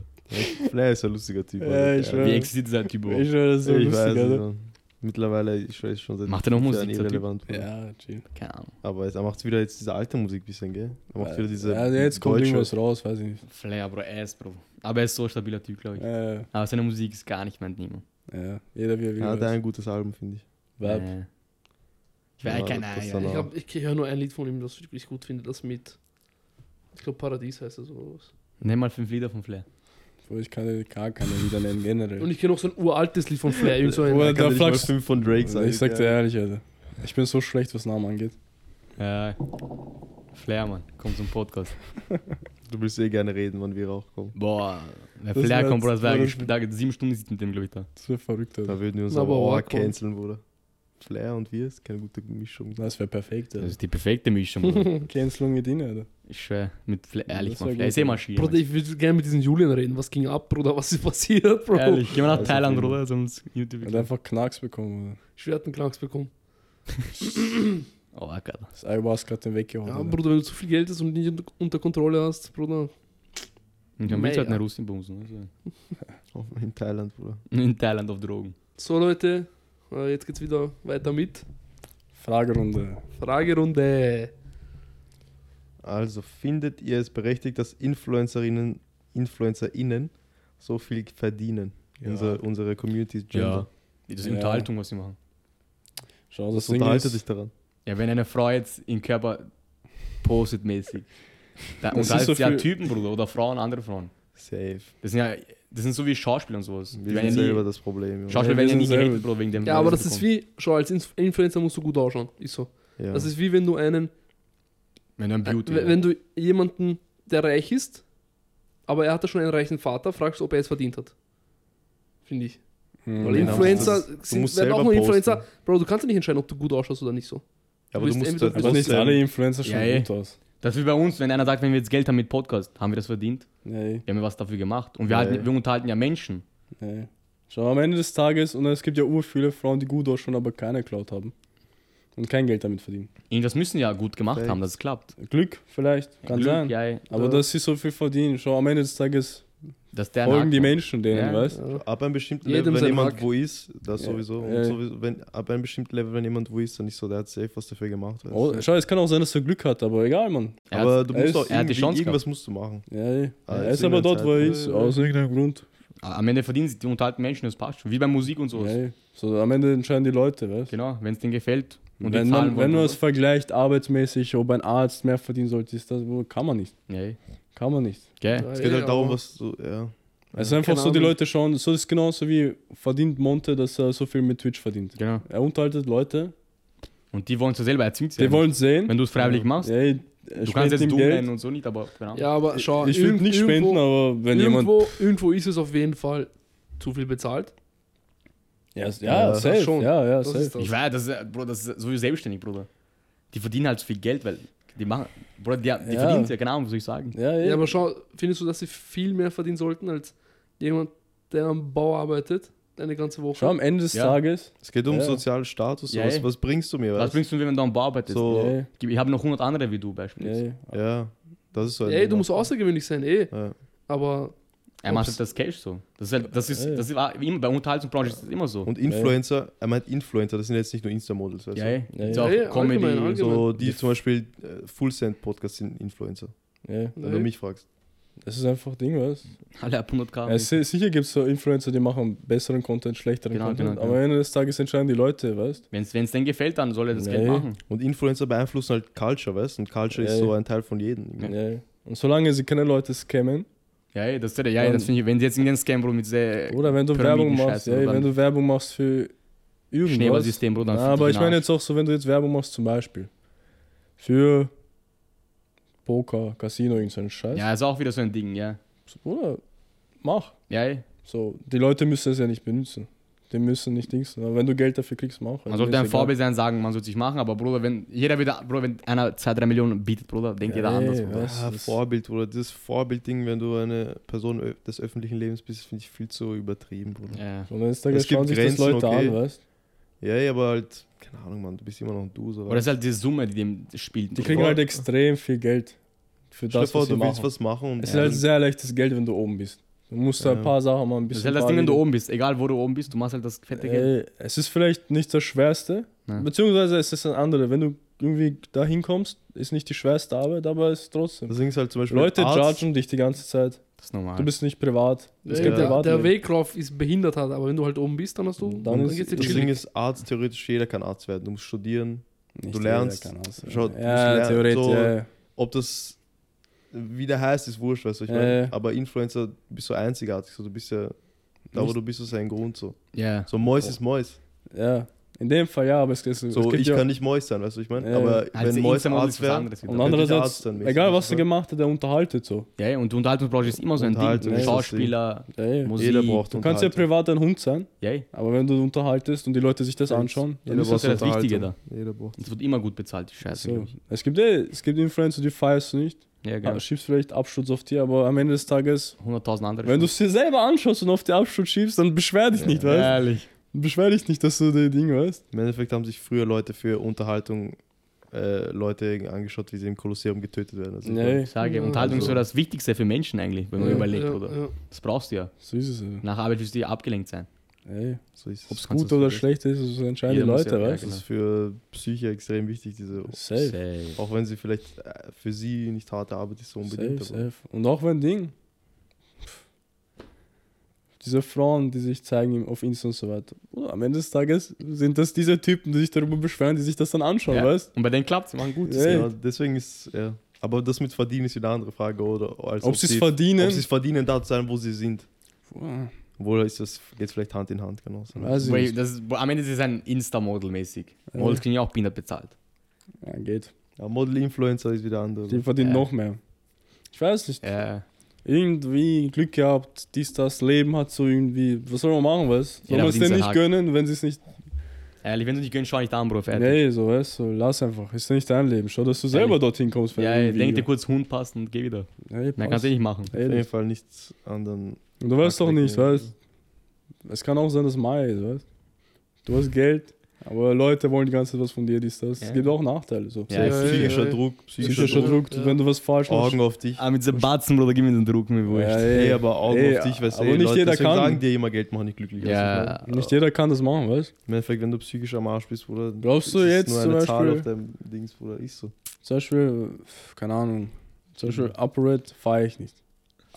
E: Flair ist ein lustiger Typ.
C: Ja,
E: Alter.
C: ich
E: Ja,
A: Wie existiert dieser Typ
C: Ich
A: überhaupt?
C: schwöre, das ist so
E: ich
C: lustig, also.
E: weiß
C: Alter.
E: nicht, Mann. Mittlerweile, ich weiß schon seit
A: Macht er noch
E: fünf
A: Musik,
E: Jahren
A: der Typ?
E: irrelevant. Bruder.
C: Ja, chill.
A: Keine Ahnung.
E: Aber jetzt, er macht wieder jetzt diese alte Musik bisschen, gell? Er macht wieder diese.
C: ja, also jetzt kommt
E: deutsche-
C: irgendwas raus, weiß ich nicht.
A: Flair, Bro, er ist, Bro. Aber er ist so ein stabiler Typ, glaube ich.
C: Äh,
A: Aber seine Musik ist gar nicht mein Ding.
C: ja, jeder wie er will. Also,
E: Er hat
C: weiß.
E: ein gutes Album, finde ich.
C: Verb.
A: Äh. Ich weiß
E: Ja,
A: keine
E: das
A: Ahnung.
E: dann
A: ja.
B: Ich, hab- ich höre nur ein Lied von ihm, das ich wirklich gut finde, das mit. Ich glaube, Paradies heißt das oder was.
A: Nimm mal fünf Lieder von Flair.
C: Bro, Ich kann dir gar keine Lieder nennen, generell.
B: Und ich kenne auch so ein uraltes Lied von Flair. irgend So ein,
C: Oder
E: Er kann
C: da
E: dir nicht mal
C: flachst-
E: fünf von Drake sagen.
C: Also, ich sag dir
E: ja.
C: ehrlich, Alter. Ich bin so schlecht, was Namen angeht.
A: Ja. Äh, Flair, Mann. Komm zum Podcast.
E: Du willst eh gerne reden, wann wir raufkommen.
A: Boah. Wenn
C: Das
A: Flair
C: war
A: kommt, Bro, das
C: jetzt-
A: wäre ein Gespräch. Da- Sieben Stunden sitzt mit dem, glaube ich, da.
C: Das wäre verrückt, also. Alter.
E: Da würden wir uns
B: Aber
E: aber auch
B: Walk on.
E: canceln, Bruder. Flair und wir ist keine gute Mischung.
C: Das wäre perfekt, also.
A: Das
C: Alter.
A: ist die perfekte Mischung, Bro.
C: Cancelung mit ihnen, Alter.
A: Ich schwör. Mit Flair, ehrlich,
C: Das
A: Mann.
C: wär
A: Flair
C: gut,
A: ist eh
C: Mann.
A: Maschine.
B: Bruder, ich würde gerne mit diesem Julian reden. Was ging ab, Bruder? Was ist passiert, Bro?
A: Ehrlich, gehen wir nach
E: Weiß
A: Thailand,
E: ich nicht.
A: Bruder, sonst YouTube.
C: Hat einfach Knacks bekommen, also. Alter.
B: Ich werde einen Knacks bekommen.
A: Oh, Gott.
C: Das Ayahuasca hat den weggehauen. also.
B: Ja,
C: Alter.
B: Bruder, wenn du zu viel Geld hast und nicht unter Kontrolle hast, Bruder.
A: Ich hab mich halt
B: Mega.
A: eine Russin bumsen. Also.
E: In Thailand, Bruder.
A: In Thailand auf Drogen.
B: So Leute, äh, jetzt geht's wieder weiter mit.
C: Fragerunde.
B: Fragerunde.
E: Also findet ihr es berechtigt, dass Influencerinnen, InfluencerInnen so viel verdienen?
C: Ja.
E: Unser, unsere Community Gender.
A: Das ist
C: Ja.
A: Unterhaltung, was sie machen.
C: Schau, das
E: Was
C: Ding
E: unterhaltet dich
C: ist,
E: daran?
A: Ja, wenn eine Frau jetzt im Körper postet mäßig. Da
C: Das ist
A: unterhaltet
C: so
A: sie ja
C: viel-
A: Typen, Bruder, oder Frauen, andere Frauen.
E: Safe.
A: Das sind ja, das sind so wie Schauspieler und sowas. Die
E: Wir
A: werden
E: sind
A: ja nie-
E: selber das Problem. Ja.
A: Schauspieler
C: Ja, wir
A: werden ja nie
C: sind selber-
A: gehatet, Bruder, wegen dem.
B: Ja,
A: was
B: aber
A: sie
B: das ist
A: bekommen.
B: wie, schau, als Inf- Influencer musst du gut ausschauen. Ist so.
E: Ja.
B: Das ist wie wenn du einen
A: Wenn du ein Beauty.
B: W- Wenn du jemanden, der reich ist, aber er hatte schon einen reichen Vater, fragst du, ob er es verdient hat. Finde ich.
C: hm,
B: Weil
E: genau.
B: Influencer
E: Das- du
B: sind,
E: musst
B: werden auch
E: selber
B: nur Influencer.
E: posten.
B: Bro, du kannst ja nicht entscheiden, ob du gut ausschaust oder nicht so.
E: Ja, aber du
B: bist
E: musst
B: entweder-
E: das
B: du
C: aber nicht
E: trotzdem-
C: alle Influencer schauen
A: Ja,
C: gut aus.
A: Das ist wie bei uns, wenn einer sagt, wenn wir jetzt Geld haben mit Podcast, haben wir das verdient?
C: Nee,
A: Wir haben ja was dafür gemacht. Und wir,
E: Ja,
A: halten,
E: ja.
A: wir unterhalten ja Menschen.
C: nee. Schau, am Ende des Tages, und es gibt ja ur viele Frauen, die gut ausschauen, aber keine Cloud haben. Und kein Geld damit verdienen.
A: Irgendwas müssen ja gut gemacht
E: Facts.
A: haben, dass es klappt.
C: Glück vielleicht, kann
A: Glück,
C: sein.
A: Ja,
C: Aber dass sie so viel verdienen, schau, am Ende des Tages
A: dass der
C: folgen
A: Haken
C: die
A: hat.
C: Menschen denen,
A: Ja.
C: weißt
B: Ja.
E: Ab einem bestimmten Level,
B: Jedem
E: wenn
B: sein
E: jemand
B: Hack.
E: wo ist, das
C: Ja,
E: sowieso.
C: ja.
E: Und sowieso wenn, ab einem bestimmten Level, wenn jemand wo ist, dann ist so, der hat safe was dafür gemacht. weißt du.
C: Oh, schau, es kann auch sein, dass er Glück hat, aber egal, Mann.
A: Er hat-
E: aber du
C: er
E: musst
C: ist-
E: auch
A: er hat die
E: irgendwie,
A: Chance
E: irgendwas musst du machen.
C: Ja, ey.
E: Ah,
C: er
E: jetzt
C: ist aber
E: irgendeine
C: dort, wo
E: Zeit,
C: er ist, aus irgendeinem Grund.
A: Am Ende verdienen sie, die unterhalten Menschen, das passt schon. Wie bei Musik und
C: Ja,
A: sowas.
C: ey. So, am Ende entscheiden die Leute, weißt
A: Genau, wenn es denen gefällt. Und
C: wenn
A: die zahlen
C: man, wenn du
A: wollen.
C: es vergleicht, arbeitsmäßig, ob ein Arzt mehr verdienen sollte, ist das, wo- kann man nicht.
A: Ja, ey.
C: Kann man nicht.
A: Gell?
E: Es geht halt darum,
B: aber-
E: was du, ja.
C: Es ist einfach
B: keine
C: so, die
B: Ahnung.
C: Leute schauen, so ist genauso wie verdient Monte, dass er so viel mit Twitch verdient.
A: Genau.
C: Er unterhaltet Leute,
A: Und die wollen es ja selber, er zwingt sie.
C: die
A: ja
C: wollen sehen.
A: nicht. Wenn du es freiwillig machst,
C: ja, ey, er
A: du kannst
C: spendet
A: jetzt
C: ihm
A: dumm
C: Geld.
A: nennen und so nicht, aber genau.
B: ja, aber schau.
C: Ich würde nicht spenden,
B: irgendwo,
C: aber wenn jemand.
B: irgendwo, irgendwo ist es auf jeden Fall zu viel bezahlt.
C: Ja, s- ja,
E: Ja,
C: safe.
B: schon.
C: Ja, ja,
B: Das
C: safe.
B: ist das.
A: Ich weiß, das ist, Bro, das ist sowieso selbstständig, Bruder. Die verdienen halt so viel Geld, weil die machen. Bro, die, die
C: Ja.
A: verdienen es ja, keine Ahnung, was soll ich sagen.
C: Ja, ey.
B: Ja, aber schau, findest du, dass sie viel mehr verdienen sollten als jemand, der am Bau arbeitet, eine ganze Woche?
C: Schau, am Ende des
A: Ja.
C: Tages.
E: Es geht um
C: Ja.
E: sozialen Status. so
A: Ja,
E: was,
A: ey.
E: was bringst du mir?
A: Was
E: weißt
A: bringst du mir, wenn du am Bau arbeitest?
E: So.
C: Ja, ey,
A: Ich habe noch 100 andere wie du
C: ja,
A: beispielsweise.
C: ey.
E: Ja, das ist so. ein
B: Ey, du
E: Ding.
B: musst außergewöhnlich sein, eh.
E: Ja.
B: Aber
A: Er macht halt das Cash so. Das ist, halt, das ist,
C: Ja, ja.
A: das ist war immer, bei Unterhaltungsbranche ist das immer so.
E: Und Influencer, er meint Influencer, das sind jetzt nicht nur Insta-Models. weißt
A: ja,
E: du?
A: ey.
C: Ja,
A: Ist
C: ja.
A: auch
B: Ja, ja,
A: Comedy.
B: allgemein,
A: und so.
B: allgemein.
E: So, die zum Beispiel äh, Full Send Podcast sind Influencer.
C: Ja.
E: Wenn du
B: Nee.
E: mich fragst.
C: Das ist einfach Ding, was?
A: Alle ab 100k.
C: Ja, si- sicher gibt es so Influencer, die machen besseren Content, schlechteren
A: Genau,
C: Content.
A: genau,
C: aber am Ende des Tages entscheiden die Leute, weißt
A: Wenn es denen gefällt, dann soll er das
C: Nee.
A: Geld machen.
E: Und Influencer beeinflussen halt Culture, weißt du? Und Culture
C: Ja,
E: ist so
C: ey.
E: ein Teil von jedem.
C: Ja. Und solange sie keine Leute scammen,
A: Ja, ey, das, ist der- ja, ey, das finde ich, wenn sie jetzt irgendeinen Scam, Bro, mit sehr
C: oder wenn du Werbung machst,
A: Pyramidenscheiße,
C: ey,
A: Äh, oder
C: wenn du Werbung machst für irgendwas.
A: Schneeballsystem, Bro, dann
C: Na,
A: fick
C: aber
A: dich
C: ich
A: in
C: meine
A: den
C: jetzt auch so, wenn du jetzt Werbung machst, zum Beispiel für Poker, Casino, irgend so einen Scheiß.
A: Arsch. Ja, ist auch wieder so ein Ding, ja.
C: Oder mach.
A: Ja, ey.
C: So, die Leute müssen es ja nicht benutzen. Die müssen nicht Dings. Aber wenn du Geld dafür kriegst, mach.
A: Man
C: Also mir
A: sollte ein
C: ist egal.
A: Vorbild sein, sagen, man sollte sich machen, aber Bruder, wenn jeder wieder, Bruder, wenn einer 2, 3 Millionen bietet, Bruder, denkt jeder
C: Ja,
A: anders,
C: ey,
A: Bruder.
C: weißt du,
E: Ja,
C: das-
E: Vorbild, Bruder. Dieses Vorbildding, wenn du eine Person ö- des öffentlichen Lebens bist, finde ich viel zu übertrieben, Bruder.
A: Ja.
C: Und dann ist da
E: Es gibt
C: schauen sich das
E: Grenzen,
C: Leute
E: okay.
C: an, weißt
E: Ja, ja, aber halt, keine Ahnung, Mann, du bist immer noch ein Duser.
A: Oder es ist halt die Summe, die dem spielt.
C: Die
A: Bruder.
C: kriegen halt extrem viel Geld für
E: Stell dir
C: das,
E: vor,
C: was sie
E: du willst
C: machen.
E: was machen und
C: Es ist halt sehr leichtes Geld, wenn du oben bist. Du musst da
E: Ja.
C: ein paar Sachen mal ein
A: Das
C: bisschen.
A: ist halt das
C: paar
A: Ding, wenn du
C: Regeln-
A: oben bist. Egal, wo du oben bist, du machst halt das fette Geld.
C: Ey, es ist vielleicht nicht das Schwerste,
A: Ja.
C: beziehungsweise es ist ein anderer. Wenn du irgendwie da hinkommst, ist nicht die schwerste Arbeit, aber es ist trotzdem.
E: das Ding ist halt zum Beispiel.
C: Leute
E: Arzt,
C: judgen dich die ganze Zeit.
A: Das ist normal.
C: Du bist nicht privat. Es
B: Ja,
C: gibt
B: der,
C: privat.
B: der Weglauf ist behindert hat, aber wenn du halt oben bist, dann hast du.
C: Dann
B: Dann,
C: ist-
B: geht's dir
E: das Ding
B: chillig.
E: ne? ist, Arzt, theoretisch jeder kann Arzt werden. Du musst studieren.
C: Nicht
E: du
C: jeder
E: lernst.
C: kann Arzt
E: Schau,
C: werden.
E: du musst
C: ja,
E: lernen,
C: theoretisch.
E: so-
C: ja.
E: Ob das wieder heißt, ist wurscht, weißt du, ich
C: Ja,
E: meine.
C: ja.
E: Aber Influencer, du bist so einzigartig, so, du bist ja. Da, wo
C: Nicht-
E: du bist, ist ein Grund so.
A: Ja.
E: So, Mois ist Mois.
C: ja. In dem Fall ja, aber es, es, es
E: So,
C: gibt
E: ich
C: ja.
E: kann nicht Mois sein, weißt du, ich meine.
C: Ja, ja.
E: Aber
A: Also
E: wenn Mois
A: Instagram ist
E: Arzt
A: was
E: wäre,
A: anderes wieder.
C: und
E: könnte ich
C: andererseits,
E: Arzt sein, mäßig,
C: egal
E: weißt
C: was
E: du?
C: er gemacht hat, der unterhaltet so.
A: Ja, ey, und die Unterhaltungsbranche ist immer so ein
E: Unterhaltung
A: Ding.
E: ist das
A: Schauspieler,
C: Ja, ja.
A: Musik.
E: jeder braucht
C: Du kannst ja
E: Unterhaltung.
C: privat ein Hund sein,
A: Ja, ey.
C: aber wenn du unterhaltest und die Leute sich das anschauen,
A: Ja, das ist ja das Wichtige da.
E: Jeder braucht.
A: Es wird immer gut bezahlt, die Scheiße.
C: so.
A: glaub ich.
C: Es gibt eh, es gibt Influencer, die feierst du nicht,
A: Ja, genau.
C: schiebst vielleicht Absturz auf dir, aber am Ende des Tages,
A: 100.000 andere.
C: wenn du es dir selber anschaust und auf die Absturz schiebst, dann beschwer dich nicht, weißt
A: Ehrlich.
C: du? Beschwer dich nicht, dass du die Dinge weißt.
E: Im Endeffekt haben sich früher Leute für Unterhaltung äh, Leute angeschaut, wie sie im Kolosseum getötet werden. Also ich
C: Nee,
E: mein,
A: Ich sage,
B: Ja.
A: Unterhaltung ist so
E: Also-
A: das Wichtigste für Menschen eigentlich, wenn man
B: Ja,
A: überlegt,
B: ja,
A: oder?
B: Ja.
A: Das brauchst du ja.
C: so ist es ja.
A: Nach Arbeit willst du ja abgelenkt sein.
C: Ey,
E: so ist
C: ob es
E: Kannst
C: gut
E: du
C: oder
E: so-
C: schlecht ist, das entscheiden die
A: Jeder muss
C: Leute,
A: ja- ja,
C: weißt
E: Das
C: du?
E: ist für Psyche extrem wichtig, diese,
C: Safe.
A: Safe.
E: auch wenn sie vielleicht äh, für sie nicht harte Arbeit ist, so unbedingt.
C: Safe,
E: aber
C: safe. Und auch wenn Ding. pff, Diese Frauen, die sich zeigen im- auf Insta und so weiter. Bruder, am Ende des Tages sind das diese Typen, die sich darüber beschweren, die sich das dann anschauen,
A: Ja.
C: weißt
A: Und bei denen klappt es, machen gut.
C: du?
E: Das-
C: Ey,
E: ja, deswegen ist, ja. Aber das mit Verdienen ist wieder eine andere Frage, oder? Als
C: ob sie es
E: Ob
C: verdienen.
E: sie es verdienen, da zu sein, wo sie sind.
C: Boah,
E: Obwohl, ist das geht vielleicht Hand in Hand, genau.
C: weiß ich
A: Wait,
C: nicht.
A: das ist, am Ende ist es ein Insta-Model mäßig. Models kriegen ja auch Peanut bezahlt.
C: Ja, geht.
E: Ja, Model-Influencer ist wieder anders.
C: Die verdienen
A: Also, Ja.
C: noch mehr. Ich weiß nicht.
A: Äh,
C: Irgendwie Glück gehabt, dies, das Leben hat so irgendwie. Was soll man machen, weißt du? Soll
A: Jeder
C: man
A: verdient
C: es denen
A: seinen
C: nicht
A: Hack.
C: gönnen, wenn sie es nicht.
A: ehrlich, wenn du nicht gönnst, schau nicht an, Bro, fertig.
C: Nee, so, weißt du, lass einfach. Ist ja nicht dein Leben. Schau, dass du selber
A: Ehrlich.
C: dorthin kommst.
A: ja, ey, denk dir
C: dir
A: kurz, Hund passt und geh wieder.
C: Ey,
A: Mehr kannst du eh nicht machen.
E: Auf
C: Ey,
E: jeden Fall nichts anderen.
C: Und du weißt doch
E: Marketing-
C: nicht, weißt Es kann auch sein, dass Maya ist, weißt du? hast Geld, aber Leute wollen die ganze Zeit was von dir, dies, das. Es
A: Ja.
C: gibt auch Nachteile. So.
A: Ja,
B: ja,
E: Psychischer
B: ja.
E: Druck, psychischer,
C: Psychischer
E: Druck,
C: Druck,
B: Ja.
C: wenn du was falsch machst.
E: Augen auf dich.
A: Ah, mit diesem Batzen, Bruder, gib mir den Druck, mir
C: Ja,
A: wurscht.
E: Ey,
C: ey,
E: aber Augen
C: ey,
E: auf dich, weißt du,
C: aber
E: ey,
C: nicht
E: Leute,
C: jeder
E: deswegen
C: kann.
E: sagen dir immer, Geld macht nicht glücklich. Also,
A: Ja,
C: Nicht jeder kann das machen, weißt
E: Im Endeffekt, wenn du psychisch am Arsch bist, Bruder,
C: Glaubst du
E: es ist
C: jetzt
E: nur
C: zum
E: eine Zahl
C: Beispiel-
E: auf deinem Dings, Bruder, ist so.
C: Zum Beispiel, pf, keine Ahnung, zum
A: Mhm.
C: Beispiel Upred feiere ich nicht.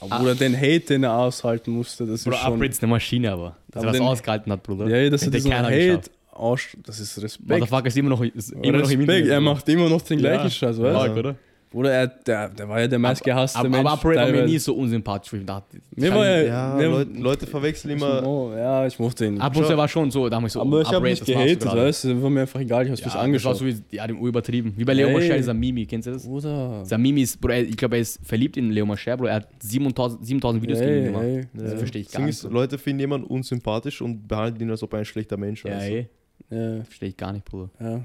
A: Ah.
C: Aber Oder den Hate, den er aushalten musste, das
A: Bro,
C: ist schon...
A: Upgrade ist eine Maschine, aber. Dass
C: Aber
A: er das
C: den-
A: ausgehalten hat, Bruder.
C: Ja, dass er
A: Hätte
C: diesen
A: keiner
C: Hate
A: geschafft.
C: aus... Das ist Respekt.
A: Motherfucker ist immer noch, ist immer noch im
C: Respekt,
A: Internet.
C: er macht immer noch den
A: Ja.
C: gleichen Scheiß, weißt du?
A: Mark, oder?
C: Oder er, der, der war ja der meistgehasste
A: Aber,
C: Mensch.
A: aber Upgrade war mir
C: teilweise.
A: nie so unsympathisch. wie Ich dachte,
C: Mir war er,
E: Ja,
C: mir-
E: Leute, Leute verwechseln immer.
C: Oh, ja, ich mochte ihn.
A: Ab und zu war schon so, da hab ich so,
C: aber ich habe
A: Upgrade,
C: nicht
A: das machst du
C: gehatet,
A: gerade.
C: weißt du, war mir einfach egal, ich hab's
A: Ja,
C: mich
A: das
C: angeschaut.
A: war so wie, ja, dem übertrieben. Wie bei Leo
C: Ey.
A: Mascher, dieser Mimi, kennst du das?
C: Bruder.
A: Dieser Mimi ist, Bro, ey, ich glaube, er ist verliebt in Leo Mascher, Bro. Er hat 7000, 7000 Videos gegen ihn
C: Ey,
A: gemacht.
C: ey,
A: Das verstehe ich gar
E: Deswegen
A: nicht.
E: ist, Leute finden jemanden unsympathisch und behandeln ihn, als ob er ein schlechter Mensch
A: Ja,
E: ist.
A: ey,
C: ja,
A: verstehe ich gar nicht, Bruder.
C: ja.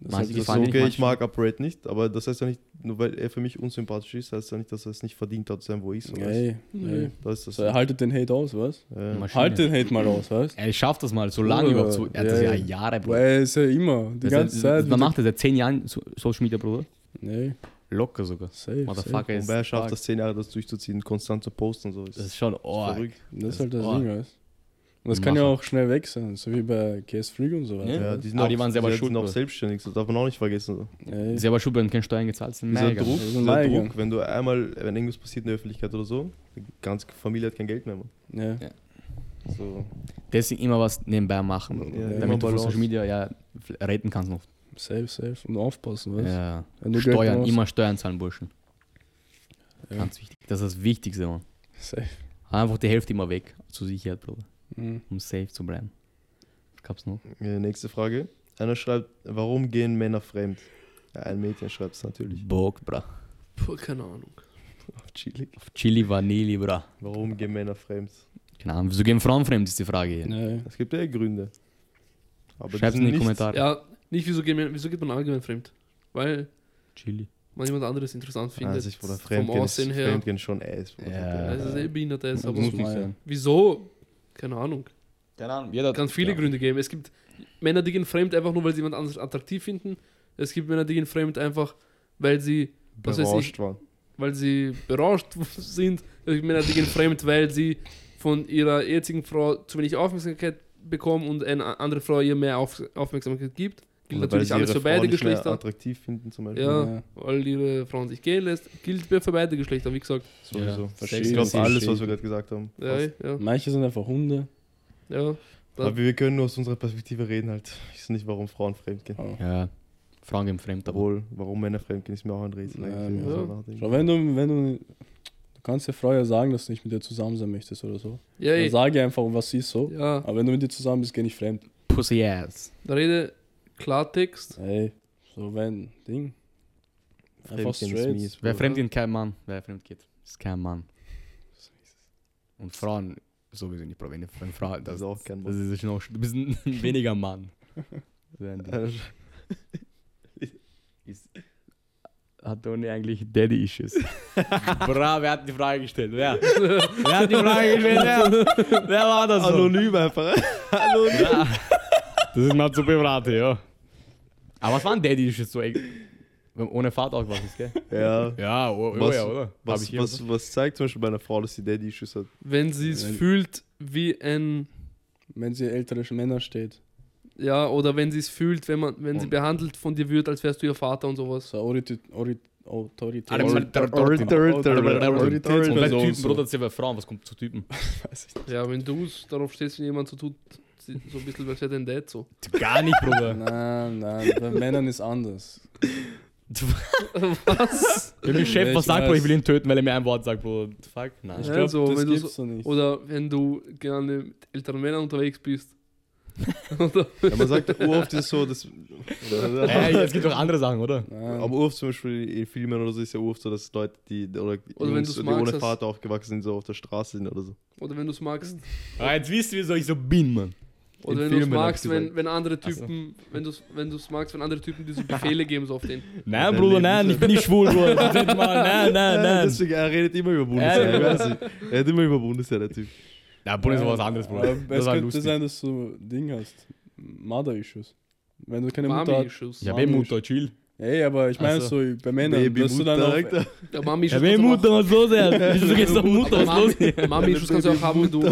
C: Das
A: Manche
C: hat das
E: So,
A: gefallen dir nicht,
E: okay, ich
A: manche-
E: mag Uprate nicht, aber das heißt ja nicht, nur weil er für mich unsympathisch ist, heißt ja nicht, dass er es nicht verdient hat, zu sein, wo ich so weiß.
C: Ey, ey.
E: Das ist das.
C: So, er haltet den Hate aus, was?
E: Ja.
A: Maschine.
C: Halt den Hate mal aus, was?
A: Ey, ich schaff das mal, so lange
C: Bruder,
A: überhaupt. So, er hat das
C: ja,
A: ja
C: ja.
A: Jahre, Bro.
C: Weil er ist ja immer, die
A: Das-
C: ganze
A: das-
C: Zeit.
A: Man
C: wieder-
A: macht das seit 10 Jahren so- Social Media, Bruder.
C: Nee,
A: Locker sogar.
C: safe. safe.
A: Motherfucker
E: Und
A: ist.
E: wer schafft
A: das?
E: das zehn Jahre, das durchzuziehen, konstant zu posten, so ist,
A: Das ist schon, oh.
E: verrückt.
C: Das ist halt das
A: Oh.
C: Ding, was? Und das kann ja
A: Macher.
C: auch schnell weg sein, so wie bei KS Freak und so weiter.
A: Ja.
E: Ja, die sind
A: Aber
E: auch,
A: die waren selber
E: die
A: schuld,
E: sind auch
A: oder?
E: selbstständig, so darf man auch nicht vergessen. So.
C: Ey.
A: Selber Schub, wenn keine Steuern gezahlt sind.
E: Dieser
A: mega.
E: Druck,
C: Das ist ein
E: dieser
C: Meiger.
E: Druck, wenn du einmal, wenn irgendwas passiert in der Öffentlichkeit oder so, die ganze Familie hat kein Geld mehr. Mann.
C: Ja.
E: So.
A: Deswegen immer was nebenbei machen, Bruder.
E: Ja, immer
A: damit du von
E: Balance.
A: Social Media ja reden kannst noch.
C: Safe, safe. Und aufpassen, weißt
A: Ja.
C: Wenn du Geld
A: Steuern,
C: brauchst.
A: immer Steuern zahlen, Burschen.
C: Ja.
A: Ganz wichtig. Das ist das Wichtigste, Mann.
C: Safe.
A: Einfach die Hälfte immer weg, zur Sicherheit, Bruder.
C: Mhm.
A: Um safe zu bleiben. Was gab's noch?
E: Ja, Äh, nächste Frage. Einer schreibt, warum gehen Männer fremd? Ja, ein Mädchen schreibt es natürlich.
A: Bock, bra.
B: Puh, keine Ahnung.
E: Chillig.
A: Chili, Vanille, bra.
E: Warum gehen Männer fremd?
A: Keine Ahnung, wieso gehen Frauen fremd, ist die Frage hier.
C: Nee.
E: Es gibt ja Gründe. Aber die
A: Schreib's
E: sind
A: in die
E: nicht-
A: Kommentare.
B: Ja, nicht wieso, geht man- wieso geht man allgemein fremd? Weil
A: Chili.
B: man jemand anderes interessant findet.
E: Also ich, Bruder,
B: vom
E: Fremdgehen, ist,
B: Aussehen her.
E: Fremdgehen schon ass. Bruder.
A: Ja.
B: Also es ist eh behindert, ist, aber
E: muss
C: so
E: nicht
C: mal,
E: sein.
B: wieso? Keine Ahnung.
A: Keine Ahnung,
E: Äh,
A: jeder.
B: Kann viele Gründe geben. Es gibt Männer, die gehen fremd einfach nur, weil sie jemand anderes attraktiv finden. Es gibt Männer, die gehen fremd einfach, weil sie, was weiß ich,
E: Berauscht waren.
B: weil sie berauscht sind. Es gibt Männer, die gehen fremd, weil sie von ihrer jetzigen Frau zu wenig Aufmerksamkeit bekommen und eine andere Frau ihr mehr auf, Aufmerksamkeit gibt. Gilt
E: Oder weil
B: natürlich
E: sie
B: alles
E: ihre
B: für
E: Frau
B: beide
E: nicht mehr
B: Geschlechter.
E: attraktiv finden zum Beispiel. ne?
B: Ja,
C: Ja.
B: weil ihre Frauen sich gehen lässt. Gilt für beide Geschlechter, wie gesagt.
E: Sowieso.
A: Ja.
E: Ich
C: Verschiedene
E: glaube, alles,
C: Schichten.
E: was wir gerade gesagt haben.
B: Ja,
E: passt.
B: ja,
C: Manche sind einfach Hunde.
B: ja. Da-
E: Aber wir können nur aus unserer Perspektive reden halt. Ich weiß nicht, warum Frauen fremdgehen.
A: Ja. Frauen gehen fremd, aber.
E: Obwohl, warum Männer fremdgehen, ist mir auch ein Rätsel.
C: Ja,
E: eigentlich, wenn man
B: ja.
E: so nachdenkt.
C: Schau, wenn du, wenn du, du kannst der Frau ja sagen, dass du nicht mit ihr zusammen sein möchtest oder so.
B: Ja,
C: Dann
B: ey.
C: sage ihr einfach, was sie ist so.
B: ja,
C: Aber wenn du mit ihr zusammen bist, geh nicht fremd.
A: Pussy ass.
B: da rede Klartext.
C: Ey, so wenn, Ding. Einfach
E: Fremdgehen ist
C: straight.
E: mies,
A: Wer
E: Bruder.
A: fremd geht, kein Mann. Wer fremd geht, ist kein Mann. Und Frauen sowieso nicht, Bro. Wenn, wenn Frauen,
E: Das
A: das,
E: ist auch kein
A: das
E: Mann.
A: ist noch, du bist ein weniger Mann. So ein Ding.
E: Also,
A: ist, hat Toni eigentlich Daddy-Issues? Bra, wer hat die Frage gestellt? Wer? wer hat die Frage gestellt? Wer, wer war das? so?
E: Anonym einfach.
A: Ja. Das ist mal zu beraten, ja. Aber was war ein Daddy Issues so? ey? Wenn- Ohne Vater auch was ist, gell?
E: Ja.
A: Ja, oh, oh
E: Was-
A: ja, oder? Hab ich
E: Was,
A: hier,
E: was, was zeigt zum Beispiel bei einer Frau, dass sie Daddy-Issues hat?
B: Wenn sie es
F: Wenn-
B: fühlt wie ein.
F: Wenn sie ältere Männer steht.
B: Ja, oder wenn sie es fühlt, wenn man, wenn sie
A: Und-
B: behandelt von dir wird, als wärst du ihr Vater und sowas.
F: So Autoritä- Autori- Autorität.
A: Alle mal- Ah, der- der- der- der- oder? Und bei
F: Autoritätsperson.
A: Typen, Bruder, das ist ja bei Frauen, was kommt zu Typen?
B: Ja, wenn du es darauf stehst, wenn jemand so tut, sie- so ein bisschen, was ja dein Dad so.
A: Gar nicht, Bruder.
F: Nein, nein, bei Männern ist anders.
B: Was?
A: Wenn mein Chef
F: Ja,
A: was
F: ich
A: sagt, Bruder, ich
F: weiß.
A: will ihn töten, weil er mir ein Wort sagt, Bruder. Fuck, nein.
F: Ich
B: Ja,
F: glaube,
B: so,
F: das
B: wenn du
F: gibt's
B: so-
F: so nicht.
B: Oder wenn du gerne mit älteren Männern unterwegs bist. oder
E: Ja, man sagt oft ist so, dass.
A: Ey, es gibt doch andere Sachen, oder?
F: Nein.
E: Aber oft zum Beispiel in Filmen oder so ist ja oft so, dass Leute, die, oder
B: Oder wenn du's
E: die
B: magst,
E: ohne
B: dass-
E: Vater aufgewachsen sind, so auf der Straße sind oder so.
B: oder wenn du es magst.
A: Aber Ah, jetzt wisst ihr, wieso ich so bin, Mann.
B: Oder
E: In
B: wenn du es
E: Filmen hab
B: magst,
E: ich
B: wenn,
E: gesagt.
B: wenn andere Typen, wenn du es wenn du's magst, wenn andere Typen diese Befehle geben, so auf den.
A: Nein,
E: Dein
A: Bruder,
E: Leben
A: nein,
E: ist
A: ich bin nicht schwul, Bruder. Nein, nein, nein.
E: Ja,
A: nein.
E: Deswegen, er redet immer über Bundesheer,
A: Ja,
E: ich
A: ja.
E: weiß nicht. Er redet immer über Bundesheer, der Typ.
A: Ja, Bruder ist was anderes, Bruder.
F: Aber
A: Das
F: es
A: war
F: könnte
A: lustig.
F: sein, dass du Ding hast. Mother-Issues. Wenn du keine Mutter hast.
B: Mami-Issues.
A: Ich hab eh Mutter, chill.
F: Ey, aber ich meine
A: Ach
F: so. bei Männern, dass du dann
E: Mutter,
F: auf,
E: Alter.
B: Ja, Mami-Issues.
A: Ja, wer
B: kannst du
A: Mutter
B: auch-
A: und so sehr. Wieso geht's doch Mutter?
B: Aber
A: Was los?
B: Mami- Mami-Issues kannst du auch haben, wenn du.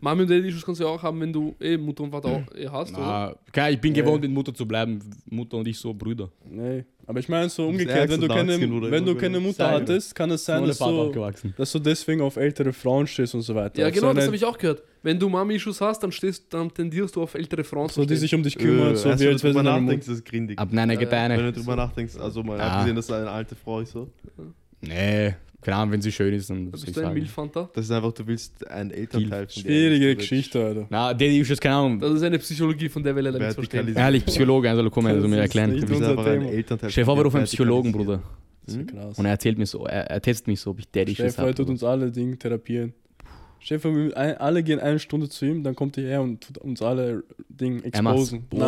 B: Mami und Daddy-Issues kannst du ja auch haben, wenn du eh Mutter und Vater auch, eh hast, oder?
A: Na, keine, ich bin
F: Ja.
A: gewohnt, mit Mutter zu bleiben. Mutter und ich so Brüder.
F: Nee, aber ich meine so umgekehrt,
E: ärgste
F: wenn du keine,
E: Darkskill, Bruder,
F: wenn du
E: immer
F: keine
E: wieder.
F: Mutter
E: Sag ich dir.
F: hattest, kann es sein,
A: Ohne
F: dass
A: Vater
F: du,
A: aufgewachsen.
F: dass du deswegen auf ältere Frauen stehst und so weiter.
B: Ja,
F: Auf
B: genau,
F: so
B: das
F: eine-
B: habe ich auch gehört. Wenn du Mami-Issues hast, dann stehst, dann tendierst du auf ältere Frauen
F: So, die
B: stehen.
F: sich um dich
A: Äh,
F: kümmern, so wie
E: Erst wenn
F: als
E: Äh, du
F: wäre
E: drüber
F: sie deine Mutter.
E: nachdenkst, ist es grindig.
A: Ab nein, geht
E: Wenn
A: eine.
E: du drüber nachdenkst, also mal
A: Ah.
E: abgesehen, dass eine alte Frau ist so.
A: Nee, keine Ahnung, wenn sie halt- schön ist, dann
B: Bist
A: soll ich
B: du ein
A: sagen.
B: Milfanta?
E: Das ist einfach, du willst einen Elternteil von dir.
F: Schwierige Geschichte, Alter.
A: Na, Daddy Issues, keine Ahnung.
B: Das ist eine Psychologie, von der wir leider nichts verstehen.
E: Vertikalisiert.
A: Ehrlich, Psychologe, also komm, er
F: Das
A: soll mir
F: ist
A: erklären.
F: nicht
E: Du willst
F: unser
E: einfach einen
F: Thema. Hm?
E: Elternteil
A: Chef,
E: von dir
A: aber auf einen Psychologen, Bruder.
F: Das ist ja krass.
A: Und er erzählt mir so, er, er testet mich so, ob ich Daddy Issues
F: Stefan tut
A: habe.
F: uns alle Dinge therapieren. Stefan, alle gehen eine Stunde zu ihm, dann kommt er her und tut uns alle Dinge
A: Er macht's.
F: exposen.
A: Oh,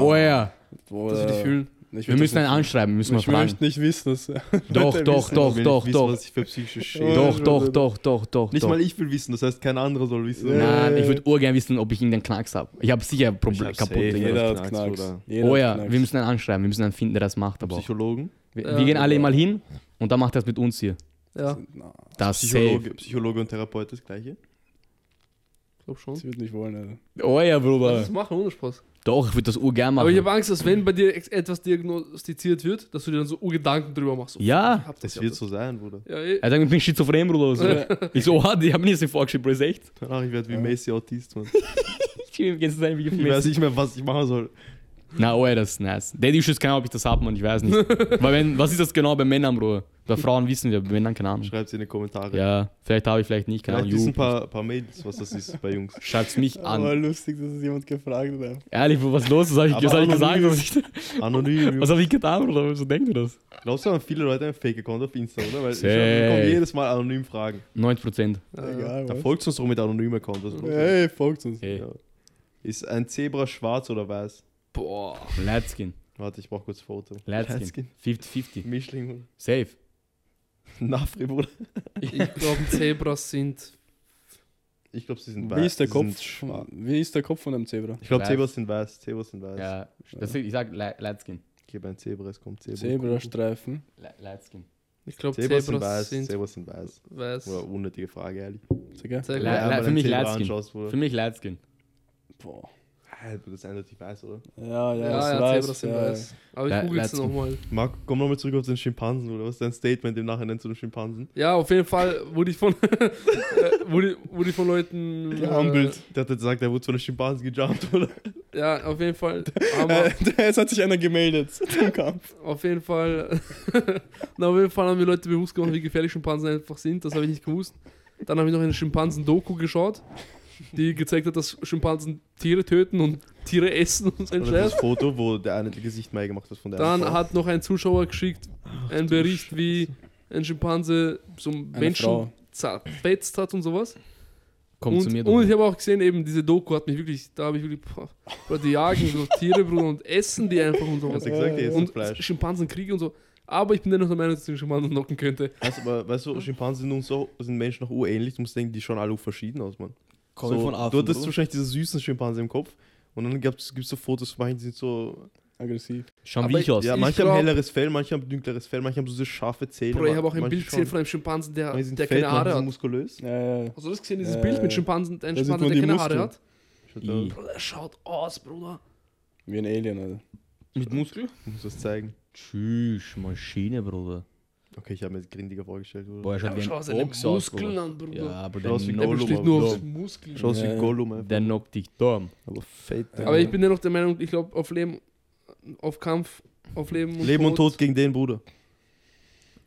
A: woher?
F: Boah,
B: Dass wir dich fühlen.
F: Ich
A: Wir
F: will
A: müssen
F: das
A: einen anschreiben,
F: nicht-
A: müssen wir
F: Ich
A: fragen.
F: möchte nicht wissen, dass
A: Doch, doch, doch,
E: Ich will
A: doch,
E: nicht
A: doch.
E: Wissen, was ich für psychische Schäden.
A: Doch,
F: Ja,
A: doch,
F: ja.
A: doch, doch, doch.
E: Nicht
A: doch.
E: mal ich will wissen, das heißt, kein anderer soll wissen.
A: Nein, ich würde urgern wissen, ob ich irgendeinen Knacks habe. Ich habe sicher Probleme
E: hab's
A: kaputt.
E: safe,
A: Dinge.
E: jeder
F: jeder hat
E: Knacks,
F: Knacks.
E: Bruder.
F: Jeder
A: Oh
F: hat
A: ja,
F: Knacks.
A: wir müssen einen anschreiben, wir müssen einen finden, der das macht. Aber auch.
E: Psychologen?
A: Wir,
B: Ja.
A: wir gehen alle mal hin und dann macht das mit uns hier.
B: Ja,
A: Das safe.
E: Psychologe, Psychologe und Therapeut das gleiche?
B: glaub schon.
F: Sie wird nicht wollen, Alter.
A: Oh ja,
B: Lass
A: Bruder.
B: es machen, ohne Spaß.
A: Doch, ich würde das urgern machen.
B: Aber ich habe Angst, dass wenn bei dir ex- etwas diagnostiziert wird, dass du dir dann so Gedanken drüber machst. So,
A: ja.
B: ich hab
E: Das
B: ich hab
E: wird so sein, Bruder.
B: Ja, eh.
A: Er sagt, ich bin schizophren, Bruder. Oder so. ich so, oha, die haben mir das nicht vorgeschrieben, Bruder. Ist echt?
E: Danach, ich werde wie
F: Ja.
E: Macy Autist, Mann.
A: Ich bin ganz klein, wie
E: Ich weiß
A: gefühlt.
E: nicht mehr, was ich machen soll.
A: Na, oh ja, das ist nice. Daddy Issues, keine Ahnung, ob ich das habe, man, ich weiß nicht. Weil, wenn, was ist das genau bei Männern, Bruder? Bei Frauen wissen wir, bei Männern, keine Ahnung.
E: Schreibt es in die Kommentare.
A: Hm. Ja, vielleicht habe ich, vielleicht nicht, keine
E: Vielleicht
A: Ahnung.
E: wissen ein
A: You.
E: paar, paar Mädels, was das ist bei Jungs.
A: Schreibt's mich
F: Aber
A: an.
F: lustig, dass es jemand gefragt hat.
A: Ehrlich, Bruder, was ist los? Was habe ich,
E: Aber
A: was hab ich gesagt?
E: anonym.
A: Was, ich,
E: Anonym.
A: was hab ich getan, Bruder? Wieso denkt ihr das?
E: Glaubst du, haben viele Leute einen Fake-Account auf Insta, oder? Weil ich
A: Safe.
E: bekomme jedes Mal anonym Fragen.
A: 90%.
C: Also,
B: Äh,
F: Egal,
E: Da
F: was.
E: folgt uns doch mit anonym Account. Was ist los?
F: Ey, folgt uns.
A: Okay.
E: Ja. Ist ein Zebra schwarz oder weiß?
B: Boah.
A: Lightskin.
E: Warte, ich brauche kurz ein Foto.
A: Lightskin. 50-50.
E: Mischling, Bruder.
A: Safe.
E: Nafri, Bruder.
B: Ich glaube, Zebras sind.
E: Ich glaube, sie sind weiß.
F: Wie ist der
E: Sie
F: Kopf?
E: sind schwarz.
F: Wie ist der Kopf von einem Zebra?
E: Ich glaube,
A: Weiß.
E: Zebras sind weiß. Zebras sind weiß.
A: Ja, das, ich sag Li- Lightskin.
E: Ich gebe ein Zebra, es kommt Zebra.
F: Zebrastreifen.
A: Li- Lightskin.
B: Ich glaube,
E: Zebras sind
B: Zebras
E: weiß.
B: sind.
E: Zebras sind weiß.
B: Weiß.
E: Oder unnötige Frage, ehrlich.
F: Digga.
B: Sehr
A: Le-
B: gut.
A: le-
E: einmal
A: für
E: ein
A: mich
E: Zebra
A: Lightskin.
E: anschaust, Bruder.
A: Für mich Lightskin.
F: Boah.
E: Ah, Das ist eindeutig weiß, oder?
F: Ja, ja,
B: Ja,
F: das
B: ja,
F: weiß,
B: Zebras sind
F: ja,
B: weiß. Aber ich
A: Le-
B: google es
A: Lightskin.
B: nochmal.
E: Marco, komm nochmal zurück auf den Schimpansen, oder? Was ist dein Statement im Nachhinein zu den Schimpansen?
B: Ja, auf jeden Fall wurde ich von, äh, wurde, wurde ich von Leuten.
E: Gehumbelt. Der hat jetzt gesagt, er wurde von den Schimpansen gejumpt, oder?
B: Äh, ja, auf jeden Fall. Aber,
F: Äh, es hat sich einer gemeldet zum Kampf.
B: auf jeden Fall. na, auf jeden Fall haben mir Leute bewusst gemacht, wie gefährlich Schimpansen einfach sind. Das habe ich nicht gewusst. Dann habe ich noch eine Schimpansen-Doku geschaut, die gezeigt hat, dass Schimpansen Tiere töten und Tiere essen und so ein
E: Oder das
B: Scheiß.
E: Foto, wo der eine die Gesicht mal gemacht hat von der
B: Dann
E: anderen
B: hat noch ein Zuschauer geschickt, einen Bericht, wie ein Schimpanse so einen
F: Eine
B: Menschen
F: Frau.
B: zerfetzt hat und sowas.
A: Komm
B: und,
A: zu mir, du.
B: Und ich habe auch gesehen, eben diese Doku hat mich wirklich, da habe ich wirklich, boah, Bro, die jagen so Tiere, Bruder, und essen die einfach und
E: Frau.
B: sowas.
E: Hast du gesagt, die essen
B: Und
E: Fleisch.
B: Schimpansenkriege und so. Aber ich bin dennoch der Meinung, dass ich den Schimpansen knocken könnte.
E: Weißt, du, aber, weißt du, Schimpansen sind, uns so, sind Menschen noch urähnlich. Du musst denken, die schauen alle verschieden aus, Mann.
A: Komm
E: so,
A: von Affen,
E: du hattest
A: Bruder.
E: wahrscheinlich diese süßen Schimpansen im Kopf. Und dann gibt es so Fotos von manchen, die sind so
C: aggressiv.
A: Schauen
B: Aber
A: wie ich aus.
E: Ja,
B: Ich
E: manche haben
B: glaub-
E: helleres Fell, manche haben dünkleres Fell, manche haben so diese scharfe Zähne.
B: Bro, ich habe
E: aber
B: auch ein
E: manche
B: Bild gesehen
E: schon.
B: von einem Schimpansen, der,
E: Manche sind
B: der
E: fett,
B: keine Haare
E: manche sind
B: hat.
E: muskulös.
C: Ja, ja.
B: Hast du das gesehen, dieses
C: Äh,
B: Bild mit Schimpansen, einem
C: da sieht
B: Schimpansen,
C: man
B: der
C: die
B: keine
C: Muskeln.
B: Haare hat?
A: I.
B: Bro, der schaut aus, Bruder.
C: Wie ein Alien, also. Alter.
A: Mit Muskel?
E: Ich muss das zeigen.
A: Tschüss, Maschine, Bruder.
E: Okay, ich habe mir das grindiger vorgestellt, oder?
A: Boah, er schaut
B: Ja,
A: wie
B: schau
A: ein
B: seine
A: Ochs aus,
B: Muskeln
A: Bruder.
B: an, Bruder.
A: Ja, aber
E: Schau
A: der
E: aus wie
B: der
E: Gollum,
A: knockt,
B: besteht
E: aber
B: nur
E: so.
B: auf Muskeln.
E: Schau aus
C: Ja,
E: wie
C: ja.
E: Gollum einfach.
A: der knockt dich dumm.
E: Aber fett.
C: Ja.
B: Aber ich bin dennoch der Meinung, ich glaube, auf Leben, auf Kampf, auf Leben und
E: Leben und Tod gegen den Bruder.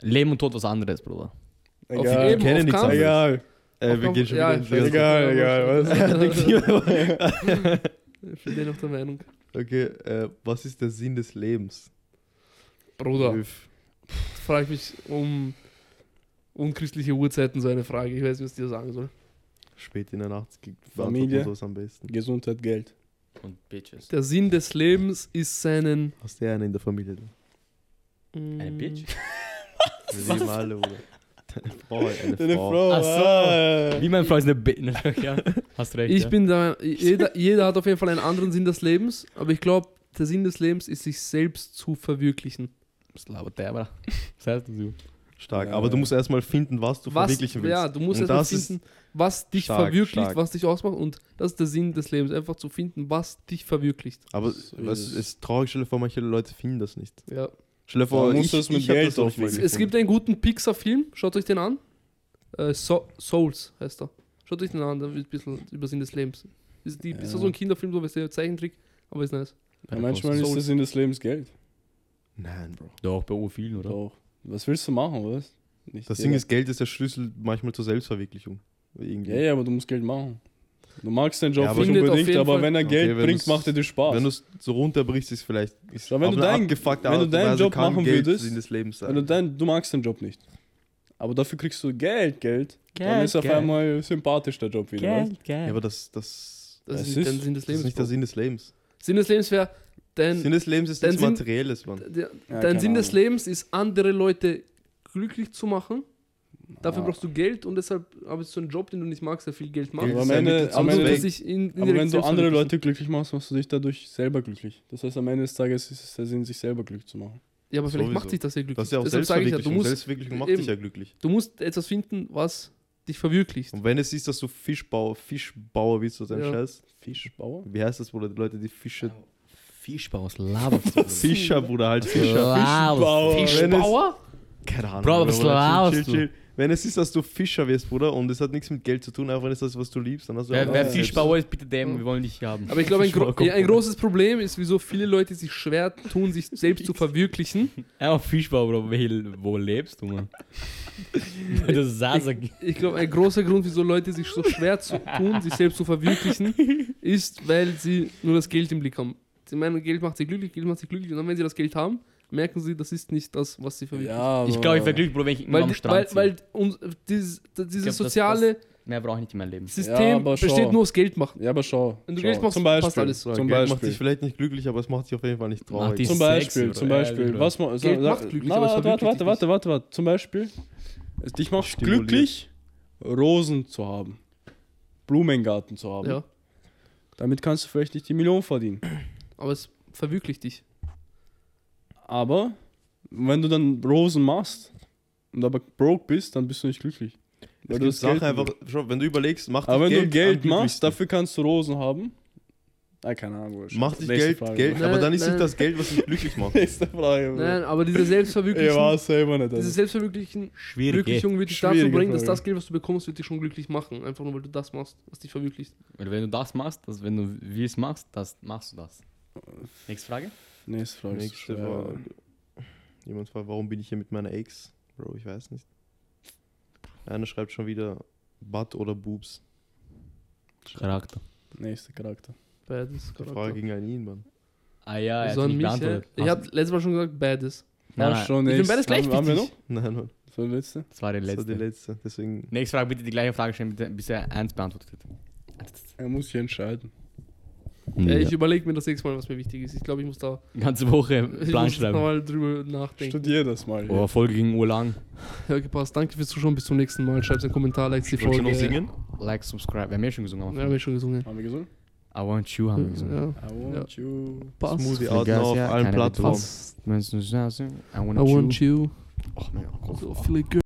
A: Leben und Tod was anderes, Bruder.
B: Auf
C: Egal.
B: Leben,
E: Kennen
B: auf
E: nichts
B: Kampf.
E: anderes.
C: Egal.
E: Äh, wir
B: Auf-
E: gehen schon
B: ja,
E: wieder in
B: ich weiß.
E: Schlüssel.
C: Egal, egal. Was?
B: Ich bin dennoch der Meinung.
E: Okay, äh, was ist der Sinn des Lebens?
B: Bruder,
E: Öff.
B: frage ich mich um unchristliche Uhrzeiten so eine Frage. Ich weiß nicht, was ich dir sagen soll.
E: Spät in der Nacht gibt
C: Familie.
E: sowas am besten.
C: Gesundheit, Geld.
A: Und Bitches.
B: Der Sinn des Lebens ist seinen. mm,
E: Hast du ja einen in der Familie? du?
A: Eine
B: Hm.
A: Bitch?
E: Wir leben alle, oder? Deine Frau, eine
C: Deine
E: Frau.
C: Frau.
A: Ach so.
C: ah.
A: Wie mein Freund ist eine Bitch. ja, hast recht.
B: Ich
A: ja.
B: bin da. Jeder, jeder hat auf jeden Fall einen anderen Sinn des Lebens, aber ich glaube, der Sinn des Lebens ist, sich selbst zu verwirklichen.
A: Das labert der, Bruder. Was heißt das so?
E: Stark,
C: Ja,
E: aber du
C: ja.
E: musst erstmal finden, was du
B: was,
E: verwirklichen willst.
B: Ja, du musst
E: Und
B: erstmal
E: das ist-
B: finden, was dich
E: stark,
B: verwirklicht,
E: stark.
B: was dich ausmacht. Und das ist der Sinn des Lebens, einfach zu finden, was dich verwirklicht.
E: Aber
C: So ist
E: was,
C: es.
E: es ist traurig, stell dir vor, manche Leute finden das nicht.
B: Ja.
E: Stell dir vor,
C: Man muss
E: ich,
C: das mit
E: ich hab
C: Geld
E: das auch nicht
C: aufwiegen.
B: Es gibt einen guten Pixar-Film, schaut euch den an. Äh, so Souls heißt er. Schaut euch den an, da wird ein bisschen über Sinn des Lebens. Ist, die,
C: Ja.
B: ist das so ein Kinderfilm, so weißt du, Zeichentrick, aber ist nice.
C: Ja, manchmal ist der Sinn des Lebens Geld.
E: Nein, Bro.
A: Doch, bei Urvielen, oder?
C: Doch. Was willst du machen, was? Nicht
E: Das
C: jeder-
E: Ding ist, Geld ist der Schlüssel manchmal zur Selbstverwirklichung. Irgendwie.
C: Ja, ja, aber du musst Geld machen. Du magst deinen Job
E: Ja, aber
C: nicht
B: findet auf
C: unbedingt,
B: jeden
C: aber
B: Fall-
C: wenn er
E: Okay,
C: Geld
E: wenn
C: bringt,
E: du's-
C: macht er dir Spaß.
E: Wenn du es so runterbrichst, ist vielleicht. Ist
C: Aber wenn
E: auf
C: du
E: eine
C: deinen-
E: abgefuckte
C: wenn du
E: Art und
C: deinen
E: Weise
C: Job
E: kann
C: machen
E: Geld
C: würdest-
E: Sinn des Lebens sein.
C: Wenn du, dein, du magst deinen Job nicht. Aber dafür kriegst du Geld, Geld. dann
A: Geld,
C: ist auf
A: Geld.
C: einmal sympathisch der Job wieder. weißt?
E: ja,
A: geil.
E: aber das, das,
B: Das
C: Es
B: ist nicht
C: ist-
B: der Sinn
E: das
B: des
E: ist
B: Lebens.
E: nicht der
B: Sinn.
E: Sinn des Lebens.
B: Sinn des Lebens wäre,
E: Sinn
B: dein,
E: des Lebens ist
B: dein
E: nichts
B: Sinn-
E: Materielles, Mann.
B: der,
C: Ja,
B: dein
C: keine
B: Sinn des
C: Ahnung.
B: Lebens ist, andere Leute glücklich zu machen. Dafür
C: Ah.
B: brauchst du Geld und deshalb arbeitest du einen Job, den du nicht magst, der viel Geld macht. Also
E: Geld
C: Aber
E: ist ein
C: am Ende-
E: Mittel zum
C: am
B: Aber
C: Ende-
E: Zweck.
B: du dich in, in
C: Aber wenn du andere Leute glücklich machst, machst du dich dadurch selber glücklich. Das heißt, am Ende des Tages ist es der Sinn, sich selber glücklich zu machen.
B: Ja, aber vielleicht
E: Sowieso.
B: macht dich das ja glücklich.
E: Das ist ja auch
B: Deshalb sage ich ja, du
E: Selbstverwirklichung.
B: musst,
E: Selbstverwirklichung macht
B: eben.
E: dich ja glücklich.
B: du musst etwas finden, was dich verwirklicht.
E: Und wenn es ist, dass du Fischbauer, Fischbauer bist oder so ein
B: Ja.
E: Scheiß.
C: Fischbauer?
E: Wie heißt das, Bruder? Die Leute, die Fische.
A: Fischbaus, laberst du.
E: Fischer, Bruder, halt Fischer.
A: Fischbauer.
B: Fischbauer?
E: Keine Ahnung.
A: Bro, aber was laberst
E: chill,
A: du?
E: chill, chill. Wenn es ist, dass du Fischer wirst, Bruder, und es hat nichts mit Geld zu tun, einfach wenn es das, was du liebst, dann hast du
A: Wer,
E: einfach
B: äh,
A: wer
E: selbst-
A: Fischbauer ist, bitte dämmen, wir wollen dich hier haben.
B: Aber ich glaube, ein, gro
E: Fischbauer
B: ja, ein
E: kommt-
B: großes Problem ist, wieso viele Leute sich schwer tun, sich selbst zu verwirklichen.
A: Einfach Fischbauer, Bro, wel- wo lebst du, Mann? Weil du Sasa
B: Ich glaube, ein großer Grund, wieso Leute sich so schwer zu tun, sich selbst zu verwirklichen, ist, weil sie nur das Geld im Blick haben. Sie meinen, Geld macht sie glücklich, Geld macht sie glücklich. Und dann, wenn sie das Geld haben, merken sie, das ist nicht das, was sie verwirklichen.
C: Ja,
A: Ich glaube, ich wäre glücklich, Bro, wenn ich irgendwann
B: Weil,
A: am
B: die-
A: Strand
B: weil,
A: sitze.
B: weil uns, dieses, dieses
A: glaub, das
B: soziale
A: Mehr brauche ich nicht in meinem Leben.
C: Ja,
B: System
C: aber schau.
B: besteht nur aus Geld machen.
C: Ja, aber schau.
B: Wenn du
C: schau.
B: Geld machst,
C: zum
B: passt
C: Beispiel,
B: alles.
E: Oder
C: Zum
E: Geld macht dich
C: Beispiel.
E: vielleicht nicht glücklich, aber es macht dich auf jeden Fall nicht
A: Macht
E: traurig.
A: dich-
C: Zum
A: Sexy,
C: Beispiel,
A: Bruder.
C: zum
A: Ja,
C: Beispiel.
E: genau.
A: Bruder.
C: Was ma- so,
B: Geld macht
C: sag-
B: glücklich,
C: na,
B: aber es
C: warte, warte,
B: verwirklicht
C: warte, warte, warte, warte. Zum Beispiel, es dich macht
E: Stimuliert.
C: glücklich, Rosen zu haben, Blumengarten zu haben.
B: Ja,
C: Damit kannst du vielleicht nicht die Million verdienen.
B: aber es verwirklicht dich.
C: Aber wenn du dann Rosen machst und aber broke bist, dann bist du nicht glücklich.
E: Es
C: Weil du
E: gibt
C: das
E: Sachen
C: Geld
E: einfach, schau, wenn du überlegst, macht
C: Aber wenn
E: dich
C: du
E: Geld
C: Geld
E: am
C: machst,
E: glücklichsten.
C: dafür kannst du Rosen haben. Ah, keine Ahnung. wurscht.
E: Macht dich
C: Nächste
E: Geld,
C: Frage.
E: Geld aber
B: Nein,
E: dann ist
B: nein.
E: nicht das Geld, was dich glücklich macht.
C: Nächste Frage. Nein,
B: Nein, aber diese
C: ich
B: Selbstverwirklichung,
C: war selber nicht.
B: diese
C: Also.
B: Selbstverwirklichen
A: Schwierig, eh.
B: Verwirklichung wird dich
C: Schwierige
B: dazu bringen, dass
C: Frage.
B: das Geld, was du bekommst, wird dich schon glücklich machen. Einfach nur, weil du das machst, was dich verwirklicht.
A: Weil wenn du das machst, dass wenn du wie es machst, das machst du das. Nächste Frage?
C: Nächste Frage. ist
E: Nächste
C: schwer.
E: Frage. Jemand fragt, warum bin ich hier mit meiner Ex? Bro, ich weiß nicht. Einer schreibt schon wieder Butt oder Boobs.
A: Charakter.
C: Nächster Charakter.
B: Beides.
E: Die
B: Charakter.
E: Frage ging an ihn, Mann.
A: Ah ja, er
B: so
A: hat nicht
B: an mich,
A: beantwortet.
B: ja. Ich
A: Hast-
B: habe letztes Mal schon gesagt, beides.
A: Nein,
C: War
A: nein,
C: schon
B: ich bin
C: nächst-
B: beides gleich
C: haben, haben wir noch?
B: wichtig.
E: Nein, Mann.
C: So, eine letzte.
A: das war die
E: Das war
A: letzte.
E: die letzte. Deswegen.
A: Nächste Frage, bitte die gleiche Frage stellen, bitte, bis er eins beantwortet hat.
C: Er muss sich entscheiden.
B: Äh, Ich überlege mir das nächste Mal, was mir wichtig ist. Ich glaube, ich muss da
A: Ganze Woche
B: ich
A: Äh, Plan
B: muss
A: schreiben.
B: nochmal drüber nachdenken.
C: Studier das mal.
A: Oh, Folge ging urlang.
B: Ja, gepasst. Danke fürs Zuschauen. Bis zum nächsten Mal. Schreibt einen Kommentar, likes die Folge.
E: Wolltest du noch singen?
A: Like, subscribe. Wir haben ja schon gesungen.
B: Ja, hab ich schon gesungen.
C: Haben wir gesungen?
A: I want you haben wir gesungen.
B: Ja,
C: I want you.
B: passt.
E: Smoothie
A: Für
E: out
A: Girls,
E: now auf
A: ja,
E: allen
A: keiner wird
E: Plattformen.
A: was. Meinst du, ja, so, I
B: I
A: want you. Oh,
B: want you.
A: Och, mein Gott.
B: So viele Girls.